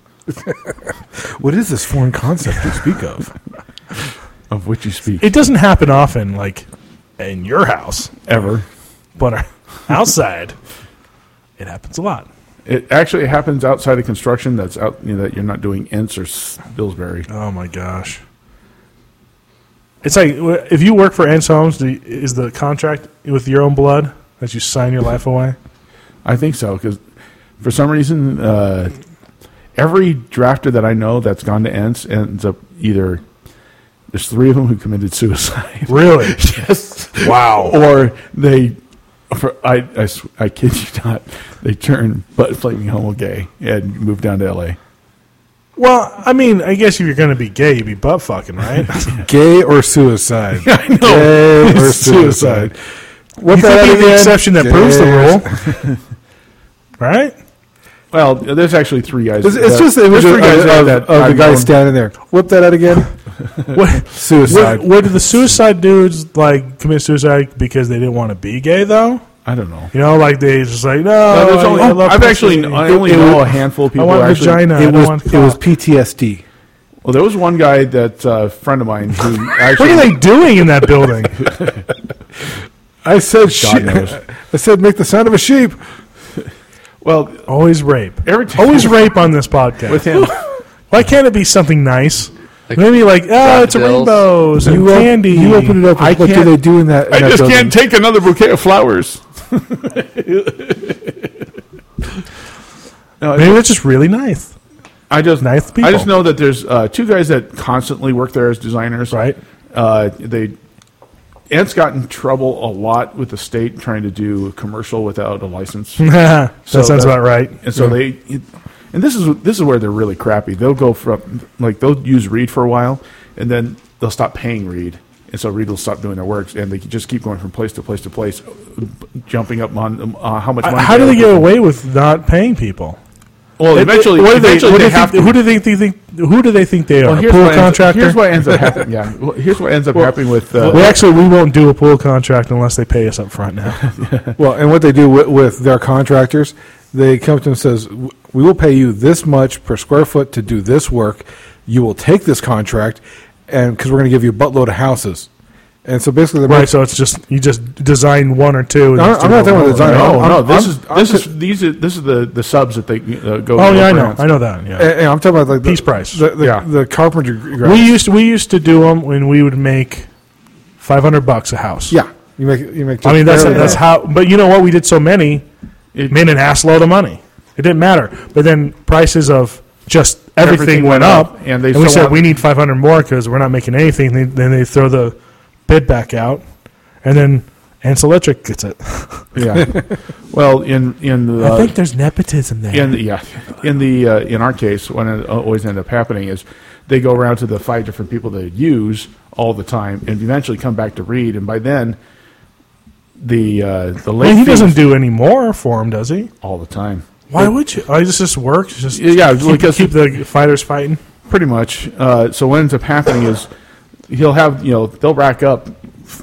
S4: What is this foreign concept you speak of?
S3: of which you speak
S2: it doesn't happen often, like in your house,
S3: ever.
S2: but outside, it happens a lot.
S3: It actually happens outside of construction. That's out you know, that you're not doing Ince or S- Pillsbury.
S2: Oh my gosh! It's like w- if you work for Ernst Holmes, do you- is the contract with your own blood that you sign your life away?
S3: I think so because for some reason, uh, every drafter that I know that's gone to Ents ends up either there's three of them who committed suicide,
S2: Really?
S3: yes,
S2: wow!
S3: or they. For, I, I s- I kid you not, they turn butt flaming homo gay and move down to L.A.
S2: Well, I mean, I guess if you're going to be gay, you'd be butt fucking, right?
S4: Gay or suicide? I know. Gay or
S3: suicide.
S4: suicide. What
S2: you could be the exception that proves the rule, right?
S3: Well, there's actually three guys.
S4: It's, it's
S3: that-
S4: just the
S3: there's
S4: image of,
S3: three guys
S4: of,
S3: that
S4: of the
S3: I've
S4: guy
S3: known-
S4: standing there. Whip that out again.
S2: Uh, What,
S4: Suicide.
S2: what, what did the suicide dudes like commit suicide because they didn't want to be gay, though?
S3: I don't know.
S2: You know, like they just like no.
S3: No, there's
S2: I-
S3: only-
S2: I
S3: oh,
S2: love
S3: I've
S2: pussy.
S3: actually I only
S2: It
S3: know
S2: was-
S3: a handful of people.
S2: I want
S3: actually,
S2: vagina. I
S4: it
S2: don't
S4: was
S2: want
S4: it was
S2: cock.
S4: PTSD.
S3: Well, there was one guy that uh, friend of mine who actually
S2: What are they doing in that building?
S4: I said she-
S3: knows.
S4: I said make the sound of a sheep.
S3: Well,
S2: Always rape.
S3: Every time-
S2: Always rape on this podcast.
S3: with him,
S2: Why can't it be something nice?
S5: Like
S2: Maybe like, oh, it's a
S5: daffodils.
S2: rainbows and
S4: You, op-
S2: candy.
S4: you open it up.
S3: I
S4: what do
S3: can't-
S4: they do in that? in
S3: I
S4: that
S3: just
S4: building?
S3: can't take another bouquet of flowers. no,
S2: Maybe they're just really nice.
S3: I just
S2: Nice
S3: I just
S2: people.
S3: know that there's uh, two guys that constantly work there as designers.
S2: Right.
S3: Uh, they Ant's got in trouble a lot with the state trying to do a commercial without a license.
S2: that sounds
S3: that-
S2: about right.
S3: And so they, and this is this is where they're really crappy. They'll go from like they'll use Reed for a while, and then they'll stop paying Reed, and so Reed will stop doing their works, and they just keep going from place to place to place, jumping up on uh, how much money.
S2: How do they get
S3: owe.
S2: away with not paying people?
S3: Well, eventually,
S2: what do they,
S3: eventually
S2: what do
S3: they
S2: they
S3: have
S2: think,
S3: to.
S2: who do they think, they think who do they think they are?
S3: Well,
S2: a
S3: here's
S2: pool
S3: what ends-
S2: contractor.
S3: here's what ends up happening. Yeah, well, here's what ends up happening with. Uh,
S2: well, actually, we won't do a pool contract unless they pay us up front now.
S4: Well, and what they do with, with their contractors, they come to them and says, "W- "We will pay you this much per square foot to do this work. You will take this contract, and because we're going to give you a buttload of houses." And so basically,
S2: right? So it's just you just design one or two. And
S4: No,
S2: just
S4: I'm
S2: do
S4: not
S2: the
S4: talking about
S2: whole-
S4: design.
S3: no,
S4: I'm-
S3: Oh, no.
S4: I'm-
S3: This
S4: I'm-
S3: is
S4: I'm
S3: this
S4: just-
S3: is these are this is the the subs that they uh, go.
S2: Oh
S3: go
S2: yeah, I
S3: for
S2: know,
S3: Ant's.
S2: I know that. Yeah.
S4: and, and I'm talking about like the,
S2: Piece price.
S4: the, the,
S3: Yeah.
S4: the carpenter. Guys.
S2: we used to, we used to do them when we would make five hundred bucks a house.
S4: yeah, you make you make.
S2: I mean that's
S4: barely
S2: that's
S4: that.
S2: how. But you know what? We did so many, it made an ass load of money. It didn't matter. But then prices of just everything,
S3: Everything
S2: went
S3: went
S2: up,
S3: up, and they
S2: we
S3: still
S2: said
S3: want-
S2: we need five hundred more because we're not making anything. They, then they throw the bid back out, and then Ants Electric gets it.
S4: Uh,
S3: Yeah. well, in in the uh,
S2: I think there's nepotism there.
S3: in the, yeah in the uh, in our case, what it always ended up happening is they go around to the five different people they use all the time, and eventually come back to Reed, and by then the uh, the late
S2: Well, he
S3: fees-
S2: doesn't do any more for him, does he?
S3: all the time.
S2: Why would you? Oh, is this just work? It's Just
S3: Yeah,
S2: keep,
S3: because-
S2: keep the fighters fighting.
S3: Pretty much. Uh, so what ends up happening is he'll have you know they'll rack up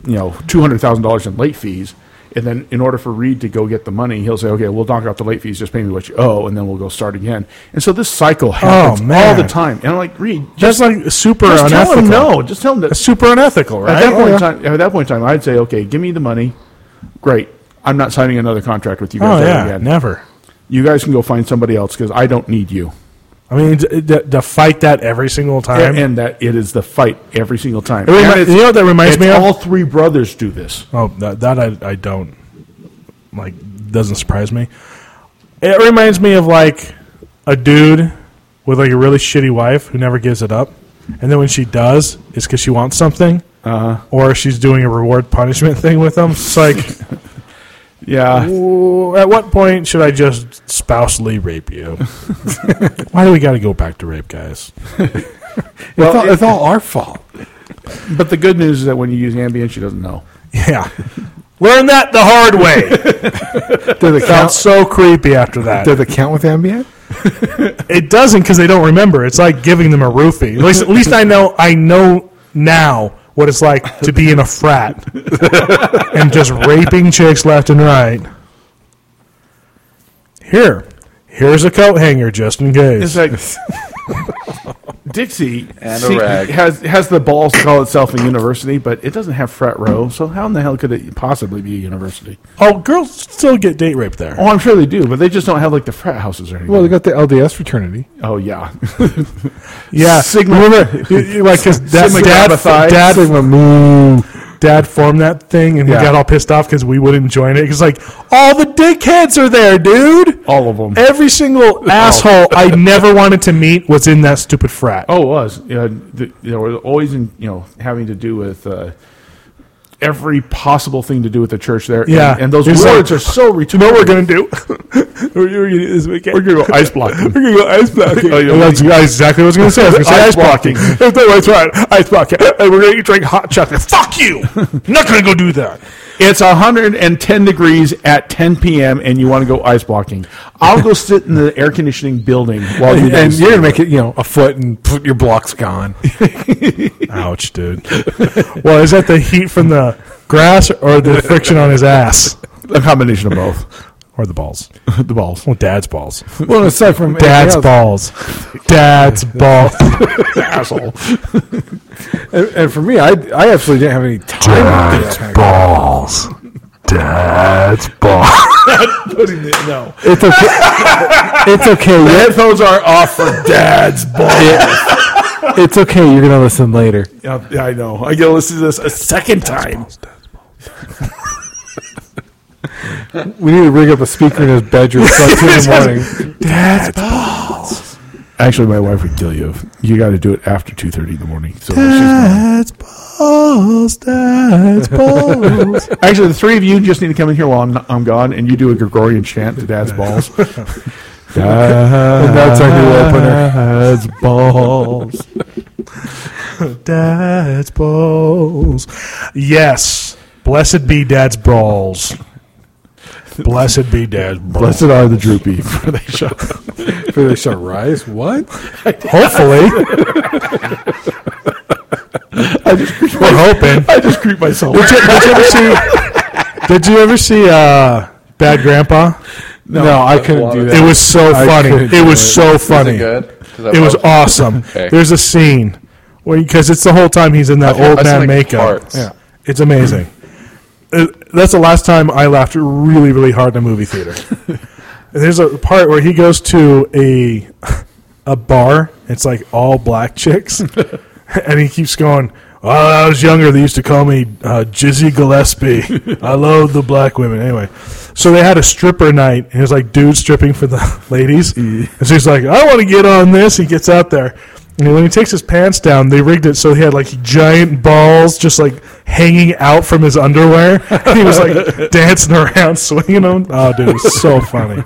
S3: you know two hundred thousand dollars in late fees, and then in order for Reed to go get the money, he'll say, okay, we'll knock out the late fees, just pay me what you owe, and then we'll go start again. And so this cycle happens
S2: Oh,
S3: all
S2: man.
S3: the time. And I'm like, Reed,
S2: That's like super
S3: just tell
S2: unethical.
S3: him no. Just tell him that.
S2: That's super unethical,
S3: At
S2: right? Oh,
S3: that, point in time, at that point in time, I'd say, okay, give me the money. Great. I'm not signing another contract with you guys
S2: Oh
S3: ever
S2: yeah,
S3: again.
S2: never.
S3: You guys can go find somebody else because I don't need you.
S2: I mean, d- d- to fight that every single time.
S3: and that it is the fight every single time.
S2: It remi-
S3: And it's-
S2: you know what that reminds
S3: it's
S2: me of?
S3: all three brothers do this.
S2: oh, that, that I, I don't like. Doesn't surprise me. It reminds me of like a dude with like a really shitty wife who never gives it up, and then when she does, it's because she wants something, uh-huh. or she's doing a reward punishment thing with them. It's like,
S3: Yeah.
S2: w- at what point should I just spousally rape you? Why do we got to go back to rape, guys?
S4: it's, all, it's all our fault.
S3: But the good news is that when you use Ambien, she doesn't know.
S2: Yeah, learn that the hard way.
S4: Did it
S2: Felt
S4: count?
S2: so creepy after that.
S4: Did it count with Ambien?
S2: It doesn't because they don't remember. It's like giving them a roofie. At least, at least I know I know now what it's like to be in a frat and just raping chicks left and right. Here, here's a coat hanger just in
S3: It's
S2: case.
S3: like Dixie
S5: And a
S3: see-
S5: rag.
S3: has has the balls to call itself a university, but it doesn't have frat row. So how in the hell could it possibly be a university?
S2: oh, girls still get date rape there.
S3: Oh, I'm sure they do, but they just don't have like the frat houses or anything.
S4: Well, they got the LDS fraternity.
S3: oh yeah,
S2: Yeah,
S3: Sigma-
S2: Remember, you- you- like because dad,
S3: Sigma
S2: dad,
S3: Gamma Phi.
S2: dad, dad formed that thing, and we
S3: Yeah.
S2: got all pissed off because we wouldn't join it. Because like all the dickheads are there, dude.
S3: all of them.
S2: Every single asshole I never wanted to meet was in that stupid frat.
S3: Oh, it was. Yeah, the, they were always in, you know having to do with uh, every possible thing to do with the church there. And-
S2: Yeah.
S3: and, those
S2: It's
S3: words
S2: like-
S3: are so retarded.
S2: You know what we're gonna do? we're, gonna do this weekend.
S3: We're gonna go ice blocking.
S2: We're gonna go ice blocking.
S3: Oh, yeah,
S2: And that's
S3: we-
S2: that's exactly what I was gonna say. I was gonna say
S3: Ice
S2: ice, blocking.
S3: blocking.
S2: That's right. Ice blocking. And we're gonna drink hot chocolate. Fuck you! I'm not gonna go do that.
S3: It's 110 degrees at 10 p.m. and you want to go ice blocking. I'll go sit in the air conditioning building while you
S4: and
S3: do
S4: you're gonna make it, you know, a foot, and pff, your block's gone.
S2: Ouch, dude. well, is that the heat from the grass or the friction on his ass
S3: a combination of both.
S2: or the balls?
S3: the balls.
S2: Well, dad's balls.
S4: well, aside from
S2: Dad's
S4: everything else,
S2: balls. Dad's balls.
S3: Asshole.
S4: and, and for me, I I absolutely didn't have any time.
S2: balls.
S4: Dad's ball.
S2: Putting it, no.
S4: It's okay. it's okay.
S3: The
S4: You're-
S3: headphones are off for dad's ball.
S4: It's okay. You're gonna listen later.
S3: Yeah, yeah, I know. I gotta listen to this a second time.
S4: We need to rig up a speaker in his bedroom so like two in the morning.
S3: Actually, my wife would kill you. You got to do it after two thirty in the morning. So
S4: Dad's balls. Dad's balls.
S3: actually, the three of you just need to come in here while I'm, I'm gone, and you do a Gregorian chant to Dad's balls. Uh,
S4: and that's our new opener.
S3: Dad's balls.
S2: Dad's balls. Yes. Blessed be Dad's balls. Blessed be Dad's balls.
S3: Blessed are the droopy. for they shall-
S4: For the shall rise. What?
S2: Hopefully,
S3: I just,
S2: we're hoping.
S3: I just creep myself.
S2: Did you, did you ever see? Did you ever see uh, Bad Grandpa?
S4: No, I couldn't do that.
S2: It was so
S4: I
S2: funny.
S4: couldn't
S2: It
S4: do
S2: was
S4: it.
S2: so funny.
S5: it good? 'Cause I
S2: It was
S5: watched-
S2: awesome.
S5: Okay.
S2: There's a scene where because it's the whole time he's in that
S5: I- I
S2: old
S5: saw,
S2: man
S5: like,
S2: makeup.
S5: parts.
S2: Yeah, it's amazing. Uh, That's the last time I laughed really, really hard in a movie theater. And There's a part where he goes to a a bar. It's like all black chicks, and he keeps going. Well, when I was younger, they used to call me uh, Jizzy Gillespie. I love the black women. Anyway, so they had a stripper night, and it was like dudes stripping for the ladies. And so he's like, I want to get on this. He gets out there, and when he takes his pants down, they rigged it so he had like giant balls just like hanging out from his underwear. And he was like dancing around, swinging them. Oh, dude, it was so funny.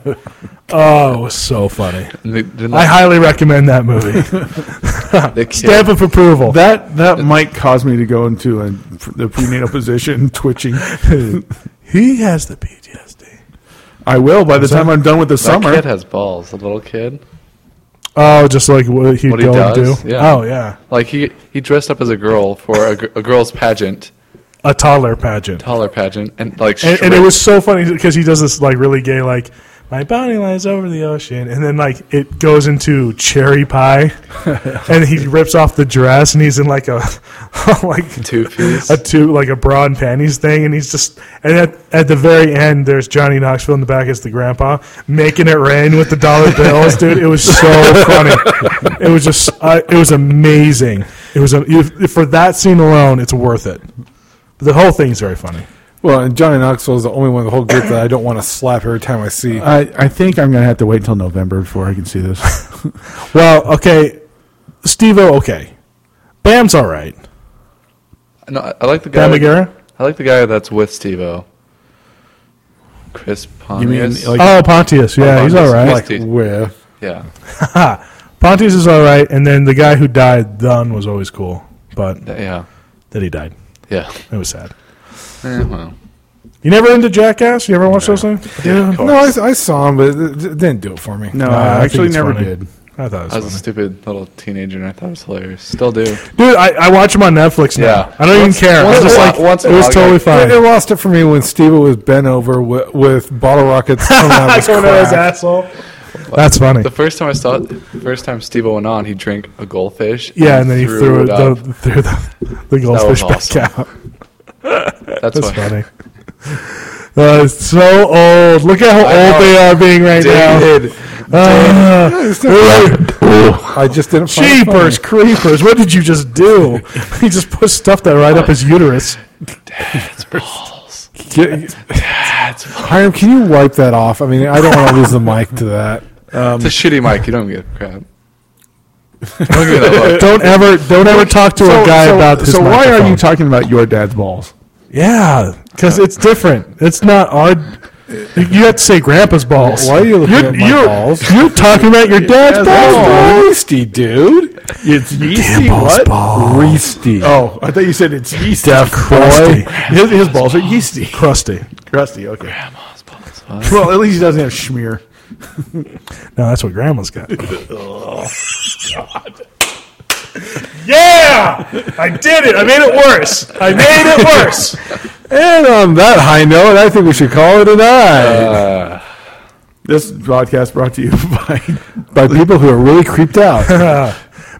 S2: Oh, it was so funny.
S5: And they, didn't
S2: I highly recommend that movie.
S5: the kid-
S2: Stamp of approval.
S3: That that might cause me to go into a, the prenatal position, twitching.
S2: he has the PTSD.
S3: I will by the time I'm done with the
S5: that
S3: summer.
S5: kid has balls. The little kid.
S2: Oh, just like what he'd
S5: What he
S2: go
S5: does,
S2: and do.
S5: yeah.
S2: Oh yeah,
S5: Like he he dressed up as a girl for a, gr- a girl's pageant,
S2: a toddler pageant.
S5: taller pageant, and like
S2: And, and it
S5: shriek.
S2: was so funny because he does this like really gay like my bounty lies over the ocean, and then like it goes into cherry pie, and he rips off the dress, and he's in like a like
S5: two piece.
S2: a two like a bra and panties thing, and he's just and at, at the very end, there's Johnny Knoxville in the back as the grandpa making it rain with the dollar bills, dude. It was so funny. It was just uh, it was amazing. It was a, if, for that scene alone, it's worth it. The whole thing's very funny.
S4: Well, and Johnny Knoxville is the only one in the whole group that I don't want to slap every time I see.
S3: I, I think I'm gonna have to wait till November before I can see this.
S2: Well, okay, Steve-O, okay, Bam's all right.
S5: no, I, I like the guy.
S2: Bam Margera.
S5: I like the guy that's with Steve-O. Chris Pontius.
S3: You mean like
S2: Oh, Pontius, yeah, he's all right.
S5: Like,
S4: Where?
S5: yeah,
S2: Pontius is all right, and then the guy who died, Dunn, was always cool, but
S5: Th- yeah,
S2: then he died.
S5: yeah.
S2: It was sad.
S5: Eh, well,
S2: You never into Jackass? You ever watch those things?
S5: of
S4: No,
S5: course.
S4: I, I saw him, but it, it didn't do it for me.
S3: No,
S2: Nah, I
S3: I
S2: think
S3: actually
S2: it's
S3: never
S2: funny.
S3: did.
S2: I thought it was
S5: I was a
S2: funny.
S5: stupid little teenager, and I thought it was hilarious. Still do.
S2: Dude, I, I watch them on Netflix now.
S5: Yeah.
S2: I don't
S5: Once-
S2: even care. I was
S5: once in a
S2: just
S5: while-
S2: like,
S5: once in
S2: it
S5: a
S2: was
S5: while,
S2: totally
S5: yeah.
S2: fine.
S4: It, it lost it for me when Steve was bent over with, with bottle rockets coming out of his
S2: Coming out of his
S4: crack.
S2: asshole. That's funny.
S5: The first time I saw it, first time Steve went on, he drank a goldfish.
S2: Yeah, and then he threw, it
S5: up.
S2: the, threw the, the goldfish
S5: was awesome.
S2: back out.
S5: That's,
S2: That's
S5: why.
S2: funny. Uh, it's so old. Look at how
S5: I
S2: old
S5: know.
S2: they are being right
S5: Dated.
S2: now. Uh,
S4: I just didn't. Find it funny.
S2: Jeepers, creepers! What did you just do? he just put stuffed that right up his uterus.
S4: Get- Hiram, can you wipe that off? I mean, I don't want to lose the mic to that.
S5: It's a shitty mic. You don't give a crap. Don't give it a look.
S2: Don't ever, don't ever talk to a guy about this.
S3: so why are you Uh, talking about your dad's balls?
S2: Yeah, because it's different. It's not our. You have to say grandpa's balls.
S4: Why are you looking
S2: You're,
S4: at my
S2: you're-
S4: balls?
S2: you're talking about your dad's balls.
S4: Yeasty, dude.
S3: It's yeasty what?
S4: Yeasty.
S3: Oh, I thought you said it's yeasty.
S2: crusty.
S3: His, his balls are yeasty.
S2: Crusty.
S3: Crusty, okay.
S5: What?
S3: Well, at least he doesn't have schmear.
S2: No, that's what grandma's got. Oh, Yeah, I did it. I made it worse. I made it worse.
S4: And on that high note, I think we should call it a night.
S3: Uh, This broadcast brought to you by
S4: by people who are really creeped out.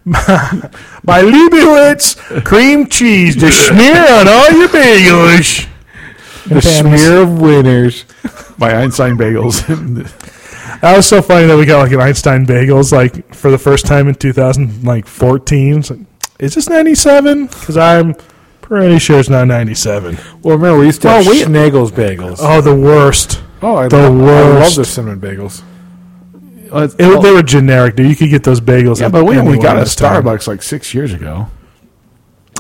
S2: By Liebowitz cream cheese to smear on all your bagels.
S4: The smear of winners.
S3: My Einstein bagels.
S2: That was so funny that we got like an Einstein bagels like for the first time in 2014. It's like, is this 97? Because I'm pretty sure it's not 97.
S4: Well, remember we used to have
S2: Well, we-
S4: Schnegel's bagels.
S2: Oh, the worst.
S4: oh, I,
S2: the
S4: love, I love
S2: worst.
S4: the cinnamon bagels.
S3: Let's-
S2: It, They were generic, dude. You could get those bagels.
S3: Uh, yeah,
S2: at
S3: but we only
S2: anywhere
S3: got a
S2: this time.
S3: Starbucks like six years ago.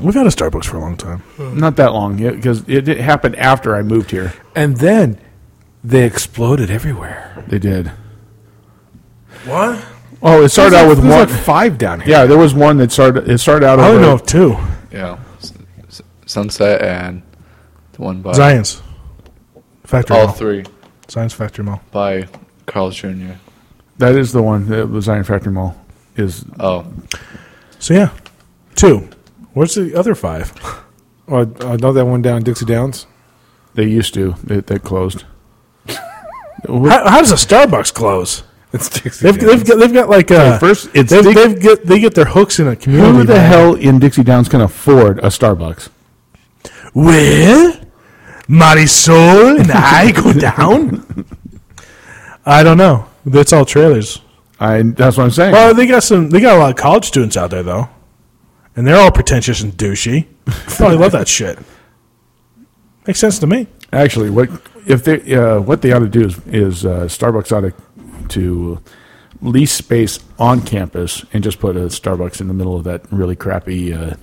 S2: We've had a Starbucks for a long time.
S3: Not that long, because it, it happened after I moved here.
S4: And then they exploded everywhere.
S3: They did.
S2: What?
S3: Oh, it started out with one.
S4: like five down here.
S3: yeah, there was one that started. It started out.
S2: I
S3: over-
S2: don't know of Oh, two.
S5: Yeah. S- s- Sunset and the one by
S2: Zions. Factory
S5: all
S2: Mall.
S5: three
S2: Zions Factory Mall.
S5: by Carl's Jr.
S3: That is the one. That was Iron Factory Mall. Is
S5: Oh,
S2: So, yeah. Two. Where's the other five?
S4: Oh, I, I know that one down in Dixie Downs.
S3: they used to that that closed.
S2: How, how does a Starbucks close?
S4: It's Dixie
S2: They've, they've, got, they've got like a.
S3: first, it's
S2: they've,
S3: Dick-
S2: they've get, they get their hooks in a community.
S3: Who the
S2: man.
S3: hell in Dixie Downs can afford a Starbucks?
S2: Well, Marisol and I go down. I don't know. That's all trailers.
S3: I. That's what I'm saying.
S2: Well, Uh, they got some. They got a lot of college students out there though, and they're all pretentious and douchey. Probably love that shit. Makes sense to me.
S3: Actually, what if they uh, what they ought to do is, is uh, Starbucks ought to, to lease space on campus and just put a Starbucks in the middle of that really crappy. Uh,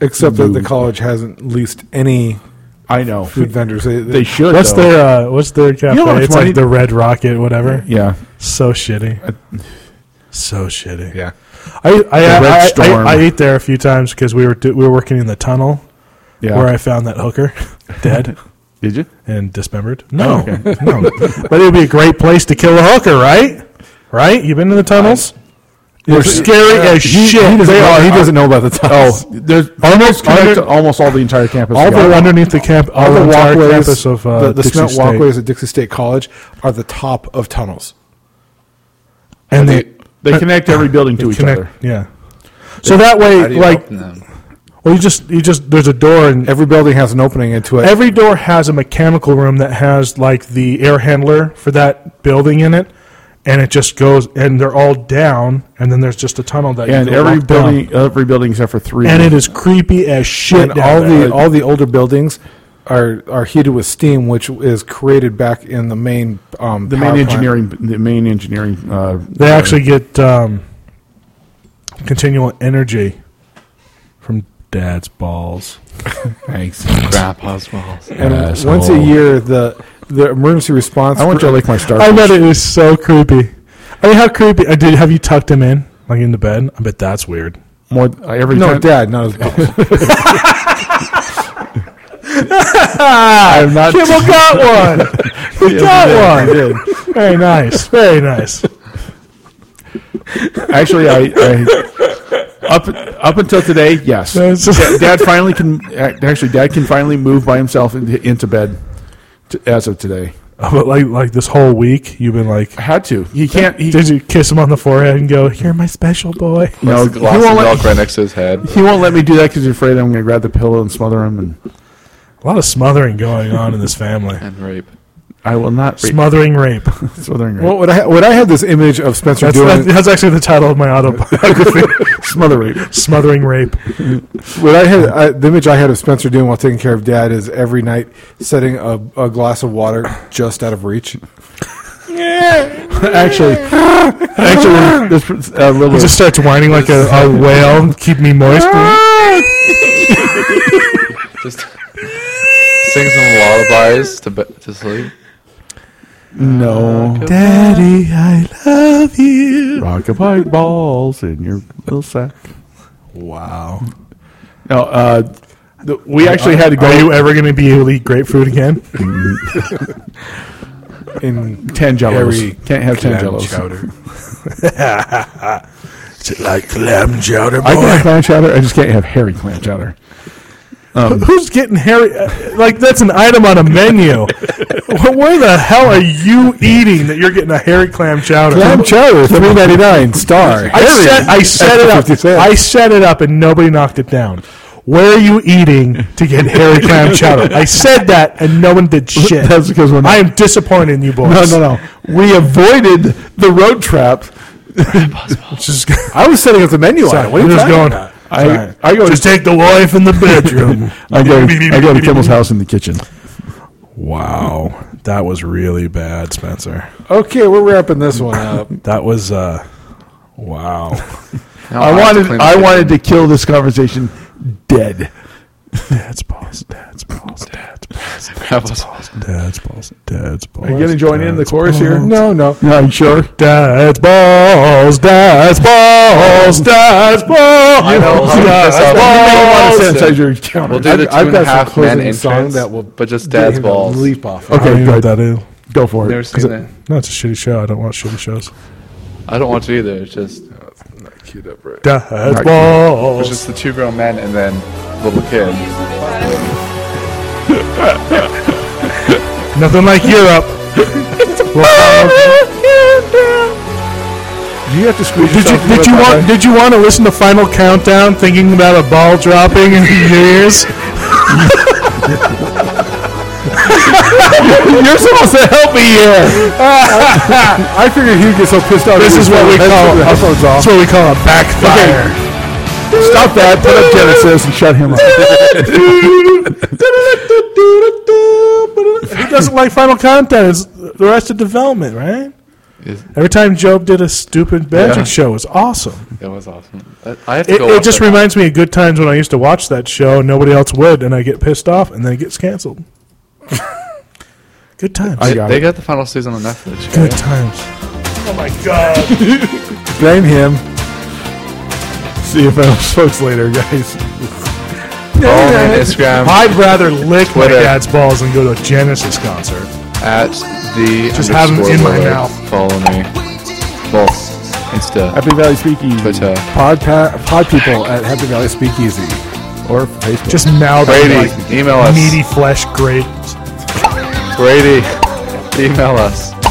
S4: Except that the college hasn't leased any
S3: I know
S4: food vendors. They, they,
S3: they should.
S2: What's
S3: though.
S2: their uh, What's their cafe?
S3: know what's
S2: it's
S3: funny?
S2: like the Red Rocket, whatever.
S3: Yeah,
S2: So shitty. So shitty.
S4: yeah.
S2: I I,
S3: The Red
S2: I,
S3: Storm.
S2: I, I ate there a few times because we were do, we were working in the tunnel
S3: yeah.
S2: where I found that hooker dead.
S3: Did you?
S2: and dismembered?
S4: Oh,
S2: No, no. But it would be a great place to kill a hooker, right? Right? You've been to the tunnels? They're scary as shit.
S4: They
S2: They
S4: are,
S2: are.
S4: Oh. he doesn't know about the tunnels.
S3: There's
S2: Almost
S3: almost connect
S2: connected-
S3: to almost all the entire campus.
S2: all
S3: together.
S2: the underneath the camp, all,
S4: all
S2: the,
S4: the
S2: entire
S4: walkways,
S2: campus of uh,
S4: the, the
S2: Dixie
S4: cement
S2: State.
S4: walkways at Dixie State College are the top of tunnels.
S2: and they,
S3: they connect every building to each
S2: connect.
S3: other.
S2: Yeah. So that
S5: how do
S2: way,
S5: you
S2: like,
S5: open them?
S2: well, you just you just there's a door and
S4: Every building has an opening into it.
S2: Every door has a mechanical room that has like the air handler for that building in it, and it just goes and they're all down, and then there's just a tunnel that you
S3: And
S2: go
S3: every
S2: walk down.
S3: building, every building except for three.
S2: and it is creepy as shit.
S4: and
S2: down
S4: all
S2: there.
S4: the all the older buildings are are heated with steam, which is created back in the main um,
S3: the
S4: power
S3: main
S4: plant.
S3: engineering. The main engineering. Uh,
S2: they actually get um, continual energy from dad's balls.
S3: thanks.
S5: Grandpa's balls.
S4: And once a
S3: Asshole.
S4: year, the the emergency response. Oh,
S3: I want you to lick my
S2: I
S3: Starbucks.
S2: bet it is so creepy. I mean, how creepy? I did. Have you tucked him in like in the bed? I bet that's weird.
S3: More uh, every
S4: no,
S3: time-
S4: Dad, not his balls.
S3: I'm not.
S2: Kimmel got one. He got one. Very nice. Very nice.
S3: Actually, I, I up up until today, yes.
S2: That's-
S3: Da- Dad finally can ac- actually. Dad can finally move by himself into, into bed t as of today.
S2: But like like this whole week, you've been like,
S3: I had to. He can't. He,
S2: did you kiss him on the forehead and go, "You're my special boy"?
S3: no, he
S5: Glass
S3: won't,
S5: of
S3: let,
S5: milk right next to his head.
S3: he won't let me do that because he's afraid I'm going to grab the pillow and smother him, and
S2: A lot of smothering going on in this family.
S5: And rape.
S3: I will not rape-
S2: Smothering rape.
S3: smothering rape.
S4: well, what I what I had this image of Spencer
S2: That's,
S4: doing.
S2: that's, that's actually the title of my autobiography.
S3: smother rape.
S2: Smothering rape.
S4: What I had, I, the image I had of Spencer doing while taking care of Dad is every night setting a, a glass of water just out of reach.
S3: actually, actually, this uh,
S2: He
S3: little.
S2: just starts whining like a, a whale. Keep me moist.
S5: Just sing some lullabies to be- to sleep.
S3: no
S2: Daddy, I love you.
S3: rockabye balls in your little sack.
S2: Wow.
S3: No, uh, the, we actually had to go.
S2: Are you ever going to be able to eat grapefruit again?
S4: In
S3: ten jellos.
S4: Every
S3: Can't have ten jellos.
S2: like clam chowder,
S3: I can have clam chowder. I just can't have hairy clam chowder.
S4: Um,
S2: Who's getting hairy? uh, Like that's an item on a menu. Wh- Where the hell are you eating that you're getting a hairy clam chowder?
S4: Clam chowder, three ninety nine star.
S2: I set, I set it
S4: That's
S2: up.
S4: what you said.
S2: I set it up, and nobody knocked it down. Where are you eating to get hairy clam chowder? I said that, and no one did shit.
S4: That's because we're not-
S2: I am disappointed in you boys.
S4: No, no, no. We avoided the road trap.
S2: Just,
S4: I was setting up the menu
S2: Sorry,
S4: on it. What are you
S2: just
S4: talking
S2: going-
S4: about?
S3: I,
S4: I,
S3: I go
S2: just
S3: to,
S2: take the wife in the bedroom.
S3: I go, I go to Kimmel's house in the kitchen.
S2: Wow, that was really bad, Spencer.
S4: okay, we're wrapping this one up.
S2: That was uh, wow.
S5: Now
S3: I
S5: have to
S3: wanted
S5: clean
S3: I
S5: up.
S3: wanted to kill this conversation dead.
S2: Dad's balls. Dad's balls. Dad's balls.
S5: That was awesome.
S2: Dad's balls. Dad's balls.
S3: Are you gonna join in the
S2: dad's
S3: chorus here?
S2: balls.
S4: No, no.
S3: No, I'm sure.
S2: Dad's balls. Dad's balls. Dad's balls.
S5: You know, I'll
S2: dad's
S5: piss
S2: balls.
S5: off. Awesome.
S3: Sanitize your counter.
S5: We'll do the
S4: uh, I've-
S5: two
S4: I've
S5: and
S4: got
S5: a
S4: some
S5: half men
S4: closing song
S5: entrance,
S4: that will
S5: but just
S4: get
S5: dad's
S4: him to
S5: balls.
S4: Leap off.
S2: I don't
S3: Okay,
S2: even know what
S3: good.
S2: that is.
S3: Go for
S5: Never
S3: it.
S5: seen that.
S2: No, it's a shitty show. I don't watch shitty shows.
S5: I don't watch it either. It's just queued up right.
S2: Dad's
S3: Right.
S5: It's
S2: balls.
S5: just the two grown men and then little kid.
S2: Nothing like Europe.
S3: Do you have to squeeze?
S2: um, Did you did you want
S3: yourself through it that way?
S2: did you want to listen to Final Countdown, thinking about a ball dropping in your ears?
S4: You're supposed to help me here. I figured he'd get so pissed off.
S2: This
S4: he
S2: is
S4: would
S2: what we
S4: turn the
S2: call
S4: headphones
S2: that's
S4: off.
S2: what we call a backfire.
S3: Stop that. Put up Genesis and shut him up.
S2: He doesn't like Final Countdown. It's the rest of development, right?
S5: Is-
S2: Every time Job did a stupid magic
S5: Yeah.
S2: show, it was awesome.
S5: That was awesome. I- I have to
S2: It,
S5: go.
S2: it
S5: watch
S2: just
S5: that.
S2: reminds me of good times when I used to watch that show and nobody else would, and I get pissed off, and then it gets canceled. good times.
S5: They-
S3: got
S5: they
S3: it.
S5: got the final season on Netflix.
S2: good
S5: right?
S2: times.
S4: Blame him.
S3: See you folks later, guys.
S5: Follow me on Instagram
S2: I'd rather lick
S5: Twitter.
S2: my dad's balls than go to a Genesis concert.
S5: at the
S2: Just have 'em
S5: underscore
S2: in my
S5: Willard.
S2: mouth.
S5: Follow me. Well, Insta,
S3: Happy Valley Speaking.
S5: Twitter.
S4: Pod, pa- pod people at Happy Valley Speakeasy.
S3: Or Facebook.
S2: Just mouth
S5: Brady,
S2: like
S5: email us.
S2: meaty flesh grape.
S5: Brady, email us.